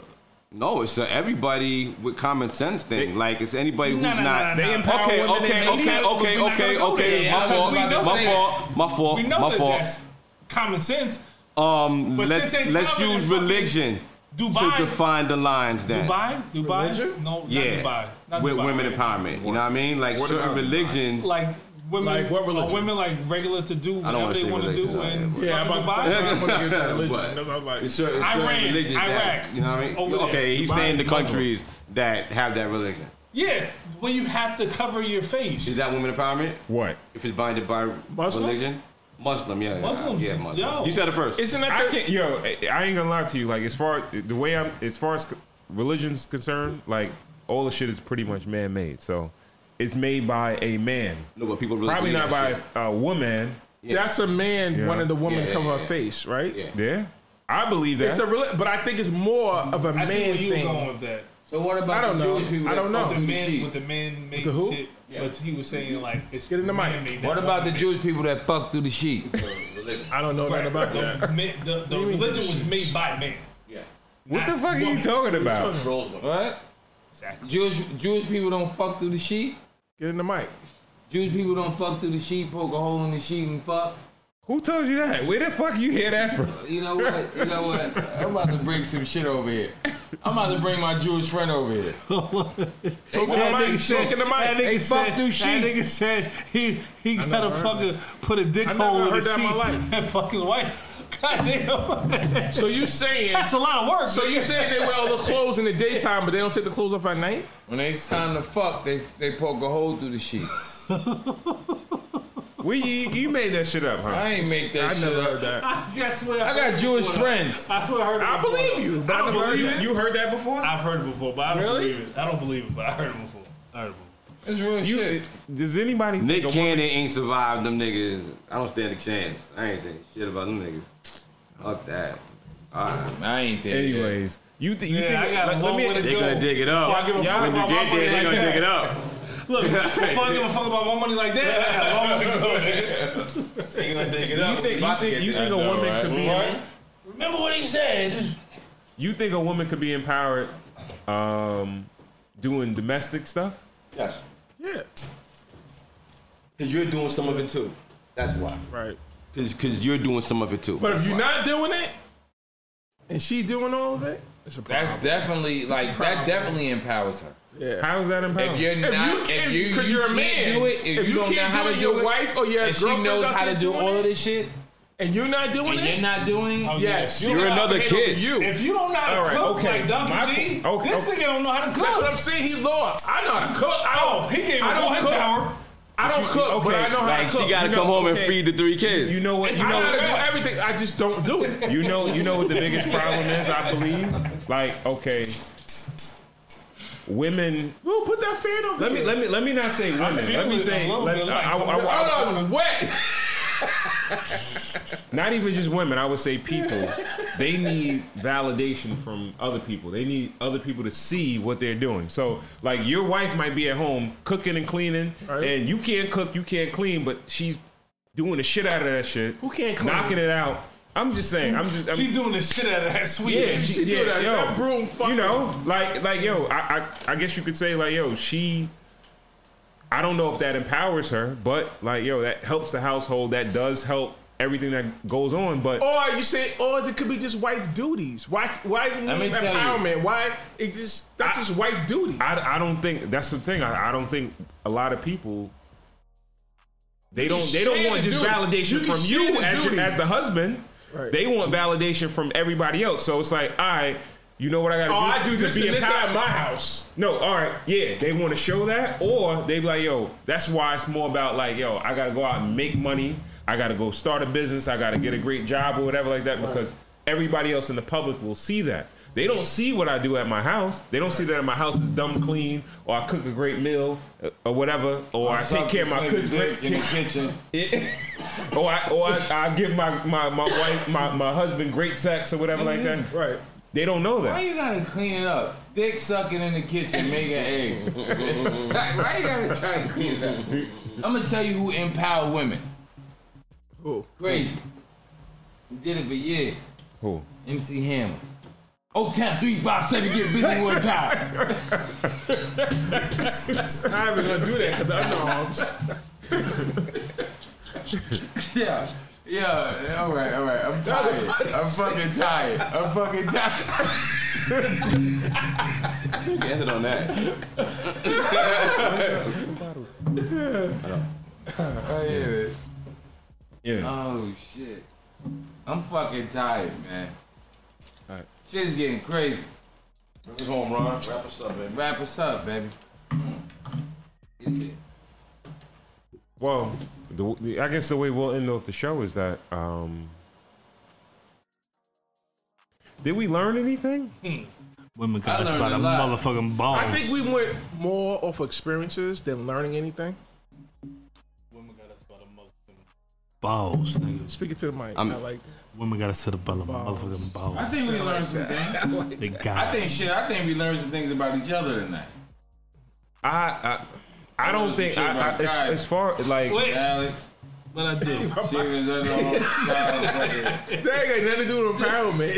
Speaker 3: No, it's a everybody with common sense thing. like it's anybody who's
Speaker 2: No, no,
Speaker 3: not.
Speaker 2: no, no,
Speaker 1: They
Speaker 2: no.
Speaker 1: empower
Speaker 3: Okay,
Speaker 1: women in
Speaker 3: okay,
Speaker 1: the
Speaker 3: okay,
Speaker 1: city.
Speaker 3: okay,
Speaker 2: We're not
Speaker 3: okay,
Speaker 2: gonna do
Speaker 3: okay.
Speaker 5: that.
Speaker 3: My
Speaker 5: Yeah,
Speaker 3: fault.
Speaker 5: we know
Speaker 3: My
Speaker 2: that.
Speaker 3: fault. My fault.
Speaker 2: We know
Speaker 3: My
Speaker 2: that
Speaker 3: fault.
Speaker 2: that's common sense.
Speaker 3: Um,
Speaker 2: But
Speaker 3: let's
Speaker 2: since they
Speaker 3: let's
Speaker 2: common in
Speaker 3: use
Speaker 2: fucking
Speaker 3: religion to
Speaker 2: Dubai.
Speaker 3: define the lines then.
Speaker 2: Dubai? Dubai?
Speaker 4: Religion?
Speaker 2: No, not
Speaker 3: yeah,
Speaker 2: Dubai. Not
Speaker 3: with
Speaker 2: Dubai.
Speaker 3: women empowerment. You know what I mean? Like certain
Speaker 1: about Dubai?
Speaker 3: religions.
Speaker 2: Like, women,
Speaker 4: Like what religion?
Speaker 2: are women like regular to do
Speaker 3: don't
Speaker 2: whatever
Speaker 3: wanna
Speaker 2: they
Speaker 3: say
Speaker 2: want to
Speaker 3: religion,
Speaker 2: do
Speaker 3: no, yeah,
Speaker 2: in
Speaker 3: but-
Speaker 4: yeah, I'm
Speaker 2: fucking
Speaker 4: about
Speaker 2: Dubai?
Speaker 4: to, I'm gonna get to religion.
Speaker 3: But-
Speaker 4: That's what I'm like.
Speaker 3: It's certain, it's
Speaker 2: Iran,
Speaker 3: certain religions
Speaker 2: Iraq,
Speaker 3: that, you know what I mean?
Speaker 2: over there.
Speaker 3: okay, he's
Speaker 2: Dubai
Speaker 3: saying the
Speaker 2: is Muslim.
Speaker 3: countries that have that religion.
Speaker 2: Yeah, well, you have to cover your face.
Speaker 3: Is that women empowerment?
Speaker 1: What?
Speaker 3: If it's binded by
Speaker 4: Muslim?
Speaker 3: religion? Muslim, yeah. yeah,
Speaker 2: Muslims,
Speaker 3: Yeah, Muslim.
Speaker 2: yo.
Speaker 3: You said it first.
Speaker 4: Isn't
Speaker 1: I
Speaker 4: that the,
Speaker 1: can't, yo, I I ain't gonna lie to you. Like as far the way I'm, as far as religion's concerned, like all the shit is pretty much man made. So it's made by a man,
Speaker 3: no, but people really
Speaker 1: probably not
Speaker 3: believe
Speaker 1: by
Speaker 3: that
Speaker 1: a woman.
Speaker 4: that's a man
Speaker 1: Yeah.
Speaker 4: wanting the woman
Speaker 3: Yeah,
Speaker 4: to cover
Speaker 3: yeah,
Speaker 4: her
Speaker 3: yeah.
Speaker 4: face, right?
Speaker 3: Yeah.
Speaker 1: Yeah, I believe that.
Speaker 4: It's a reli- but I think it's more of a
Speaker 2: I
Speaker 4: man
Speaker 2: see where you were
Speaker 4: thing.
Speaker 2: going with that.
Speaker 5: So what about
Speaker 4: I don't
Speaker 5: the
Speaker 4: know.
Speaker 5: Jewish people?
Speaker 4: I
Speaker 5: that
Speaker 4: don't know.
Speaker 5: fuck
Speaker 2: The
Speaker 5: through the
Speaker 2: men
Speaker 5: sheets?
Speaker 2: with the men made
Speaker 4: the who?
Speaker 2: shit, but he was saying like it's
Speaker 4: Get in the mic.
Speaker 2: man-made.
Speaker 5: What about the Jewish people that fuck through the sheets?
Speaker 4: I don't know nothing about that.
Speaker 2: the, men, the, the
Speaker 4: you mean?
Speaker 2: religion was made by man?
Speaker 1: what the fuck are you talking about?
Speaker 5: what?
Speaker 2: Exactly.
Speaker 5: Jewish Jewish people don't fuck through the sheet.
Speaker 4: Get in the mic.
Speaker 5: Jewish people don't fuck through the sheet, poke a hole in the sheet and fuck.
Speaker 1: Who told you that? Where the fuck you hear that from?
Speaker 5: You know what? You know what? I'm about to bring some shit over here. I'm about to bring my Jewish friend over here.
Speaker 4: Talking the mic. Talking the
Speaker 2: That
Speaker 4: mic.
Speaker 2: nigga
Speaker 5: They
Speaker 2: said,
Speaker 5: fuck through
Speaker 2: That
Speaker 5: sheets.
Speaker 2: nigga said he he got to
Speaker 4: never heard
Speaker 2: fucking put a dick
Speaker 4: I never
Speaker 2: hole in
Speaker 4: heard
Speaker 2: his
Speaker 4: that in
Speaker 2: sheet
Speaker 4: my life.
Speaker 2: and fuck his wife. God damn,
Speaker 4: So you saying?
Speaker 2: that's a lot of work.
Speaker 4: So you saying they wear all the clothes in the daytime, but they don't take the clothes off at night?
Speaker 5: When it's time to fuck, they they poke a hole through the sheet.
Speaker 1: We you, you made that shit up, huh?
Speaker 5: I ain't make that
Speaker 4: I
Speaker 5: shit
Speaker 4: never
Speaker 5: up.
Speaker 4: heard that.
Speaker 2: I guess what
Speaker 5: I got Jewish friends.
Speaker 2: That's what I heard. it
Speaker 4: I
Speaker 2: before,
Speaker 4: believe
Speaker 2: though.
Speaker 4: you, but
Speaker 2: I
Speaker 4: I
Speaker 2: don't
Speaker 4: never heard
Speaker 2: believe
Speaker 4: that.
Speaker 2: it.
Speaker 1: You heard that before?
Speaker 2: I've heard it before, but I don't
Speaker 4: Really?
Speaker 2: believe it. I don't believe it, but I heard it before. I heard it before.
Speaker 5: It's real
Speaker 1: You,
Speaker 5: shit.
Speaker 1: does anybody think
Speaker 3: Nick
Speaker 1: a woman,
Speaker 3: Cannon ain't survived them niggas. I don't stand a chance. I ain't saying shit about them niggas. Fuck that. Alright.
Speaker 5: I ain't there. yet.
Speaker 1: anyways? You, th- you
Speaker 2: Yeah, I
Speaker 1: think
Speaker 2: got a
Speaker 1: let- let
Speaker 2: long
Speaker 1: me-
Speaker 2: way to
Speaker 3: They
Speaker 2: go.
Speaker 3: gonna dig it up.
Speaker 2: Before I give a fuck
Speaker 3: When you
Speaker 2: about
Speaker 3: get
Speaker 2: my
Speaker 3: there,
Speaker 2: money
Speaker 3: they
Speaker 2: like
Speaker 3: gonna
Speaker 2: that.
Speaker 3: dig it up.
Speaker 2: Look, before I give a fuck about my money like that, I got a long way to go. nigga.
Speaker 3: They gonna dig it
Speaker 1: You
Speaker 3: up.
Speaker 1: think, you
Speaker 3: About to
Speaker 1: think,
Speaker 3: get
Speaker 1: you
Speaker 3: there.
Speaker 1: think a woman could be?
Speaker 2: Remember what he said.
Speaker 1: You think a woman could be empowered um, doing domestic stuff?
Speaker 3: Yes.
Speaker 4: Yeah.
Speaker 3: Because you're doing some of it too. That's why.
Speaker 4: Right.
Speaker 3: Because you're doing some of it too.
Speaker 4: But if you're not doing it, and she doing all of it, it's a problem.
Speaker 5: That's definitely like that. Definitely empowers her.
Speaker 4: yeah.
Speaker 1: How is that empowering?
Speaker 5: If you're
Speaker 4: If you
Speaker 5: not, if
Speaker 4: can't,
Speaker 5: you
Speaker 4: because
Speaker 5: you
Speaker 4: you are a
Speaker 5: can't
Speaker 4: man,
Speaker 5: do it, if, you, don't know
Speaker 4: can't
Speaker 5: how
Speaker 4: do
Speaker 5: to
Speaker 4: it,
Speaker 5: do
Speaker 4: your
Speaker 5: it,
Speaker 4: wife or your
Speaker 5: and she
Speaker 4: girlfriend
Speaker 5: knows
Speaker 4: out
Speaker 5: how to
Speaker 4: there
Speaker 5: do
Speaker 4: doing
Speaker 5: all
Speaker 4: it, Oh,
Speaker 5: of this shit,
Speaker 4: and you're not doing
Speaker 5: and
Speaker 4: it,
Speaker 5: you're not doing it,
Speaker 4: yes,
Speaker 2: You
Speaker 4: you're,
Speaker 2: got
Speaker 4: another
Speaker 2: paid
Speaker 4: kid. You.
Speaker 2: If you don't know how to
Speaker 1: All right,
Speaker 2: cook
Speaker 1: okay.
Speaker 2: like Dr.
Speaker 1: My
Speaker 2: D,
Speaker 1: qu- okay,
Speaker 2: this
Speaker 1: okay.
Speaker 2: nigga don't know how to cook.
Speaker 4: That's what I'm saying. He's loyal. I know how to cook. I don't.
Speaker 2: oh, he can't
Speaker 4: I
Speaker 2: even
Speaker 4: don't
Speaker 2: go his
Speaker 4: cook.
Speaker 2: power.
Speaker 4: I don't cook, but
Speaker 1: okay,
Speaker 4: I know how
Speaker 1: like,
Speaker 4: to
Speaker 1: she
Speaker 4: cook.
Speaker 1: gotta come home and feed
Speaker 3: the three kids.
Speaker 1: you know what? You
Speaker 4: I know how to
Speaker 1: know,
Speaker 4: do everything. I just don't do it.
Speaker 1: you know, you know what the biggest problem is. I believe. Like, okay, women.
Speaker 4: Woo, put that fan over.
Speaker 1: Let me
Speaker 4: here.
Speaker 1: let me let me not say women.
Speaker 2: feel
Speaker 1: Let me
Speaker 2: it a
Speaker 1: say.
Speaker 2: little
Speaker 1: Let,
Speaker 2: bit, like,
Speaker 1: I, I- I-
Speaker 2: come
Speaker 1: I-
Speaker 4: Oh, no, it's wet.
Speaker 1: not even just women. I would say people. They need validation from other people. They need other people to see what they're doing. So, like, your wife might be at home cooking and cleaning,
Speaker 4: Right.
Speaker 1: and you can't cook, you can't clean, but she's doing the shit out of that shit.
Speaker 4: Who can't clean?
Speaker 1: Knocking it out. I'm just saying. I'm just. I'm,
Speaker 2: She's doing the shit out of that sweet.
Speaker 1: yeah,
Speaker 4: she do that- that broom
Speaker 1: You
Speaker 4: fucking-
Speaker 1: know, like like yo, I, I I guess you could say like yo, she. I don't know if that empowers her, but like yo, that helps the household. That does help everything that goes on. But
Speaker 4: Or you say, or it could be just wife duties. Why? Why is it
Speaker 5: Let
Speaker 4: mean
Speaker 5: me tell you.
Speaker 4: empowerment? Why it just that's
Speaker 1: I-
Speaker 4: just wife duty?
Speaker 1: I, I don't think that's the thing. I, I don't think a lot of people. They don't. They don't
Speaker 4: share
Speaker 1: want
Speaker 4: the
Speaker 1: just
Speaker 4: duty.
Speaker 1: validation
Speaker 4: You can
Speaker 1: from
Speaker 4: share
Speaker 1: you
Speaker 4: the
Speaker 1: as,
Speaker 4: duty.
Speaker 1: as the husband.
Speaker 4: Right.
Speaker 1: They want validation from everybody else. So it's like, I, you know what I got to
Speaker 4: oh,
Speaker 1: do
Speaker 4: I do
Speaker 1: to
Speaker 4: this
Speaker 1: be
Speaker 4: and this
Speaker 1: empowered.
Speaker 4: at my house.
Speaker 1: No, all right, yeah, they want to show that, or they be like, yo, that's why it's more about like, yo, I gotta go out and make money, I gotta go start a business, I gotta get a great job or whatever like that, because everybody else in the public will see that. They don't see what I do at my house. They don't see that my house is dumb clean, or I cook a great meal, uh, or whatever, or I take care of my kids, great,
Speaker 5: in the kitchen.
Speaker 1: or I, or I, I give my, my, my wife, my, my husband great sex or whatever like that.
Speaker 4: Mm-hmm. Right.
Speaker 1: They don't know
Speaker 5: Why
Speaker 1: that.
Speaker 5: you gotta clean it up? Dick sucking in the kitchen, making eggs. Like, Why you gotta try to clean it up? I'm gonna tell you who empowered women.
Speaker 4: Who?
Speaker 5: Crazy. Who did it for years?
Speaker 1: Who?
Speaker 5: MC Hammer. Oh, O Town 357, get busy one time.
Speaker 4: I'm not even gonna do that because I know I'm
Speaker 5: Yeah. Yeah, all right, all right. I'm tired. I'm fucking tired. I'm fucking tired.
Speaker 3: end it on that.
Speaker 5: Oh, yeah.
Speaker 1: Yeah.
Speaker 5: Oh shit. I'm fucking tired, man.
Speaker 1: Alright.
Speaker 5: Shit's getting crazy.
Speaker 3: Bring us home, Ron. Wrap us up, Mm. man.
Speaker 5: Wrap us up, baby. Get there.
Speaker 1: Well, the, the, I guess the way we'll end off the show is that um, did we learn anything?
Speaker 6: Women
Speaker 5: I
Speaker 6: got us
Speaker 5: learned
Speaker 6: by
Speaker 5: a
Speaker 6: the
Speaker 5: lot.
Speaker 6: motherfucking bones.
Speaker 4: I think we went more off experiences than learning anything.
Speaker 6: Women got us by the motherfucking balls, niggas.
Speaker 4: Speaking to the mic,
Speaker 3: I'm-
Speaker 4: not like
Speaker 6: Women got us to the by the
Speaker 4: Balls.
Speaker 6: motherfucking
Speaker 5: I
Speaker 6: balls.
Speaker 5: think we learned some things.
Speaker 6: They got
Speaker 5: I think
Speaker 6: us.
Speaker 5: shit, I think we learned some things about each other tonight.
Speaker 1: I I, I
Speaker 5: learned
Speaker 1: don't
Speaker 5: some
Speaker 1: think
Speaker 5: shit
Speaker 1: I, I,
Speaker 5: about
Speaker 1: as,
Speaker 5: God.
Speaker 1: as far like
Speaker 6: Wait,
Speaker 5: Alex,
Speaker 6: but I do.
Speaker 5: she was under all God, fucking-
Speaker 4: that ain't got nothing to do with empowerment.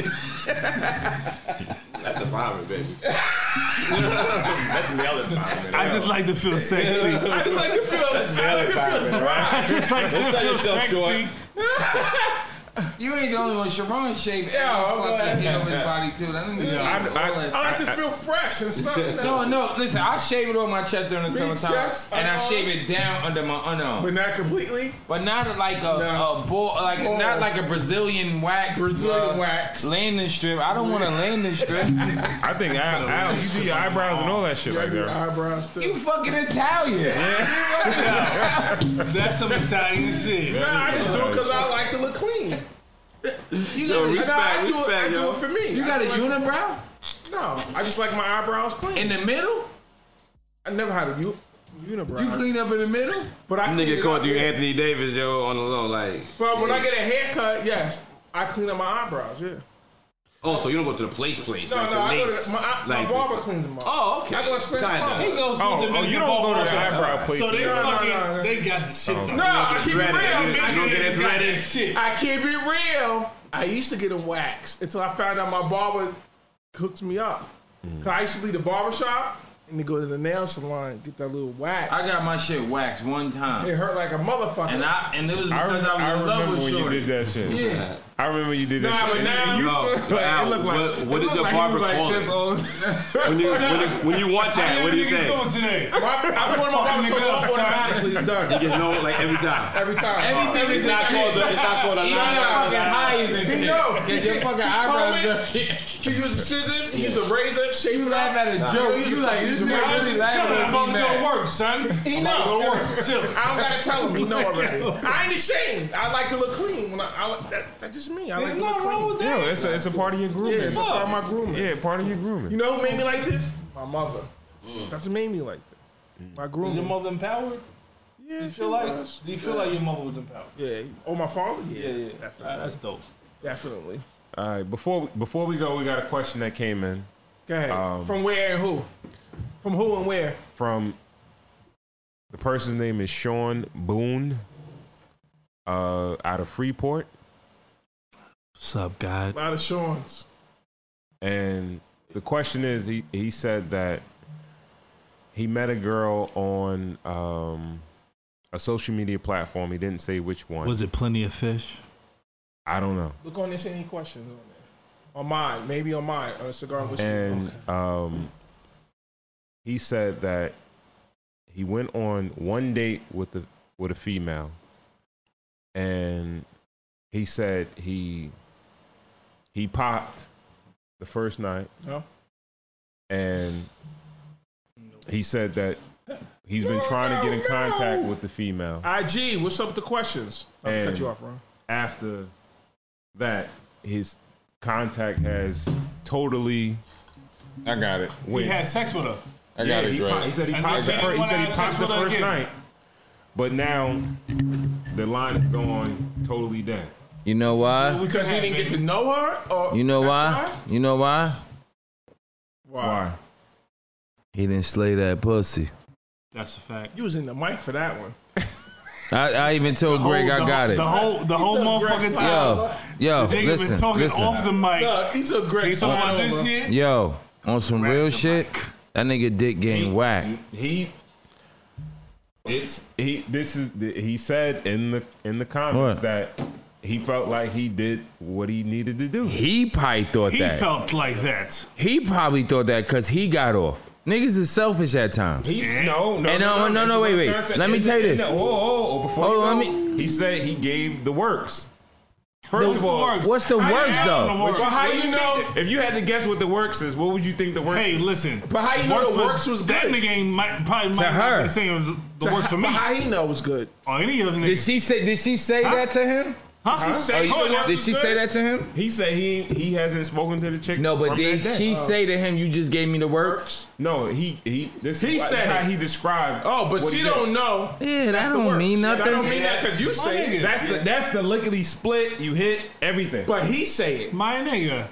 Speaker 3: That's the vomit, baby. That's the other vomit.
Speaker 6: I just like to feel sexy.
Speaker 4: I just like to feel. I like to feel.
Speaker 3: right?
Speaker 6: Just like to
Speaker 3: sell
Speaker 6: feel
Speaker 3: yourself
Speaker 6: sexy.
Speaker 5: You ain't the only one. Sharon shaved every
Speaker 4: Yeah, I'm
Speaker 5: fucking
Speaker 4: glad.
Speaker 5: hair of his body too. That nigga shaved
Speaker 1: I-
Speaker 5: all that
Speaker 4: I like to feel fresh and something.
Speaker 5: No, no. Listen, I shave it on my chest during the
Speaker 4: Me
Speaker 5: summertime,
Speaker 4: chest,
Speaker 5: and I
Speaker 4: uh-huh.
Speaker 5: shave it down under my underarm,
Speaker 4: but not completely.
Speaker 5: but not like a,
Speaker 4: No.
Speaker 5: a bull, like
Speaker 4: Oh.
Speaker 5: not like a Brazilian wax,
Speaker 4: Brazilian
Speaker 5: uh,
Speaker 4: wax.
Speaker 5: landing strip. I don't want a landing strip.
Speaker 1: I think Al, Al you see your eyebrows and all that shit
Speaker 4: I
Speaker 1: right
Speaker 4: do
Speaker 1: there.
Speaker 4: eyebrows too.
Speaker 5: you fucking Italian.
Speaker 2: That's some Italian shit.
Speaker 4: Nah, I just do it because I like to look clean.
Speaker 5: You got, a-
Speaker 4: Nah, I do it. I
Speaker 3: respect,
Speaker 4: do
Speaker 3: yo.
Speaker 4: it for me.
Speaker 5: you got a unibrow
Speaker 4: No, I just like my eyebrows clean.
Speaker 5: in the middle.
Speaker 4: I never had a u- unibrow.
Speaker 5: You clean up in the middle.
Speaker 4: but I clean
Speaker 3: Nigga
Speaker 4: it
Speaker 3: called
Speaker 4: up,
Speaker 3: you
Speaker 4: yeah.
Speaker 3: Anthony Davis, yo, on the low, like.
Speaker 4: But when I get a haircut, yes, I clean up my eyebrows. Yeah.
Speaker 3: Oh, so you don't go to the place, place?
Speaker 4: No,
Speaker 3: like
Speaker 4: no,
Speaker 3: the
Speaker 4: I go
Speaker 3: lace,
Speaker 4: to my, I,
Speaker 3: like
Speaker 4: my barber cleans them up.
Speaker 3: Oh, okay.
Speaker 4: I go to Spence
Speaker 3: Kinda.
Speaker 4: Barber.
Speaker 2: He goes to
Speaker 1: Oh,
Speaker 2: the
Speaker 1: oh, you don't go to the eyebrow place.
Speaker 2: So they
Speaker 4: No, no,
Speaker 2: fucking,
Speaker 4: no, no.
Speaker 2: they got the shit though.
Speaker 4: No, I keep it
Speaker 3: Threaded.
Speaker 4: real.
Speaker 3: I
Speaker 2: Dominicans
Speaker 3: go get
Speaker 2: got
Speaker 3: it
Speaker 2: that
Speaker 3: threaded.
Speaker 2: shit.
Speaker 4: I keep it real. I used to get them waxed until I found out my barber hooks me up.
Speaker 3: Mm.
Speaker 4: 'Cause I used to leave the barber shop and then go to the nail salon and get that little wax.
Speaker 5: I got my shit waxed one time,
Speaker 4: it hurt like a motherfucker.
Speaker 5: and I and it was
Speaker 1: I,
Speaker 5: because
Speaker 1: rem- I
Speaker 5: I, was in love
Speaker 1: remember
Speaker 5: with
Speaker 1: when
Speaker 5: Shorty.
Speaker 1: you did that shit.
Speaker 5: Yeah.
Speaker 1: I remember you did that
Speaker 4: Nah,
Speaker 1: shit.
Speaker 4: but
Speaker 1: And-
Speaker 4: now-
Speaker 1: and you
Speaker 3: No,
Speaker 1: still- like,
Speaker 3: now,
Speaker 1: it looked like,
Speaker 3: what- what
Speaker 1: it
Speaker 3: is
Speaker 1: looked
Speaker 3: the
Speaker 1: like
Speaker 3: barber
Speaker 1: you was
Speaker 3: call it?
Speaker 1: When you, when, you, when you want that, what do you think?
Speaker 2: doing today?
Speaker 4: My- I'm going to my
Speaker 2: Fucking
Speaker 4: barber
Speaker 2: nigga
Speaker 4: shop
Speaker 2: up, son.
Speaker 4: automatically. It's done.
Speaker 3: You know, like every time.
Speaker 4: Every time.
Speaker 5: Everything is not called
Speaker 3: It's not called a
Speaker 5: Even your
Speaker 3: lie.
Speaker 5: fucking highs and
Speaker 4: He
Speaker 5: shit.
Speaker 4: know.
Speaker 5: Get your
Speaker 4: He-
Speaker 5: fucking
Speaker 4: he
Speaker 5: eyebrows
Speaker 4: comb
Speaker 5: done.
Speaker 4: it. He used scissors. He used a razor. Shape
Speaker 5: You
Speaker 4: it
Speaker 5: laugh
Speaker 4: up.
Speaker 5: at a joke. You like, this
Speaker 2: Nigga,
Speaker 5: nigga
Speaker 2: I'm
Speaker 5: really
Speaker 2: just
Speaker 5: laughing
Speaker 2: chilling. I'm
Speaker 5: at
Speaker 2: about
Speaker 5: me,
Speaker 2: to go to
Speaker 5: man.
Speaker 2: work, son.
Speaker 4: He
Speaker 2: I'm
Speaker 4: know.
Speaker 2: about to go to work. Chill.
Speaker 4: I don't gotta tell him. He know already. I ain't ashamed. I like to look clean. When I, I like- that, that's just me. I like
Speaker 2: There's
Speaker 4: to look
Speaker 2: nothing
Speaker 4: clean.
Speaker 2: wrong with
Speaker 1: No,
Speaker 2: that.
Speaker 1: it's a, it's a part of your
Speaker 4: yeah,
Speaker 1: grooming.
Speaker 4: it's a part of my grooming.
Speaker 1: Yeah, part of your grooming.
Speaker 4: You know who made me like this? My mother. That's what made me like this. My
Speaker 2: Mm. Is your
Speaker 4: grooming.
Speaker 2: mother empowered?
Speaker 4: yeah,
Speaker 2: Do you
Speaker 4: she
Speaker 2: feel like?
Speaker 4: was.
Speaker 2: Do you feel like your mother was empowered?
Speaker 4: Yeah. Oh, my father. Yeah,
Speaker 2: Yeah, yeah.
Speaker 4: Definitely.
Speaker 2: Ah, That's dope.
Speaker 4: definitely.
Speaker 1: All right, before we- before we go, we got a question that came in
Speaker 4: Go ahead.
Speaker 1: Um,
Speaker 4: From where and who? From who and where?
Speaker 1: from the person's name is Sean Boone, uh, out of Freeport,
Speaker 2: What's up, guy?
Speaker 4: A lot of Sean's.
Speaker 1: and the question is, he he said that he met a girl on um, a social media platform. He didn't say which one.
Speaker 2: it plenty of fish?
Speaker 1: I don't know.
Speaker 4: Look on this. Any questions on there? On mine, maybe on mine. On a cigar. With
Speaker 1: and um, he said that he went on one date with the with a female, and he said he he popped the first night,
Speaker 4: No.
Speaker 1: and he said that he's been trying to get in contact with the female.
Speaker 4: IG, what's up with the questions? Not to
Speaker 1: And-
Speaker 4: cut you off, Ron.
Speaker 1: After that, his contact has totally
Speaker 8: I got it.
Speaker 1: went.
Speaker 2: He had sex with her.
Speaker 8: I
Speaker 1: Yeah,
Speaker 8: got
Speaker 1: he,
Speaker 8: it,
Speaker 1: pop- he
Speaker 8: Dre.
Speaker 1: said he
Speaker 2: And
Speaker 1: popped the
Speaker 2: then
Speaker 1: first, he
Speaker 2: when
Speaker 1: said he
Speaker 2: I
Speaker 1: popped the
Speaker 2: sexually
Speaker 1: first
Speaker 2: again.
Speaker 1: night, but now the line is going totally down.
Speaker 5: You know why?
Speaker 4: Because he didn't get to know her, or
Speaker 5: You know
Speaker 4: that's
Speaker 5: why? You know why?
Speaker 4: Why?
Speaker 1: Why?
Speaker 5: He didn't slay that pussy.
Speaker 2: That's a fact.
Speaker 4: You was in the mic for that one.
Speaker 5: I, I even told Greg I
Speaker 2: the,
Speaker 5: got it.
Speaker 2: The whole the whole
Speaker 4: took Greg's
Speaker 2: motherfucking
Speaker 4: spot.
Speaker 2: time.
Speaker 5: Yo, yo,
Speaker 2: Nigga
Speaker 5: listen,
Speaker 2: been talking
Speaker 5: listen.
Speaker 2: off the mic.
Speaker 4: Look, he took
Speaker 2: He
Speaker 4: great
Speaker 2: talking about this
Speaker 4: over.
Speaker 2: shit.
Speaker 5: Yo, on some real shit, that nigga dick getting whacked.
Speaker 1: He it's he this is he said in the in the comments
Speaker 5: What?
Speaker 1: that he felt like he did what he needed to do.
Speaker 5: He probably thought
Speaker 2: He
Speaker 5: that.
Speaker 2: felt like that.
Speaker 5: He probably thought that because he got off. Niggas is selfish at times.
Speaker 1: He's no no
Speaker 5: And uh, no, no,
Speaker 1: that's
Speaker 5: no,
Speaker 1: what I'm
Speaker 5: wait, wait.
Speaker 1: trying to say.
Speaker 5: Let me
Speaker 1: In
Speaker 5: tell you
Speaker 1: the- in
Speaker 5: this.
Speaker 1: the- Oh, oh, oh, before
Speaker 5: Hold
Speaker 1: you
Speaker 5: on,
Speaker 1: go,
Speaker 5: let
Speaker 1: he said he gave the works. First
Speaker 2: Those
Speaker 1: of all,
Speaker 2: words.
Speaker 5: What's the
Speaker 2: I
Speaker 5: words
Speaker 2: asked
Speaker 5: though?
Speaker 2: him the words.
Speaker 4: But how you know?
Speaker 1: if you had to guess what the works is, what would you think the works?
Speaker 2: Hey, listen.
Speaker 4: But how you know
Speaker 2: Works
Speaker 4: the
Speaker 2: for-
Speaker 4: works was
Speaker 2: That
Speaker 4: good?
Speaker 2: nigga ain't might, probably might
Speaker 5: her.
Speaker 2: not be saying it was the works for me
Speaker 4: But how he know was good?
Speaker 2: or any other
Speaker 5: Did
Speaker 2: nigga.
Speaker 5: she say? Did she say that to him?
Speaker 2: Huh?
Speaker 5: Oh, you-
Speaker 2: Hold on.
Speaker 5: did she say that to him?
Speaker 1: He said he he hasn't spoken to the chick.
Speaker 5: No, but
Speaker 1: from
Speaker 5: did
Speaker 1: that day. Uh,
Speaker 5: she say to him, "You just gave me the works"?
Speaker 1: No, he he. This
Speaker 4: He
Speaker 1: is why- this
Speaker 4: said
Speaker 1: is
Speaker 4: it.
Speaker 1: how he described.
Speaker 4: Oh, but
Speaker 1: what
Speaker 4: she
Speaker 1: he
Speaker 4: don't know.
Speaker 5: Yeah, that
Speaker 4: That's the
Speaker 5: don't
Speaker 4: worst.
Speaker 5: mean
Speaker 4: That
Speaker 5: nothing.
Speaker 4: don't mean that because you say
Speaker 1: did.
Speaker 4: it,
Speaker 1: That's the that's the lickety split. You hit everything.
Speaker 4: but he say it.
Speaker 2: My nigga.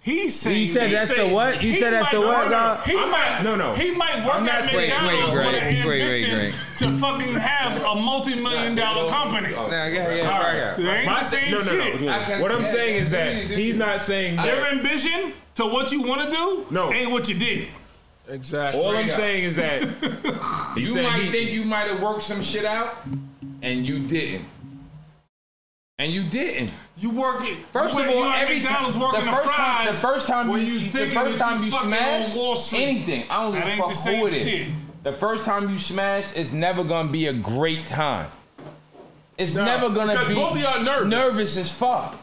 Speaker 2: He said
Speaker 5: You said that's the what? You
Speaker 2: He
Speaker 5: said that's
Speaker 2: might
Speaker 5: the
Speaker 2: not-
Speaker 5: what, dog?
Speaker 2: He
Speaker 1: I'm
Speaker 2: might
Speaker 1: not- no, no.
Speaker 2: He might work
Speaker 1: I'm not
Speaker 2: at
Speaker 1: saying-
Speaker 2: McDonald's
Speaker 5: wait,
Speaker 2: with an
Speaker 5: Greg, wait, wait,
Speaker 2: ambition to fucking have a multi-million dollar company.
Speaker 5: Nah, yeah,
Speaker 1: All right.
Speaker 5: yeah,
Speaker 2: They ain't
Speaker 1: My-
Speaker 2: the same
Speaker 1: no, no, no.
Speaker 2: shit.
Speaker 5: can't-
Speaker 1: What I'm
Speaker 5: yeah,
Speaker 1: saying is that
Speaker 5: yeah, yeah,
Speaker 1: he's not saying
Speaker 2: Their
Speaker 1: that.
Speaker 2: ambition to what you want to do
Speaker 1: No.
Speaker 2: ain't what you did.
Speaker 4: Exactly.
Speaker 1: All I'm
Speaker 5: Straight up.
Speaker 1: saying is that he
Speaker 5: You
Speaker 1: said
Speaker 5: might
Speaker 1: he-
Speaker 5: think you might have worked some shit out, and you didn't. And you didn't.
Speaker 2: You work it.
Speaker 5: First
Speaker 2: you
Speaker 5: of
Speaker 2: went-
Speaker 5: all,
Speaker 2: you at
Speaker 5: every
Speaker 2: McDonald's
Speaker 5: time
Speaker 2: working
Speaker 5: the
Speaker 2: the,
Speaker 5: first time,
Speaker 2: fries.
Speaker 5: the first time
Speaker 2: when
Speaker 5: you, the
Speaker 2: thinking
Speaker 5: first
Speaker 2: that
Speaker 5: time you
Speaker 2: fucking
Speaker 5: smash
Speaker 2: on Wall Street.
Speaker 5: anything, I don't give
Speaker 2: That
Speaker 5: a
Speaker 2: ain't
Speaker 5: fuck
Speaker 2: the same
Speaker 5: who it is.
Speaker 2: shit.
Speaker 5: The first time you smash, it's never gonna be a great time. It's
Speaker 4: No,
Speaker 5: never gonna
Speaker 4: because
Speaker 5: be
Speaker 4: both of y'all nervous.
Speaker 5: as fuck.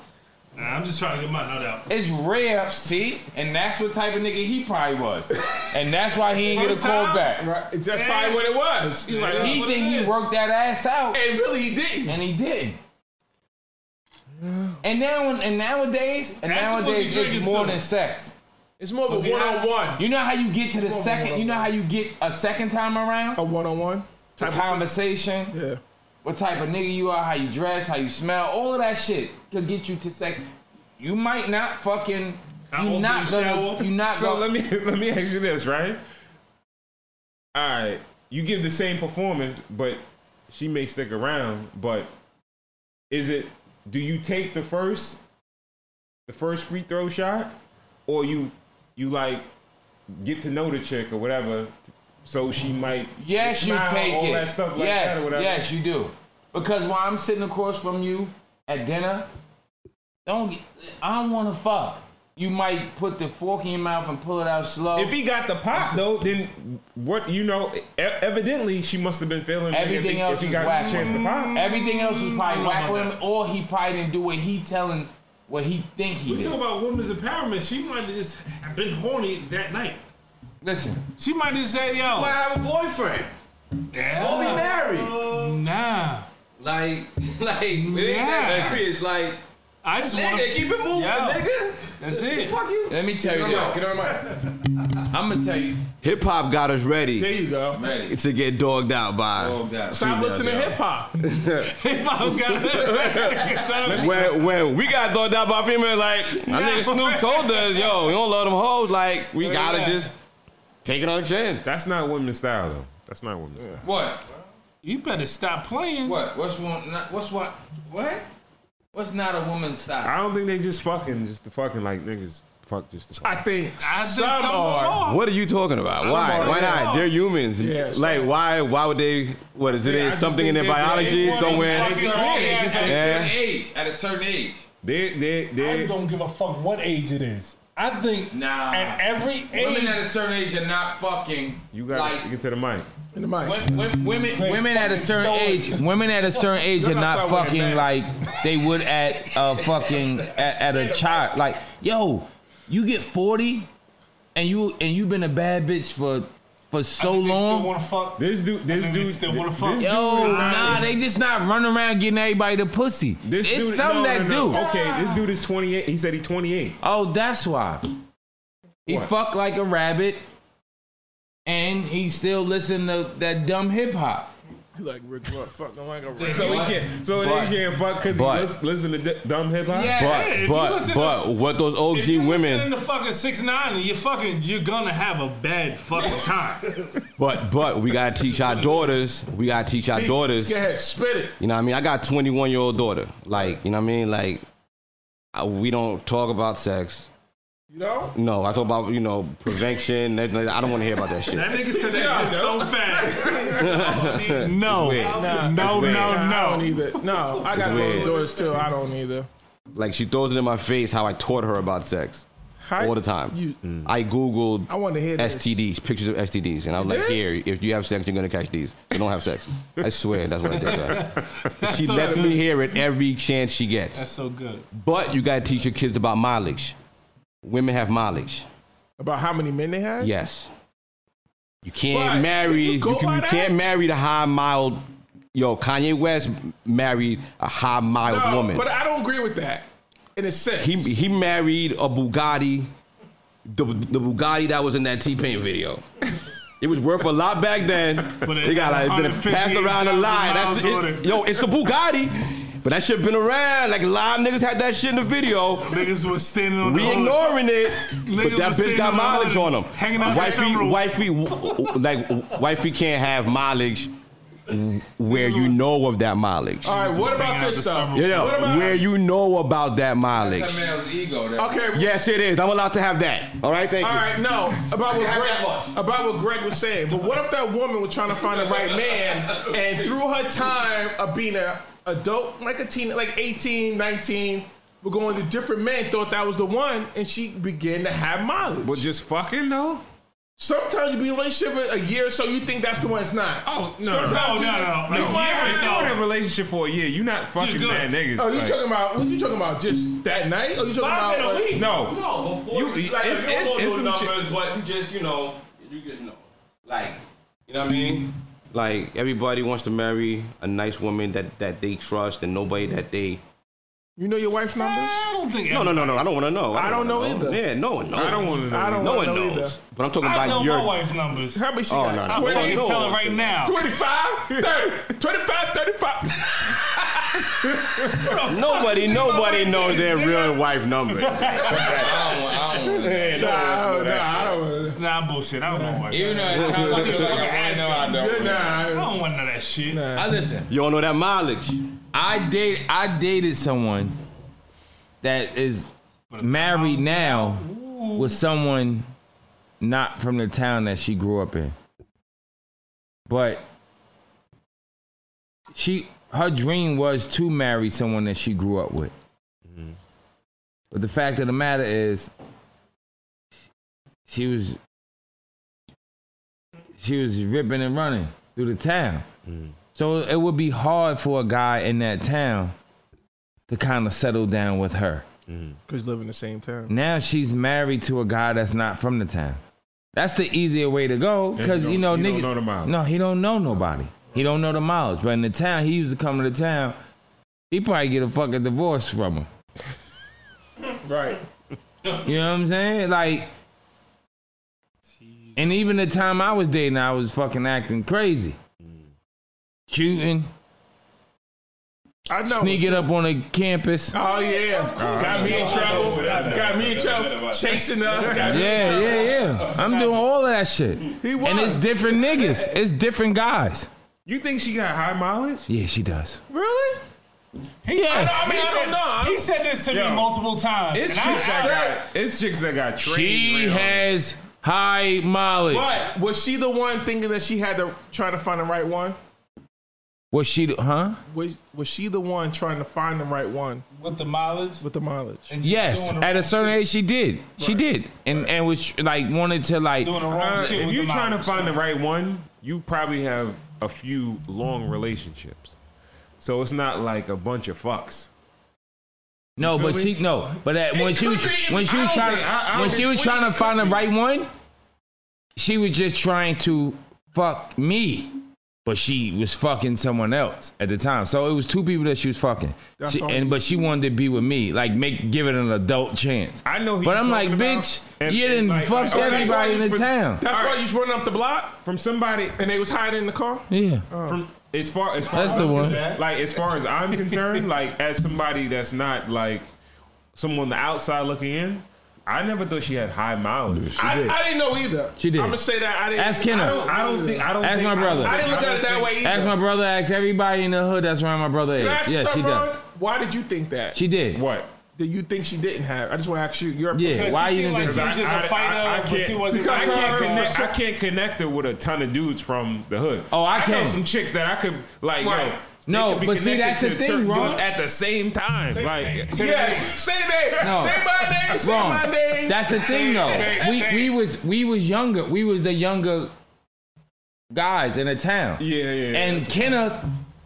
Speaker 2: Nah, I'm just trying to get mine out.
Speaker 5: It's rare, see, and that's what type of nigga he probably was, and that's why he ain't get a
Speaker 2: First
Speaker 5: call
Speaker 2: time?
Speaker 5: back.
Speaker 4: Right. That's probably what it was. He's like,
Speaker 5: He
Speaker 2: What
Speaker 5: think
Speaker 2: it
Speaker 5: he
Speaker 2: is.
Speaker 5: worked that ass out,
Speaker 4: and really he didn't.
Speaker 5: and he didn't. And now, and nowadays, and
Speaker 2: Ask him what he
Speaker 5: nowadays, it's
Speaker 2: drinking
Speaker 5: more
Speaker 2: to.
Speaker 5: than sex.
Speaker 4: It's more of a one on one.
Speaker 5: You know how you get to the second. You know how you get a second time around.
Speaker 2: Oh,
Speaker 4: A one on one.
Speaker 5: The conversation,
Speaker 4: Yeah.
Speaker 5: what type of nigga you are, how you dress, how you smell, all of that shit could get you to second. You might not fucking.
Speaker 2: How
Speaker 5: You
Speaker 2: often
Speaker 5: not
Speaker 2: you
Speaker 5: gonna.
Speaker 2: shower?
Speaker 5: You not
Speaker 1: So
Speaker 5: gonna.
Speaker 1: let me let me ask you this, right? All right, you give the same performance, but she may stick around. But is it? Do you take the first, the first free throw shot, or you you like get to know the chick or whatever, so she might
Speaker 5: Yes, you
Speaker 1: smile,
Speaker 5: take
Speaker 1: all
Speaker 5: it.
Speaker 1: that stuff like
Speaker 5: yes,
Speaker 1: that or whatever.
Speaker 5: yes, you do. Because while I'm sitting across from you at dinner, don't get- I don't want to fuck. You might put the fork in your mouth and pull it out slow.
Speaker 1: If he got the pop though, then what you know? e- Evidently, she must have been feeling it if he-
Speaker 5: Everything else
Speaker 1: if he
Speaker 5: is
Speaker 1: got
Speaker 5: whack.
Speaker 1: the chance to pop.
Speaker 5: Everything else was probably
Speaker 2: know
Speaker 5: whack
Speaker 2: about
Speaker 5: with him, or he probably didn't do what he telling what he think he
Speaker 6: We
Speaker 5: did.
Speaker 6: talk about women's empowerment. She might have just been horny that night.
Speaker 5: Listen,
Speaker 2: She might just say, yo.
Speaker 9: I have a boyfriend. Don't be
Speaker 2: Yeah.
Speaker 9: married.
Speaker 2: Nah.
Speaker 9: Like, like, it ain't
Speaker 2: Yeah.
Speaker 9: that serious. Like,
Speaker 2: I just want
Speaker 9: nigga, keep it moving,
Speaker 2: Yeah.
Speaker 9: nigga.
Speaker 2: That's it.
Speaker 9: Fuck you.
Speaker 5: let me tell you this.
Speaker 4: Get on my.
Speaker 5: I'm gonna tell you.
Speaker 3: Hip hop got us ready
Speaker 4: There you go.
Speaker 3: to get dogged out by.
Speaker 4: Stop listening to hip hop.
Speaker 2: If I'm gonna.
Speaker 3: When, when we got dogged out by females, like I think Snoop told us, yo, you don't love them hoes. Like we gotta just take it on the chin.
Speaker 1: That's not women's style though. That's not women's style.
Speaker 5: What?
Speaker 2: You better stop playing.
Speaker 5: What? What's one? not- What's what? What? What's not a woman's style?
Speaker 1: I don't think they just fucking, just the fucking like niggas fuck just. The fuck.
Speaker 4: I think
Speaker 2: I think
Speaker 4: some
Speaker 2: something
Speaker 4: are.
Speaker 2: wrong.
Speaker 3: What are you talking about? Why?
Speaker 4: Somebody-
Speaker 3: Why not? They're humans.
Speaker 4: Yeah,
Speaker 3: like why? Why would they? What is it?
Speaker 1: Yeah, I
Speaker 3: in
Speaker 1: just
Speaker 3: something in
Speaker 1: think
Speaker 3: their
Speaker 1: they-
Speaker 3: biology
Speaker 1: they-
Speaker 3: somewhere?
Speaker 2: Fucking
Speaker 5: Yeah,
Speaker 2: wrong.
Speaker 5: just at
Speaker 3: Yeah.
Speaker 5: a certain age. At a certain age.
Speaker 1: They, they,
Speaker 2: I
Speaker 1: they.
Speaker 2: don't give a fuck what age it is. I think
Speaker 5: Nah.
Speaker 2: at every
Speaker 5: Women at
Speaker 2: age,
Speaker 5: a certain age are not fucking.
Speaker 1: You got to
Speaker 5: like
Speaker 1: get to the mic.
Speaker 4: In the mic.
Speaker 5: Wom- wom- Women, women at a
Speaker 2: fucking
Speaker 5: certain
Speaker 2: stones.
Speaker 5: age, women at a certain age are
Speaker 4: You're not
Speaker 5: not
Speaker 4: start wearing
Speaker 5: fucking like they would at a fucking at, at a child. Like, yo, you get forty, and you and you've been a bad bitch for
Speaker 2: they
Speaker 5: for so
Speaker 2: still
Speaker 5: long.
Speaker 2: want to fuck.
Speaker 1: This dude, this
Speaker 2: I mean, they
Speaker 1: dude,
Speaker 2: still
Speaker 1: thi-
Speaker 2: wanna fuck.
Speaker 1: this
Speaker 5: Yo,
Speaker 1: dude is
Speaker 5: nah, they just not running around getting everybody to pussy.
Speaker 1: This
Speaker 5: it's
Speaker 1: dude, no,
Speaker 5: some
Speaker 1: no,
Speaker 5: that
Speaker 1: no.
Speaker 5: do.
Speaker 1: Okay, this dude is 28. He said he 28.
Speaker 5: Oh, that's why. He
Speaker 1: What?
Speaker 5: fucked like a rabbit, and he still listen to that dumb hip hop.
Speaker 4: You like Rick Ross fucking like a
Speaker 1: So
Speaker 4: rap.
Speaker 1: he can't. So
Speaker 3: But-
Speaker 1: he can't fuck because he
Speaker 3: but-
Speaker 1: lis- listen to d- dumb hip hop.
Speaker 5: Yeah.
Speaker 2: if
Speaker 3: But
Speaker 2: you
Speaker 3: but
Speaker 2: listen to-
Speaker 3: but what those
Speaker 2: If
Speaker 3: OG
Speaker 2: you're
Speaker 3: women?
Speaker 2: listening to fucking six nine, you're fucking, you're gonna have a bad fucking time.
Speaker 3: But but we gotta teach our daughters. We gotta teach our daughters.
Speaker 4: Go ahead, spit it.
Speaker 3: You know what I mean? I got a 21 year old daughter. Like, you know what I mean? Like, I, we don't talk about sex.
Speaker 4: You know?
Speaker 3: No, I talk about, you know, prevention. that- that- I don't want to hear about that shit.
Speaker 2: that nigga said that shit so fast. no, no, no,
Speaker 4: I
Speaker 2: Oh, no,
Speaker 4: don't either. No, I got
Speaker 3: weird.
Speaker 4: little doors too. I don't either.
Speaker 3: Like, she throws it in my face how I taught her about sex
Speaker 4: How,
Speaker 3: all the time. Mm.
Speaker 4: You,
Speaker 3: I Googled
Speaker 4: I want to hear this.
Speaker 3: STDs, pictures of STDs. And I was like,
Speaker 4: did?
Speaker 3: here, if you have sex, you're going to catch these. You don't have sex. I swear, that's what I did. Right? She lets me hear it every chance she
Speaker 2: That's
Speaker 3: gets.
Speaker 2: so good.
Speaker 3: But you got to teach your kids about mileage. Women have mileage.
Speaker 4: About how many men they had?
Speaker 3: Yes. You can't
Speaker 4: But
Speaker 3: marry.
Speaker 4: can you
Speaker 3: You,
Speaker 4: go
Speaker 3: can,
Speaker 4: by
Speaker 3: you
Speaker 4: that?
Speaker 3: can't marry the high mild. Yo, Kanye West married a high mild
Speaker 4: No,
Speaker 3: woman.
Speaker 4: But I don't agree with that. In a sense.
Speaker 3: he he married a Bugatti, the, the Bugatti that was in that T Pain video. It was worth a lot back then.
Speaker 2: But
Speaker 3: But
Speaker 2: it
Speaker 3: it, got
Speaker 2: had
Speaker 3: like been passed around a lot. That's the,
Speaker 2: 158,000 miles on
Speaker 3: it,
Speaker 2: it.
Speaker 3: yo, it's a Bugatti, but that shit been around. Like a lot of niggas had that shit in the video.
Speaker 2: Niggas was standing on
Speaker 3: We
Speaker 2: the hood.
Speaker 3: ignoring it, but
Speaker 2: Niggas
Speaker 3: that
Speaker 2: was
Speaker 3: bitch got
Speaker 2: standing on the
Speaker 3: mileage on
Speaker 2: hood,
Speaker 3: them.
Speaker 2: hanging out the sunroof.
Speaker 3: Wifey, wifey, w- w- like wifey can't have mileage where you know of that mileage.
Speaker 4: All right, what
Speaker 2: hanging
Speaker 4: about
Speaker 2: out
Speaker 4: this
Speaker 2: the
Speaker 4: stuff?
Speaker 2: summer.
Speaker 3: Yeah, yeah,
Speaker 4: What about
Speaker 3: where you know about that mileage.
Speaker 5: That's a male's ego. That
Speaker 4: Okay,
Speaker 3: Yes, it is. I'm allowed to have that. All right, thank
Speaker 4: All
Speaker 3: you.
Speaker 4: right, no. About
Speaker 3: Have that
Speaker 4: what
Speaker 3: much.
Speaker 4: Greg, about what Greg was saying. But what if that woman was trying to find the right man and through her time of being a adult, like a teen, like 18, 19, were going to different men, thought that was the one, and she began to have mileage.
Speaker 1: But just fucking though.
Speaker 4: Sometimes you be in a relationship for a year or so, you think that's the one, it's not.
Speaker 1: Oh no,
Speaker 2: No, no, no.
Speaker 4: Sometimes you think-
Speaker 2: Like,
Speaker 1: You
Speaker 2: yeah,
Speaker 1: have
Speaker 2: no.
Speaker 1: been in a relationship for a year. You're not fucking
Speaker 2: good.
Speaker 1: bad niggas.
Speaker 4: Oh, you
Speaker 1: Like,
Speaker 4: talking about? What you talking about? Just that night? Or you talking
Speaker 2: Five
Speaker 4: about?
Speaker 2: in a
Speaker 4: like-
Speaker 2: week.
Speaker 1: no,
Speaker 3: No, before
Speaker 1: You-
Speaker 3: you, like,
Speaker 1: it's-
Speaker 3: it's, you
Speaker 1: it's-
Speaker 3: don't
Speaker 1: it's
Speaker 3: know the
Speaker 1: some shit-
Speaker 3: numbers, but you just, you know, you just know. Like, you know what I mean? Like, everybody wants to marry a nice woman that, that they trust and nobody that they.
Speaker 4: You know your wife's numbers?
Speaker 2: I don't think.
Speaker 3: No, no, no, no. I don't want to know.
Speaker 4: I don't
Speaker 3: wanna
Speaker 4: know either.
Speaker 3: Yeah, no one knows.
Speaker 1: I don't want to know.
Speaker 4: I don't
Speaker 3: No
Speaker 4: wanna
Speaker 3: one
Speaker 4: know either.
Speaker 3: knows. But I'm talking
Speaker 2: I know
Speaker 3: about your.
Speaker 2: my wife's numbers.
Speaker 4: How much she
Speaker 3: Oh,
Speaker 4: got?
Speaker 3: no, no.
Speaker 2: I
Speaker 3: Well,
Speaker 2: can
Speaker 3: no,
Speaker 2: tell her
Speaker 3: it's
Speaker 2: right
Speaker 3: the-
Speaker 2: now.
Speaker 4: 25, 30, 25, 35.
Speaker 3: Nobody, nobody knows their real wife number.
Speaker 5: I don't want. I don't want that.
Speaker 4: Nah, nah, I don't.
Speaker 2: Nah, I'm bullshit. I don't know why.
Speaker 5: Even though it kind of like I know I don't.
Speaker 2: I
Speaker 4: Nah,
Speaker 2: don't want none of that shit.
Speaker 5: I listen.
Speaker 3: you don't know that mileage.
Speaker 5: I date I dated someone that is married now with someone not from the town that she grew up in. But she her dream was to marry someone that she grew up with. But the fact of the matter is she was she was ripping and running through the town. So it would be hard for a guy in that town to kind of settle down with her.
Speaker 4: Because live in the same town.
Speaker 5: Now she's married to a guy that's not from the town. That's the easier way to go because you know
Speaker 1: he don't
Speaker 5: niggas.
Speaker 1: know the mileage.
Speaker 5: No, he don't know nobody. He don't know the miles. But in the town, he used to come to the town. He probably get a fucking divorce from her.
Speaker 4: Right.
Speaker 5: You know what I'm saying? Like, and even the time I was dating, I was fucking acting crazy,
Speaker 1: Mm.
Speaker 5: shooting,
Speaker 4: I know.
Speaker 5: sneaking up on the campus.
Speaker 4: Oh yeah, got me in trouble. Got me in trouble. Chasing us. Got me in
Speaker 5: Yeah,
Speaker 4: trouble.
Speaker 5: yeah, yeah. I'm doing all of that shit. And it's
Speaker 4: was.
Speaker 5: different niggas. It's different guys.
Speaker 1: You think she got high mileage?
Speaker 5: Yeah, she does.
Speaker 4: Really?
Speaker 5: Yes.
Speaker 4: I mean, I don't know. I'm-
Speaker 2: He said this to
Speaker 1: Yo.
Speaker 2: me multiple times.
Speaker 1: It's
Speaker 2: and I-
Speaker 1: chicks
Speaker 2: I-
Speaker 1: that got it's chicks that got trade
Speaker 5: She
Speaker 1: reels.
Speaker 5: has high mileage.
Speaker 4: But was she the one thinking that she had to try to find the right one?
Speaker 5: Was she, the- huh?
Speaker 4: Was was she the one trying to find the right one
Speaker 2: with the mileage.
Speaker 4: with the mileage?
Speaker 2: and
Speaker 5: Yes.
Speaker 2: doing the
Speaker 5: At a
Speaker 2: wrong
Speaker 5: certain
Speaker 2: shit-
Speaker 5: age, she did. She did. And and was like, wanted to, like,
Speaker 2: doing the wrong
Speaker 1: Uh,
Speaker 2: shit.
Speaker 1: if
Speaker 2: with
Speaker 1: you're
Speaker 2: the
Speaker 1: trying to
Speaker 2: mileage.
Speaker 1: find the right one, you probably have a few long relationships. So it's not like a bunch of fucks.
Speaker 5: no, but she, no. But at, when she was, when she was trying, to when she was trying to find the right one, she was just trying to fuck me. But she was fucking someone else at the time. So it was two people that she was fucking. She-
Speaker 4: all.
Speaker 5: and but she wanted to be with me, like make give it an adult chance.
Speaker 1: I know who
Speaker 5: But
Speaker 1: you're
Speaker 5: I'm like,
Speaker 1: talking about.
Speaker 5: bitch,
Speaker 1: And-
Speaker 5: you
Speaker 1: and
Speaker 5: didn't
Speaker 1: like-
Speaker 5: fuck
Speaker 1: okay,
Speaker 5: everybody in the
Speaker 1: but
Speaker 5: town.
Speaker 4: That's why you was running up the block
Speaker 1: From somebody
Speaker 4: and they was hiding in the car.
Speaker 5: Yeah.
Speaker 1: from as far as far
Speaker 5: That's
Speaker 1: as
Speaker 5: the
Speaker 1: I'm
Speaker 5: one.
Speaker 1: concerned- Like as far as I'm concerned, like as somebody that's not like someone on the outside looking in, I never thought she had high mileage.
Speaker 4: I, I didn't know either.
Speaker 5: She did.
Speaker 4: I'm gonna say that I didn't.
Speaker 5: Ask
Speaker 1: I
Speaker 5: Kenna.
Speaker 1: don't. I don't think. I don't.
Speaker 5: Ask
Speaker 1: think-
Speaker 5: my brother.
Speaker 4: I didn't look
Speaker 1: don't
Speaker 4: at it that
Speaker 1: think-
Speaker 4: way either.
Speaker 5: Ask my brother, ask everybody in the hood that's around my brother is.
Speaker 4: Can I ask you
Speaker 5: Yes, she
Speaker 4: something,
Speaker 5: does.
Speaker 4: Ron? Why did you think that?
Speaker 5: She did.
Speaker 1: What?
Speaker 4: Did you think she didn't have? I just want to ask you. You're
Speaker 5: Yeah.
Speaker 2: Because
Speaker 5: Why
Speaker 2: she
Speaker 5: you
Speaker 2: seemed
Speaker 5: didn't
Speaker 2: like
Speaker 5: think
Speaker 2: she was
Speaker 1: I-
Speaker 2: just
Speaker 1: I-
Speaker 2: a fighter,
Speaker 1: I- I
Speaker 2: but
Speaker 1: can't-
Speaker 2: she wasn't.
Speaker 4: Because
Speaker 1: I
Speaker 4: her-
Speaker 1: can't connect.
Speaker 4: uh,
Speaker 1: I can't connect her with a ton of dudes from the hood.
Speaker 5: Oh, I
Speaker 1: know
Speaker 5: can.
Speaker 1: some chicks that I could like.
Speaker 4: Right.
Speaker 1: Yo, they
Speaker 5: No,
Speaker 1: could be
Speaker 5: but see,
Speaker 1: connected
Speaker 5: that's the
Speaker 1: to
Speaker 5: thing,
Speaker 1: certain
Speaker 5: Ron.
Speaker 1: dudes At the same time, like
Speaker 4: Yes. Say the name.
Speaker 5: No.
Speaker 4: Say my name. Say my
Speaker 5: Wrong.
Speaker 4: name.
Speaker 5: That's the thing though. We we was we was younger. We was the younger guys in the town.
Speaker 1: yeah, yeah. yeah.
Speaker 5: And Kenneth,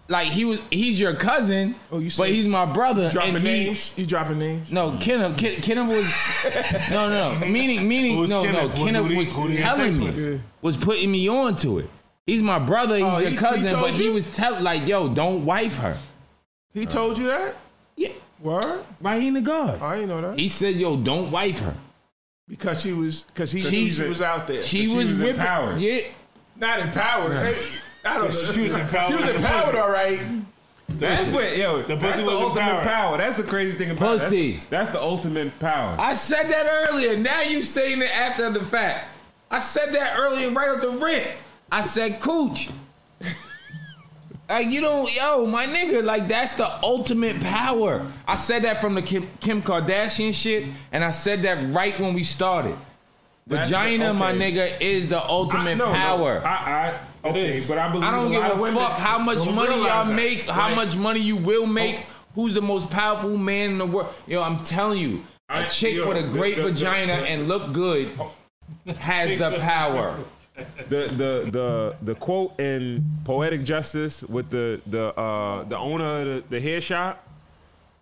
Speaker 5: like he was he's your cousin,
Speaker 4: Oh, you
Speaker 5: but
Speaker 4: see-
Speaker 5: he's my brother.
Speaker 4: dropping
Speaker 5: and he-
Speaker 4: names. You dropping names.
Speaker 5: No, Kenneth, Ken, Kenneth was no, no, no. Meaning, meaning,
Speaker 2: Who's
Speaker 5: no,
Speaker 2: Kenneth?
Speaker 5: no.
Speaker 2: Who-
Speaker 5: Kenneth
Speaker 2: who
Speaker 5: was
Speaker 2: did- who did he have sex
Speaker 5: telling me,
Speaker 4: with?
Speaker 5: was putting me on to it. He's my brother. He's
Speaker 4: Oh,
Speaker 5: your
Speaker 4: he- he
Speaker 5: cousin,
Speaker 4: told
Speaker 5: but he
Speaker 4: you?
Speaker 5: was telling like, yo, don't wife her.
Speaker 4: He told you that.
Speaker 5: Uh. Yeah,
Speaker 4: What?
Speaker 5: right in the guard.
Speaker 4: I didn't know that.
Speaker 5: He said, yo, don't wife her.
Speaker 4: Because she was, because he,
Speaker 5: She-
Speaker 4: she, was out there.
Speaker 5: She,
Speaker 1: she
Speaker 5: was,
Speaker 1: was in
Speaker 5: whipping.
Speaker 1: power.
Speaker 5: Yeah,
Speaker 4: Not empowered. Hey, I don't know.
Speaker 2: She was empowered.
Speaker 4: She was empowered, all right.
Speaker 1: That's what yo. The that's
Speaker 2: pussy
Speaker 1: the
Speaker 2: was
Speaker 1: ultimate power.
Speaker 2: empowered.
Speaker 1: That's the crazy thing about it.
Speaker 5: Pussy.
Speaker 1: That's, that's the ultimate power.
Speaker 5: I said that earlier. Now you saying it after the fact. I said that earlier, right off the rip. I said cooch. like you don't, yo, my nigga. Like that's the ultimate power. I said that from the Kim, Kim Kardashian shit, and I said that right when we started.
Speaker 1: That's the-
Speaker 5: Vagina, my
Speaker 1: okay.
Speaker 5: nigga, is the ultimate
Speaker 1: I- no, no.
Speaker 5: power. I,
Speaker 1: I, I okay, but I believe
Speaker 5: don't give
Speaker 1: lot
Speaker 5: a
Speaker 1: of
Speaker 5: fuck
Speaker 1: women
Speaker 5: how much
Speaker 1: don't
Speaker 5: money y'all
Speaker 1: realize that. Oh.
Speaker 5: make, how
Speaker 1: Like,
Speaker 5: much money you will make. Who's the most powerful man in the world? Yo, I'm telling you, a
Speaker 1: I-
Speaker 5: chick
Speaker 1: yo,
Speaker 5: with a
Speaker 1: the-
Speaker 5: great
Speaker 1: the- the-
Speaker 5: vagina
Speaker 1: the-
Speaker 5: and look good
Speaker 1: Oh.
Speaker 5: has the power.
Speaker 1: the the the the quote in Poetic Justice with the the uh the owner of the, the hair shop.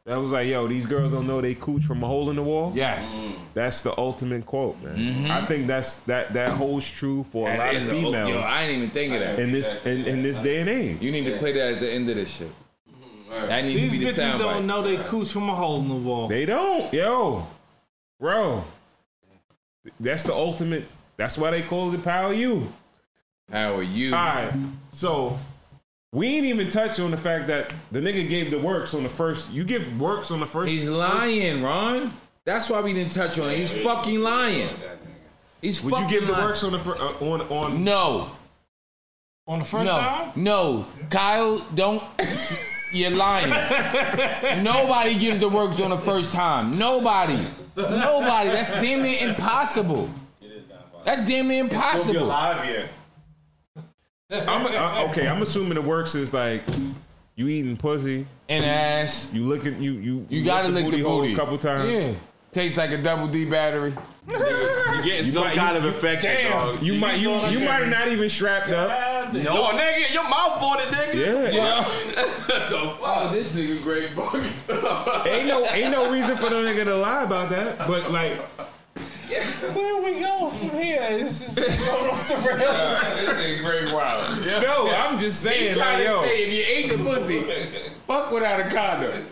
Speaker 1: That was like, yo, these girls don't know they cooch from a hole in the wall.
Speaker 5: Yes.
Speaker 1: That's the ultimate quote, man. I think that's that that holds true for a lot of
Speaker 5: Mm-hmm. That is a-
Speaker 1: females
Speaker 5: yo, I didn't even think of that.
Speaker 1: in this in, in this day and age.
Speaker 5: You need to play that at the end of this shit. That needs
Speaker 2: These
Speaker 5: to be the
Speaker 2: bitches don't
Speaker 5: soundbite.
Speaker 2: know they cooch from a hole in the wall.
Speaker 1: They don't, yo, bro. That's the ultimate. That's why they call it the power you.
Speaker 5: How are you?
Speaker 1: All right, so we ain't even touched on the fact that the nigga gave the works on the first. You give works on the first.
Speaker 5: He's lying, Ron. That's why we didn't touch on it. He's fucking lying. He's
Speaker 1: Would you
Speaker 5: fucking
Speaker 1: give the
Speaker 5: lying.
Speaker 1: works on the first uh, on on?
Speaker 5: No,
Speaker 2: On the first
Speaker 5: no,
Speaker 2: time?
Speaker 5: no. Kyle, don't. You're lying. Nobody gives the works on the first time. Nobody. Nobody. That's damn near impossible. That's damn near
Speaker 8: Hope you're
Speaker 5: impossible.
Speaker 8: alive yet.
Speaker 1: I'm, I, okay, I'm assuming the works is like you eating pussy,
Speaker 5: And ass.
Speaker 1: you looking, you you
Speaker 5: You gotta lick the
Speaker 1: hole
Speaker 5: booty.
Speaker 1: a couple times.
Speaker 5: Yeah. Tastes like a double D battery.
Speaker 9: You're getting some
Speaker 1: might-
Speaker 9: kind of infection, dog.
Speaker 1: You might you you might not even strapped up.
Speaker 9: No, nigga, your mouth on it, nigga.
Speaker 1: Yeah.
Speaker 5: Oh, this nigga great booty.
Speaker 1: ain't no ain't no reason for no nigga to lie about that. But like,
Speaker 2: Where we go from here? This is going off the rails.
Speaker 8: Great wild. Yeah.
Speaker 1: no, I'm just saying, like, yo,
Speaker 4: if you ate the pussy, fuck without a condom.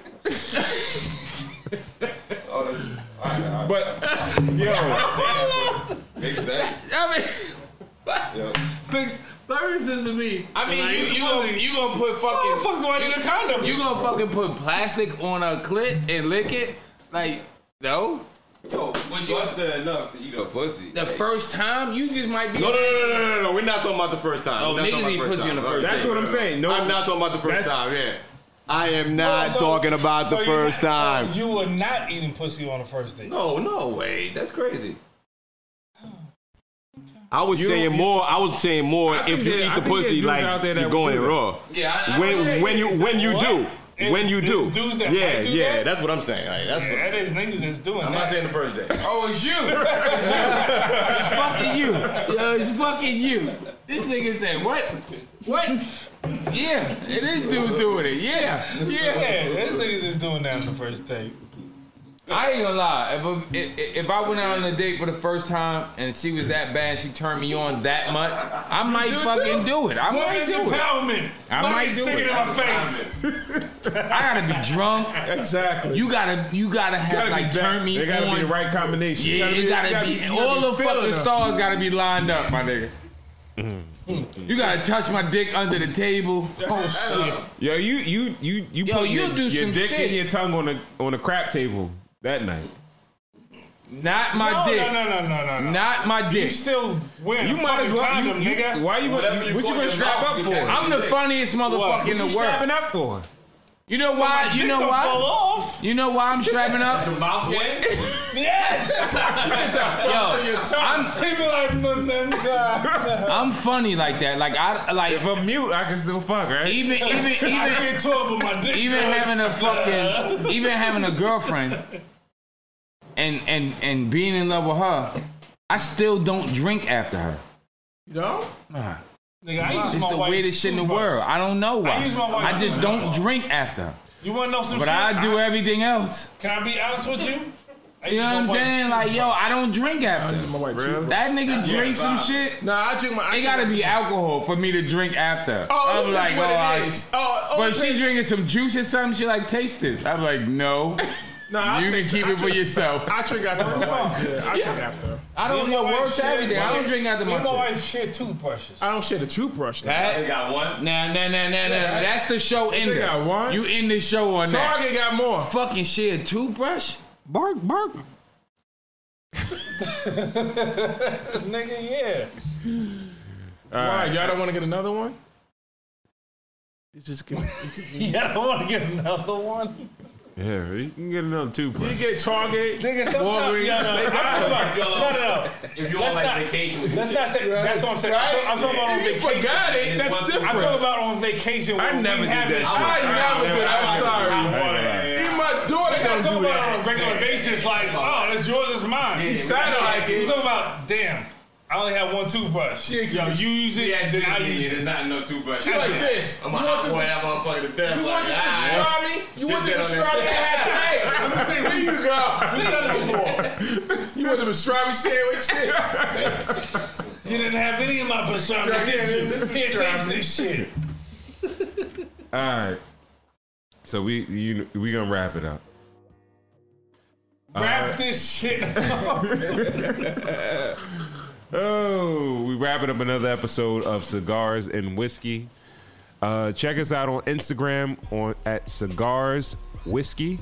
Speaker 1: but yo,
Speaker 8: Exactly.
Speaker 5: I mean,
Speaker 9: Fix viruses to me.
Speaker 5: I mean,
Speaker 2: Like,
Speaker 5: you you
Speaker 2: what
Speaker 5: gonna,
Speaker 2: is-
Speaker 5: you gonna put
Speaker 2: Who the
Speaker 5: fucking
Speaker 2: fuck do I need a condom?
Speaker 5: you gonna fucking put plastic on a clit and lick it? Like no,
Speaker 8: Yo, busted enough to eat a pussy.
Speaker 5: the first time you just might be.
Speaker 9: No, no, no, no, no, no, no. We're not talking about the first time.
Speaker 5: Oh,
Speaker 9: We're not
Speaker 5: niggas
Speaker 9: talking about
Speaker 5: eat
Speaker 9: first
Speaker 5: pussy
Speaker 9: time.
Speaker 5: on the first
Speaker 1: that's what I'm saying. No,
Speaker 9: I'm not talking about the first
Speaker 1: That's-
Speaker 9: time. Yeah, I am not
Speaker 2: Oh, so-
Speaker 9: talking about
Speaker 2: so
Speaker 9: the
Speaker 2: you're
Speaker 9: first
Speaker 2: not-
Speaker 9: time.
Speaker 2: so you were not eating pussy on the first date.
Speaker 9: No, no way. That's crazy. I was
Speaker 1: You
Speaker 9: saying
Speaker 1: don't-
Speaker 9: more. I was saying more.
Speaker 1: think
Speaker 9: If you
Speaker 1: there- I
Speaker 9: eat the
Speaker 1: think there's
Speaker 9: pussy,
Speaker 1: dudes
Speaker 9: like
Speaker 1: out there that
Speaker 9: you're
Speaker 1: would
Speaker 9: going
Speaker 1: do
Speaker 9: it
Speaker 1: that.
Speaker 9: raw.
Speaker 5: Yeah, I, I,
Speaker 9: When when you when you
Speaker 2: What?
Speaker 9: do
Speaker 2: And
Speaker 9: when you do
Speaker 2: there's dudes that
Speaker 9: yeah
Speaker 2: might do
Speaker 9: yeah
Speaker 2: that?
Speaker 9: that's what I'm saying. Like, that's what,
Speaker 2: Yeah, that is niggas that's doing
Speaker 8: I'm
Speaker 2: that.
Speaker 8: not saying the first day.
Speaker 5: oh, it's you. it's fucking you. Yo, it's fucking you. This nigga said what? What? Yeah, it is dude doing it. Yeah, yeah.
Speaker 2: Yeah, there's niggas that's doing that on the first date.
Speaker 5: I ain't gonna lie. If, I- if if I went out on a date for the first time and she was that bad, she turned me on that much, I might fucking do it. I might
Speaker 2: Women's
Speaker 5: do it.
Speaker 2: empowerment.
Speaker 5: I
Speaker 2: Let
Speaker 5: might
Speaker 2: me
Speaker 5: do
Speaker 2: stick
Speaker 5: it.
Speaker 2: it in my face.
Speaker 5: I gotta be drunk.
Speaker 4: Exactly.
Speaker 5: You gotta you gotta have
Speaker 4: Gotta be
Speaker 5: like
Speaker 4: that-
Speaker 5: turn me
Speaker 1: they gotta
Speaker 5: on.
Speaker 1: be the right combination.
Speaker 5: Yeah,
Speaker 4: gotta
Speaker 5: it
Speaker 4: be-
Speaker 5: gotta,
Speaker 4: gotta
Speaker 5: be,
Speaker 4: be- you
Speaker 5: all
Speaker 4: gotta be
Speaker 5: the
Speaker 4: feeling
Speaker 5: fucking
Speaker 4: her.
Speaker 5: stars gotta be lined up, my nigga. you gotta touch my dick under the table.
Speaker 2: Oh
Speaker 1: Yo, you you you you
Speaker 5: Yo,
Speaker 1: put
Speaker 5: you
Speaker 1: your,
Speaker 5: do
Speaker 1: your
Speaker 5: some
Speaker 1: dick
Speaker 5: shit.
Speaker 1: and your tongue on the on the crap table that night.
Speaker 5: Not my
Speaker 2: shit.
Speaker 5: dick.
Speaker 2: No, no, no, no, no, no.
Speaker 5: Not my dick.
Speaker 2: You still wearing
Speaker 1: You
Speaker 2: a
Speaker 1: might as
Speaker 2: fucking
Speaker 1: well.
Speaker 2: condom,
Speaker 1: you, you,
Speaker 2: nigga.
Speaker 1: Why you
Speaker 8: Whatever
Speaker 1: what you,
Speaker 8: you put in
Speaker 1: gonna
Speaker 8: your
Speaker 1: strap
Speaker 8: mouth,
Speaker 1: up
Speaker 8: you
Speaker 1: for?
Speaker 8: can't-
Speaker 5: I'm the funniest motherfucker
Speaker 2: What
Speaker 5: in the
Speaker 1: you
Speaker 5: world.
Speaker 1: strapping up for?
Speaker 5: You know
Speaker 2: So my
Speaker 5: why? You
Speaker 2: dick
Speaker 5: know
Speaker 2: don't Fall
Speaker 5: why?
Speaker 2: off.
Speaker 5: You know why I'm strapping up?
Speaker 9: mouth game.
Speaker 2: Yes.
Speaker 5: Yo, I'm
Speaker 2: People like, "Mmm, no, no, no.
Speaker 5: I'm funny like that. Like I like
Speaker 1: If I'm mute, I can still fuck, right?
Speaker 5: even even
Speaker 2: I
Speaker 5: even
Speaker 2: can't talk with my dick.
Speaker 5: even
Speaker 2: good.
Speaker 5: having a fucking even having a girlfriend and and and being in love with her, I still don't drink after her.
Speaker 4: You know?
Speaker 2: Nigga, I use
Speaker 5: It's
Speaker 2: my
Speaker 5: the
Speaker 2: wife's
Speaker 5: weirdest shit in the
Speaker 2: toothbrush.
Speaker 5: world. I don't know why.
Speaker 2: I use my
Speaker 5: I
Speaker 2: wife's
Speaker 5: just
Speaker 2: toothbrush.
Speaker 5: don't drink after her.
Speaker 2: You want to know some
Speaker 5: But
Speaker 2: shit?
Speaker 5: I do everything else.
Speaker 2: Can I be honest with you? I
Speaker 5: You
Speaker 2: use my
Speaker 5: know what I'm
Speaker 2: wife's
Speaker 5: saying? Like, yo, I don't drink after.
Speaker 4: My white
Speaker 1: Really?
Speaker 5: That nigga drinks some shit.
Speaker 4: Nah, I drink my. I
Speaker 5: It gotta be alcohol for me to drink after.
Speaker 4: Oh,
Speaker 5: I'm
Speaker 4: look
Speaker 5: like,
Speaker 4: like,
Speaker 5: oh,
Speaker 4: what
Speaker 5: I-
Speaker 4: it is. Oh, oh,
Speaker 5: but if
Speaker 4: okay.
Speaker 5: she drinking some juice or something, she like taste this. I'm like, no,
Speaker 4: Nah,
Speaker 5: you
Speaker 4: I
Speaker 5: can
Speaker 4: drink,
Speaker 5: keep
Speaker 4: I
Speaker 5: it for Oh,
Speaker 4: drink,
Speaker 5: yourself.
Speaker 4: I drink after my wife. Yeah, I drink after. her.
Speaker 5: I don't know works every day. I don't drink after
Speaker 2: my
Speaker 5: my
Speaker 2: My
Speaker 5: shit.
Speaker 2: wife share toothbrushes.
Speaker 4: I don't share the toothbrush. Though.
Speaker 5: That,
Speaker 9: got one.
Speaker 5: nah, nah, nah, nah, nah. That's the show ender.
Speaker 4: got one.
Speaker 5: You end the show on that.
Speaker 4: Target got more.
Speaker 5: Fucking shit, a toothbrush?
Speaker 1: Bark, bark.
Speaker 2: Nigga, yeah.
Speaker 4: Why? Y'all don't want to get another one? It's just good.
Speaker 2: Yeah, I want to get another one.
Speaker 1: Yeah, you can get another two. bro.
Speaker 4: you get Target.
Speaker 2: Nigga, sometimes.
Speaker 4: Walgreens,
Speaker 2: Yeah, no, no,
Speaker 4: they
Speaker 2: I'm talking about. No, no, no.
Speaker 9: If you on
Speaker 2: Let's
Speaker 9: like
Speaker 2: not-
Speaker 9: vacation, with
Speaker 2: Let's not say. That's what I'm saying. I'm
Speaker 4: Right?
Speaker 2: talking- I'm talking about on
Speaker 4: You
Speaker 2: vacation.
Speaker 4: forgot it. That's
Speaker 9: I'm
Speaker 4: different.
Speaker 2: I'm talking about on vacation.
Speaker 1: I
Speaker 2: when
Speaker 1: never
Speaker 2: we
Speaker 1: did
Speaker 2: have
Speaker 1: that shit.
Speaker 2: it.
Speaker 4: I never did. I'm
Speaker 1: I
Speaker 4: sorry.
Speaker 1: ain't gonna lie.
Speaker 4: Even my daughter
Speaker 2: I'm
Speaker 4: don't
Speaker 2: talking
Speaker 4: do
Speaker 2: about
Speaker 4: that.
Speaker 2: on a regular basis. Like, oh, that's yours, it's mine.
Speaker 4: He sounded like
Speaker 2: You
Speaker 4: it.
Speaker 2: talking about? Damn, I only have one toothbrush.
Speaker 4: Shit,
Speaker 2: Yo, you use it,
Speaker 9: Yeah,
Speaker 2: then I
Speaker 9: Disney,
Speaker 2: use
Speaker 9: yeah,
Speaker 2: it.
Speaker 9: there's not no toothbrush.
Speaker 4: She like this.
Speaker 9: I'm
Speaker 4: You
Speaker 9: a
Speaker 4: want
Speaker 9: hot
Speaker 4: the-
Speaker 9: boy, that motherfucker to death.
Speaker 4: You want
Speaker 9: like,
Speaker 4: the
Speaker 9: ah,
Speaker 4: pastrami? You want the
Speaker 9: Shit that on
Speaker 4: pastrami I had today? I'm saying, here you go.
Speaker 2: We've done it before.
Speaker 4: You want the pastrami sandwich? Shit.
Speaker 2: You didn't have any of my pastrami,
Speaker 4: Yeah,
Speaker 2: did you?
Speaker 4: this
Speaker 2: You didn't taste this shit.
Speaker 1: All right. So we you we gonna wrap it up.
Speaker 2: Wrap this shit.
Speaker 1: Oh, we wrapping up another episode of Cigars and Whiskey. Uh, check us out on Instagram on at Cigars Whiskey.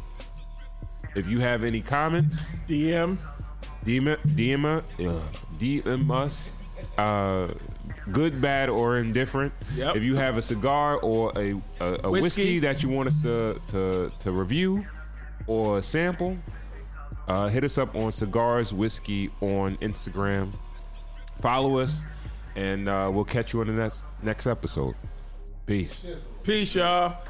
Speaker 1: If you have any comments,
Speaker 4: DM.
Speaker 1: DM DM uh, DM us. Uh, good, bad, or indifferent.
Speaker 4: Yep.
Speaker 1: If you have a cigar or a a, a whiskey.
Speaker 4: Whiskey.
Speaker 1: that you want us to to to review or sample, uh, hit us up on Cigars Whiskey on Instagram. Follow us, and uh, we'll catch you on the next next episode. Peace.
Speaker 4: Peace, y'all.